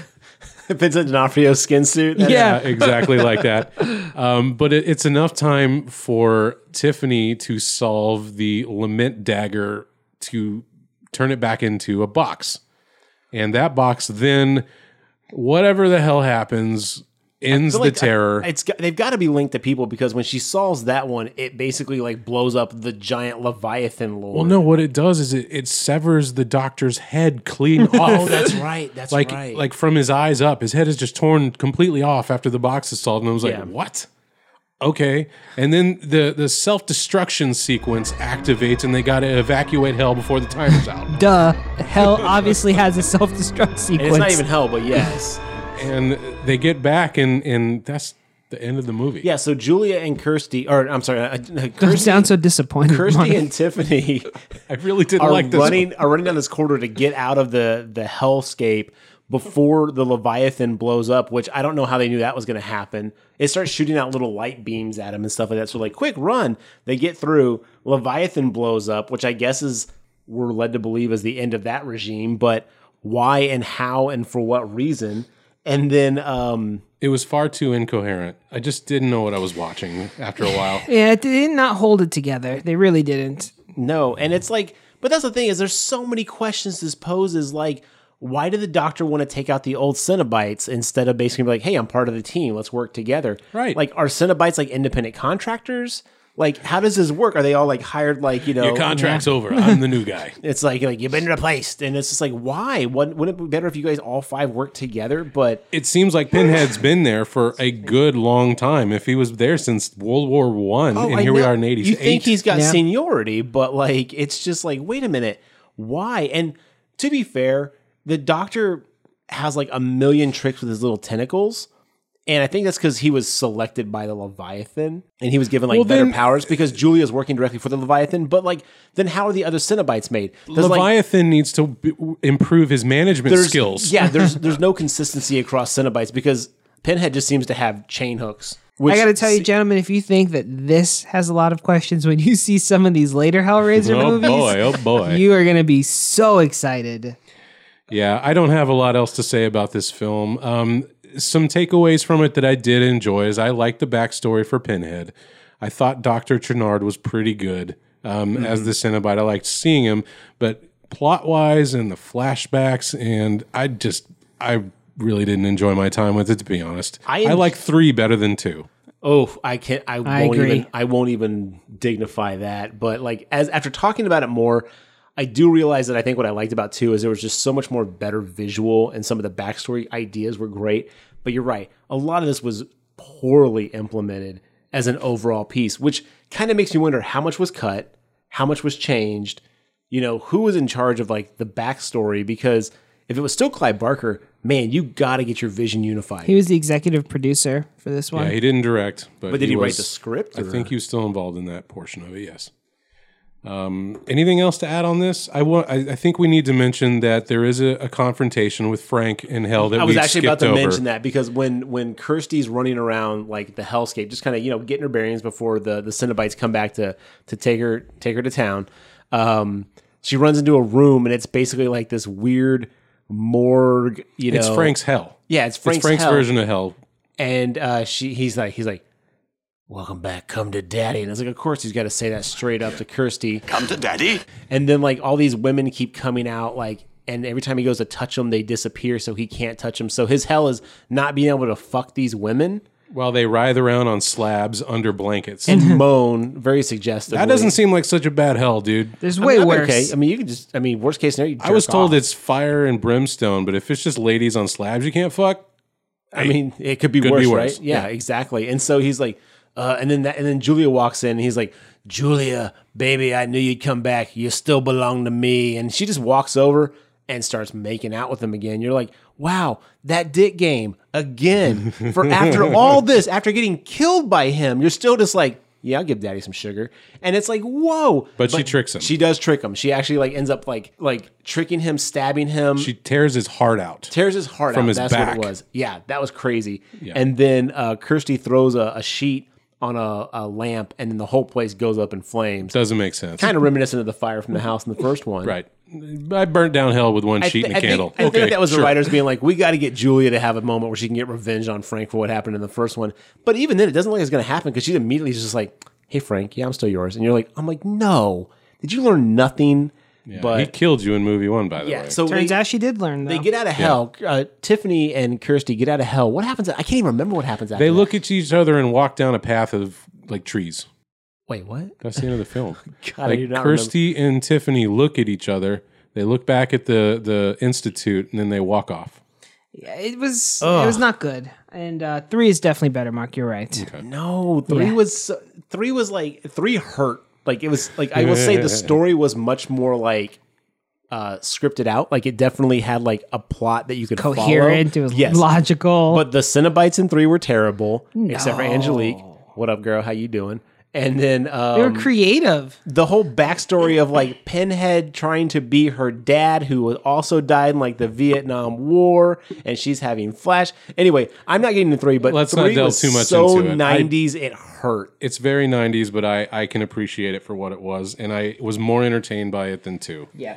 Vincent D'Onofrio's skin suit. That- Yeah. Yeah, exactly like that. Um, but it, it's enough time for Tiffany to solve the lament dagger to turn it back into a box. And that box then, whatever the hell happens, ends But, like, the terror. I, it's got- they've got to be linked to people because when she solves that one, it basically like blows up the giant Leviathan lord. well, no, what it does is it, it severs the doctor's head clean off. Oh, that's right. That's like right. like from his eyes up. His head is just torn completely off after the box is solved. And I was like, Yeah. what? Okay. And then the the self destruction sequence activates, and they got to evacuate hell before the timer's out. Duh. Hell obviously has a self destruct And sequence. it's not even hell, but yes, And they get back, and and that's the end of the movie. yeah. So Julia and Kirsty, or I'm sorry, uh, uh, Don't Kirsty, sound so disappointed. Kirsty Mark. and Tiffany I really didn't are like this. running are running down this corridor to get out of the the hellscape before the Leviathan blows up, which I don't know how they knew that was going to happen. It starts shooting out little light beams at him and stuff like that. So like, quick run! They get through. Leviathan blows up, which I guess is we're led to believe is the end of that regime. But why and how and for what reason? And then um, It was far too incoherent. I just didn't know what I was watching after a while. Yeah, they did not hold it together. They really didn't. No, and it's like, but that's the thing is, there's so many questions this poses. Like, why did the doctor want to take out the old Cenobites instead of basically be like, hey, I'm part of the team, let's work together? Right. Like, are Cenobites like independent contractors? Like, how does this work? Are they all like hired? Like, you know, Your contract's over. I'm the new guy. it's like like you've been replaced, and it's just like, why? Wouldn't wouldn't it be better if you guys all five worked together? But It seems like Pinhead's been there for a good long time. If he was there since World War One, Oh, and I here we know- are in '88. You think he's got Yeah. seniority, but like it's just like, wait a minute, why? And to be fair, the doctor has like a million tricks with his little tentacles. And I think that's because he was selected by the Leviathan and he was given like Well, better then- powers because Julia's working directly for the Leviathan. But like, then how are the other Cenobites made? There's, like, Leviathan needs to b- improve his management there's- skills. Yeah, there's there's no consistency across Cenobites because Pinhead just seems to have chain hooks. Which I got to tell you, gentlemen, if you think that this has a lot of questions when you see some of these later Hellraiser Oh movies, boy, oh boy. you are going to be so excited. yeah, I don't have a lot else to say about this film. Um, some takeaways from it that I did enjoy is I liked the backstory for Pinhead. I thought Doctor Chernard was pretty good um, Mm-hmm. as the Cenobite. I liked seeing him, but plot wise and the flashbacks and I just I really didn't enjoy my time with it to be honest. I, I en- like three better than two. Oh, I can't. I, I won't agree. even. I won't even dignify that. But like, as after talking about it more, I do realize that I think what I liked about two is there was just so much more better visual, and some of the backstory ideas were great. But you're right. A lot of this was poorly implemented as an overall piece, which kind of makes me wonder how much was cut, how much was changed. You know, who was in charge of like the backstory? Because if it was still Clyde Barker, man, you got to get your vision unified. He was the executive producer for this one. Yeah, he didn't direct, but, but did he, write was- the script? I or- think he was still involved in that portion of it. Yes. Um, anything else to add on this? I want. I, I think we need to mention that there is a, a confrontation with Frank in Hell that I was we actually about skipped to over. mention that because when when Kirsty's running around like the hellscape, just kind of you know getting her bearings before the the Cenobites come back to to take her take her to town, um, she runs into a room and it's basically like this weird morgue. You know, It's Frank's Hell. Yeah, it's Frank's Frank's, it's Frank's hell. version of Hell. And uh, she he's like he's like, "Welcome back, come to daddy." And it's like, of course he's got to say that straight up to Kirsty. Come to daddy. And then like all these women keep coming out like and every time he goes to touch them they disappear so he can't touch them. So his hell is not being able to fuck these women While they writhe around on slabs under blankets. and moan very suggestive. that doesn't seem like such a bad hell, dude. There's way worse. Okay. I mean, you could just I mean, worst case scenario, you I was jerk told off. it's fire and brimstone, but if it's just ladies on slabs, you can't fuck. I mean, it could be, Could worse, be worse. right? Yeah, exactly. And so he's like, uh, and then that, and then Julia walks in. and He's like, Julia, baby, I knew you'd come back. You still belong to me. And she just walks over and starts making out with him again. You're like, wow, that dick game again. For after all this, after getting killed by him, you're still just like. Yeah, I'll give Daddy some sugar, and it's like whoa. But she tricks him. She does trick him. She actually like ends up like like tricking him, stabbing him She tears his heart out. tears his heart From out. his That's back. what it was. Yeah, that was crazy. And then uh, Kirsty throws a, a sheet on a, a lamp, and then the whole place goes up in flames. Doesn't make sense. Kind of reminiscent of the fire from the house in the first one. Right. I burnt down hell with one I, sheet thi- and I a think- candle. I think that was the sure. writers being like, we got to get Julia to have a moment where she can get revenge on Frank for what happened in the first one. But even then, it doesn't look like it's going to happen because she immediately is just like, hey, Frank, yeah, I'm still yours. And you're like, I'm like, no. Did you learn nothing? he but killed you in movie one, by the yeah, way. so Turns they- out she did learn though. They get out of hell. Uh, Tiffany and Kirsty get out of hell. What happens? I can't even remember what happens after. They that. look at each other and walk down a path of like trees. Wait, what? That's the end of the film. God, I do like not Kirsty and Tiffany look at each other. They look back at the the institute and then they walk off. Yeah, it was it was not good. And uh, three is definitely better, Mark. You're right. No, three Yeah. was so- three was like three hurt. Like it was like I will say the story was much more like uh scripted out. Like it definitely had like a plot that you could Coherent. Follow. It was logical. But the Cenobites in three were terrible, except for Angelique. What up, girl? How you doing? And then um, they were creative. the whole backstory of like Pinhead trying to be her dad, who also died in like the Vietnam War, and she's having flash. Anyway, I'm not getting to three, but Let's not three delve was too much so into it. I- 90s it hurt. It's very 90s, but I I can appreciate it for what it was and I was more entertained by it than two. Yeah.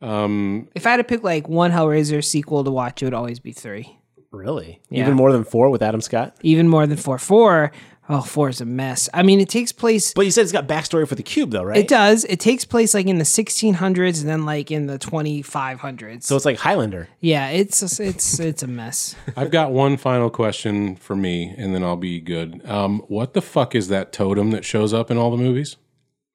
Um, if I had to pick like one Hellraiser sequel to watch, it would always be three. Really, Yeah. even more than four with Adam Scott. Even more than four. Four, oh, four is a mess. I mean, it takes place. But you said it's got backstory for the cube, though, right? It does. It takes place like in the 1600s and then like in the 2500s. So it's like Highlander. yeah, it's it's it's a mess. I've got one final question for me and then I'll be good. Um, what the fuck is that totem that shows up in all the movies?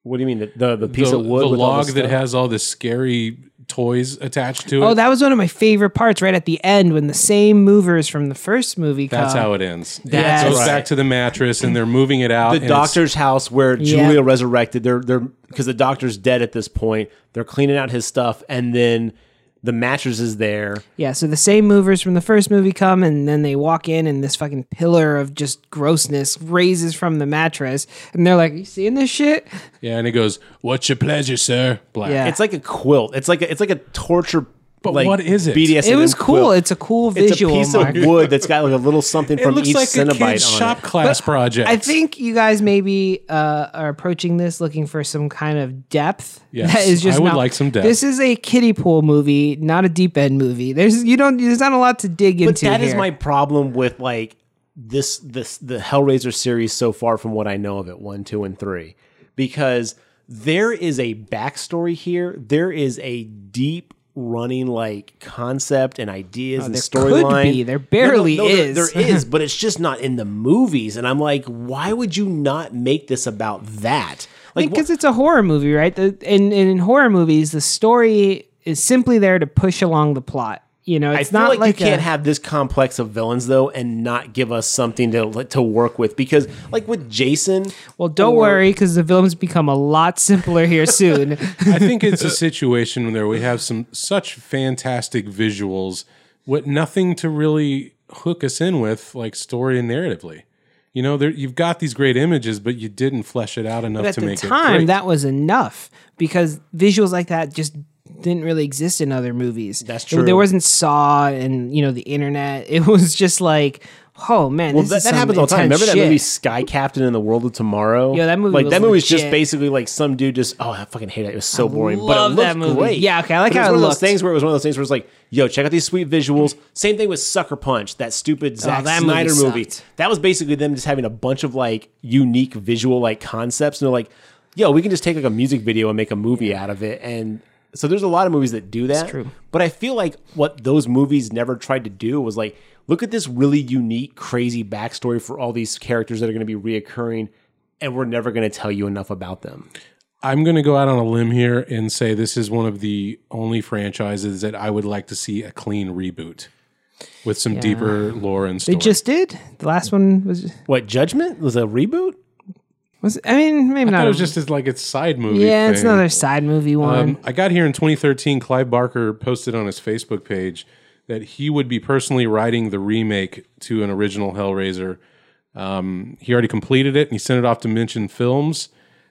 What do you mean the the, the piece the, of wood, the with all log the that stuff? has all the scary toys attached to it. Oh, that was one of my favorite parts right at the end when the same movers from the first movie That's come. how it ends. That's it goes right. back to the mattress and they're moving it out. and the it's- doctor's house where Yeah. Julia resurrected. They're they're because the doctor's dead at this point. They're cleaning out his stuff, and then the mattress is there. Yeah, so the same movers from the first movie come and then they walk in and this fucking pillar of just grossness raises from the mattress and they're like, You seeing this shit? Yeah, and it goes, "What's your pleasure, sir?" Black. Yeah. It's like a quilt. It's like a, it's like a torture But like what is it? BDSM It was cool. quilt. It's a cool It's visual. a piece Mark. of wood that's got like a little something It from looks each like a Cenobite on it. kid's shop class project. I think you guys maybe uh, are approaching this looking for some kind of depth. Yes, that is just I would not- like some depth. This is a kiddie pool movie, not a deep end movie. There's you don't. There's not a lot to dig But into. that is here. my problem with like this this the Hellraiser series so far from what I know of it, one, two, and three. Because there is a backstory here. There is a deep running like concept and ideas and Oh, there could storyline. be. There barely there- is. there is, but it's just not in the movies. And I'm like, why would you not make this about that? Like because it's a horror movie, right? The, in in horror movies, the story is simply there to push along the plot. You know, I it's feel not like, like you a- can't have this complex of villains though, and not give us something to to work with because, like with Jason, Well, don't or- worry, because the film's become a lot simpler here soon. I think it's a situation where we have some such fantastic visuals with nothing to really hook us in with, like story and narratively. You know, there, you've got these great images, but you didn't flesh it out enough but at to the make it time, great. that was enough because visuals like that just didn't really exist in other movies. That's true. there wasn't Saw and you know the internet. It was just like, oh man, well, this that, is that some happens all the time. intense Remember that shit. movie Sky Captain in the World of Tomorrow? Yeah, that movie Like was that movie was just legit. basically like some dude just oh I fucking hate it. It was so boring, love but it that looked movie. great. Yeah, okay, I like But it was how it one of looked. those things where it was one of those things where it's like, yo, check out these sweet visuals. Same thing with Sucker Punch, that stupid Zack Oh, that movie Snyder movie. sucked. That was basically them just having a bunch of like unique visual like concepts, and they're like, yo, we can just take like a music video and make a movie out of it, and. So there's a lot of movies that do that. true. But I feel like what those movies never tried to do was like, look at this really unique, crazy backstory for all these characters that are going to be reoccurring, and we're never going to tell you enough about them. I'm going to go out on a limb here and say this is one of the only franchises that I would like to see a clean reboot with some deeper lore and they story. just did. The last one was What Judgment was a reboot? was. I mean, I maybe not. thought it a- was just as like its side movie. yeah, it's thing. another side movie one. Um, I got here in 2013. Clive Barker posted on his Facebook page that he would be personally writing the remake to an original Hellraiser. Um, he already completed it and he sent it off to Mention Films.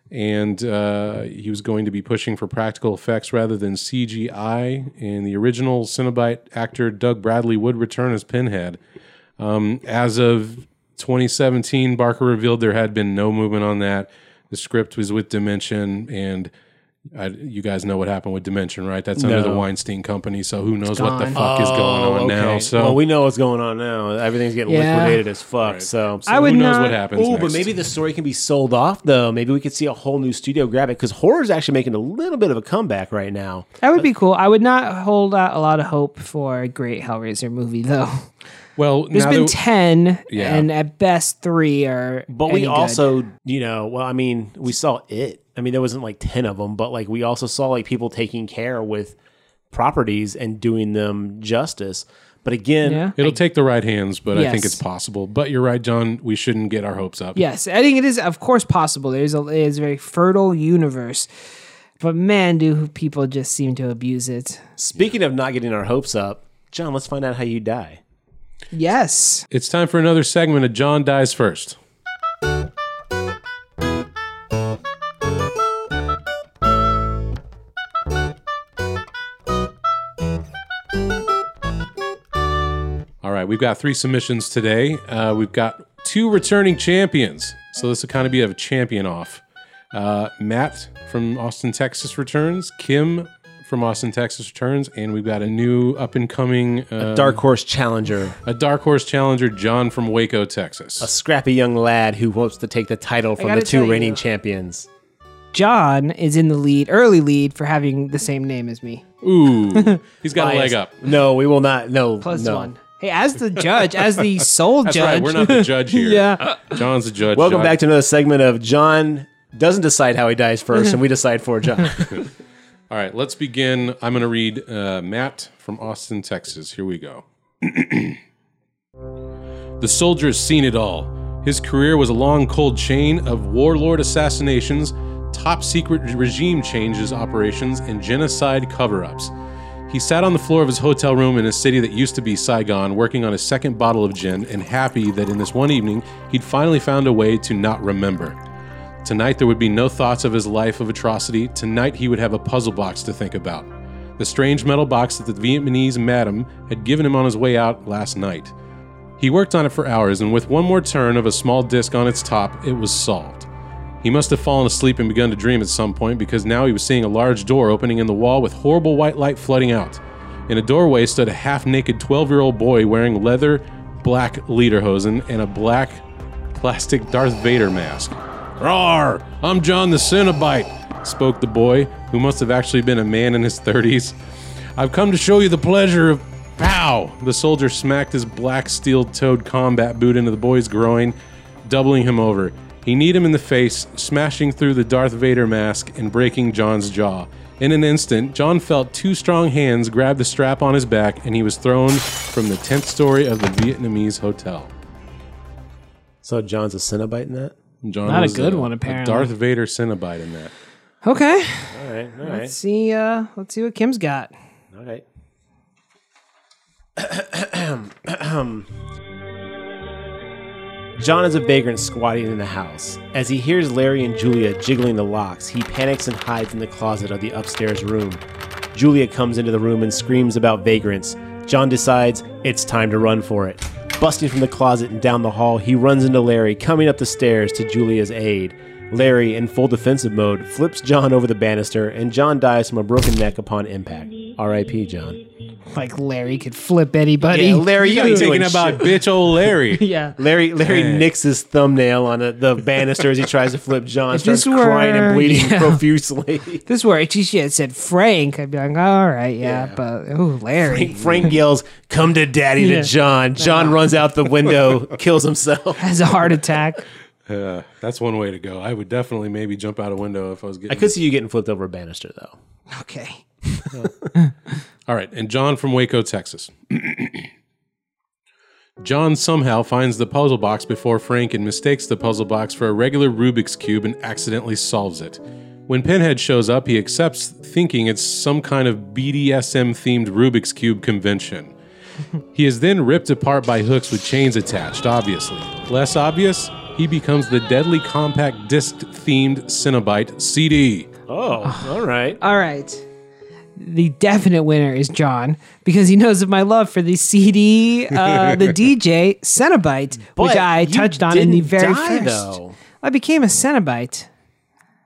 And uh, he was going to be pushing for practical effects rather than CGI. And the original Cenobite actor Doug Bradley would return as Pinhead. Um, as of 2017, Barker revealed there had been no movement on that. The script was with Dimension, and I, you guys know what happened with Dimension, right? That's under the Weinstein Company, so who knows what the fuck is going Oh, on now? So Oh, well, we know what's going on now. Everything's getting Yeah. liquidated as fuck. So, I would who knows not- what happens? Oh, but next. maybe the story can be sold off though. Maybe we could see a whole new studio grab it because horror's actually making a little bit of a comeback right now. That would be cool. I would not hold out a lot of hope for a great Hellraiser movie, though. well, There's now been that- ten, Yeah. and at best three are. But any we good. also, you know, well, I mean, we saw it. I mean, there wasn't like 10 of them, but like we also saw like people taking care with properties and doing them justice. But again, Yeah. it'll take the right hands, but I think Yes. it's possible. But you're right, John. We shouldn't get our hopes up. yes, I think it is of course possible. There's a it is a very fertile universe, but man, do people just seem to abuse it? speaking of not getting our hopes up, John, let's find out how you die. Yes, It's time for another segment of John Dies First. All right, we've got three submissions today. Uh, we've got two returning champions. So this will kind of be a champion off. Uh, Matt from Austin, Texas returns. Kim from Austin, Texas returns. And we've got a new up and coming uh, Dark Horse Challenger, a dark horse challenger, John from Waco, Texas. a scrappy young lad who wants to take the title from gotta the two tell reigning you. uh, champions. John is in the lead, early lead for having the same name as me, Ooh, he's got a leg Bias. up. No, we will not. No, Plus no. one. Hey, as the judge, as the sole That's judge, right. We're not the judge here. Yeah. John's the judge. Welcome John. back to another segment of John doesn't decide how he dies first, and we decide for John. All right, let's begin. I'm going to read uh, Matt from Austin, Texas. Here we go. the soldier's seen it all. His career was a long, cold chain of warlord assassinations, top secret regime changes operations, and genocide cover ups. He sat on the floor of his hotel room in a city that used to be Saigon, working on his second bottle of gin, and happy that in this one evening he'd finally found a way to not remember. Tonight there would be no thoughts of his life of atrocity. Tonight he would have a puzzle box to think about. the strange metal box that the Vietnamese madam had given him on his way out last night. He worked on it for hours, and with one more turn of a small disc on its top, it was solved. He must have fallen asleep and begun to dream at some point because now he was seeing a large door opening in the wall with horrible white light flooding out. In a doorway stood a half naked 12 year old boy wearing leather black lederhosen and a black plastic Darth Vader mask. Roar! I'm John the Cenobite, spoke the boy, who must have actually been a man in his 30s. I've come to show you the pleasure of pow! The soldier smacked his black steel toed combat boot into the boy's groin, doubling him over. He kneed him in the face, smashing through the Darth Vader mask and breaking John's jaw. In an instant, John felt two strong hands grab the strap on his back, and he was thrown from the 10th story of the Vietnamese hotel. So John's a Cenobite in that. John Not a was good one, apparently. Darth Vader Cenobite in that. Okay. All right, all Let's right, see. Uh, let's see what Kim's got. all right. John is a vagrant squatting in the house. As he hears Larry and Julia jiggling the locks, he panics and hides in the closet of the upstairs room. Julia comes into the room and screams about vagrants. John decides it's time to run for it. Busting from the closet and down the hall, he runs into Larry, coming up the stairs to Julia's aid. Larry, in full defensive mode, flips John over the banister, and John dies from a broken neck upon impact. R.I.P. John. Like Larry could flip anybody. Yeah, Larry, you I'm ain't thinking doing about shit. bitch old Larry. Yeah. Larry Larry nicks his thumbnail on a, the banister as he tries to flip John, If starts this were- crying and bleeding yeah. profusely. If this were a t-shirt that said Frank, I'd be like, all right, yeah, but ooh, Larry Frank yells, "Come to Daddy!" Yeah. to John. John runs out the window, kills himself. has a heart attack. Uh, that's one way to go. I would definitely maybe jump out a window if I was getting. I could see you getting flipped over a banister though. Okay. All right, and John from Waco, Texas. John somehow finds the puzzle box before Frank and mistakes the puzzle box for a regular Rubik's Cube and accidentally solves it. When Pinhead shows up, he accepts, thinking it's some kind of BDSM themed Rubik's Cube convention. He is then ripped apart by hooks with chains attached, obviously. Less obvious, he becomes the deadly compact disc themed Cenobite CD. Oh, all right. All right. The definite winner is John because he knows of my love for the CD, uh, the DJ Cenobite, which But I you touched on in the didn't very die, first. though. I became a Cenobite.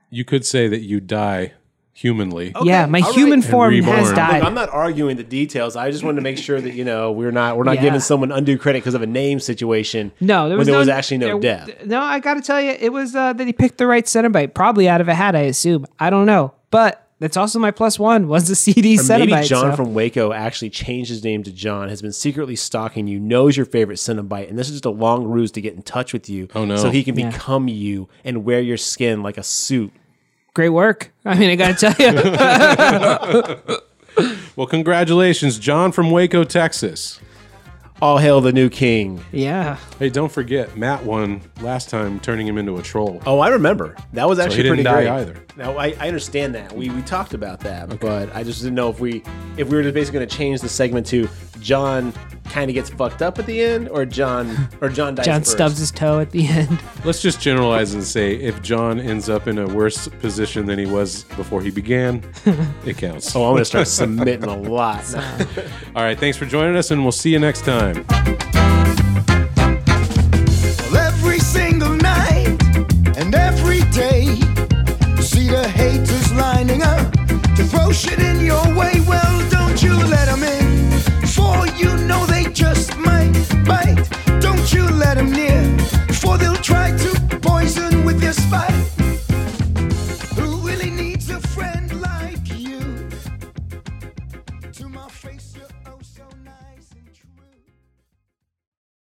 You could say that you die humanly. yeah, my all right. human And form reborn. has Look, died. Look, I'm not arguing the details. I just wanted to make sure that you know we're not we're not Yeah. giving someone undue credit because of a name situation. no, there when was there no, was actually no there- death. No, I got to tell you, it was uh, that he picked the right Cenobite, probably out of a hat, I assume. I don't know, but that's also my plus one was the CD Or Cenobite. maybe John so- from Waco actually changed his name to John, has been secretly stalking you, knows your favorite Cinnabite, and this is just a long ruse to get in touch with you. Oh, no. So he can Yeah. become you and wear your skin like a suit. great work. I mean, I got to tell you. Well, congratulations, John from Waco, Texas. All hail the new king. yeah. Hey, don't forget, Matt won last time, turning him into a troll. Oh, I remember. That was actually he didn't pretty die great. either. Now I, I understand that. We we talked about that, but I just didn't know if we if we were just basically gonna change the segment to John kinda gets fucked up at the end or John or John dies. John first. stubs his toe at the end. Let's just generalize and say if John ends up in a worse position than he was before he began, it counts. Oh, I'm gonna start submitting a lot. All right, thanks for joining us, and we'll see you next time. every single night and every day. See the haters lining up to throw shit in your way. Well,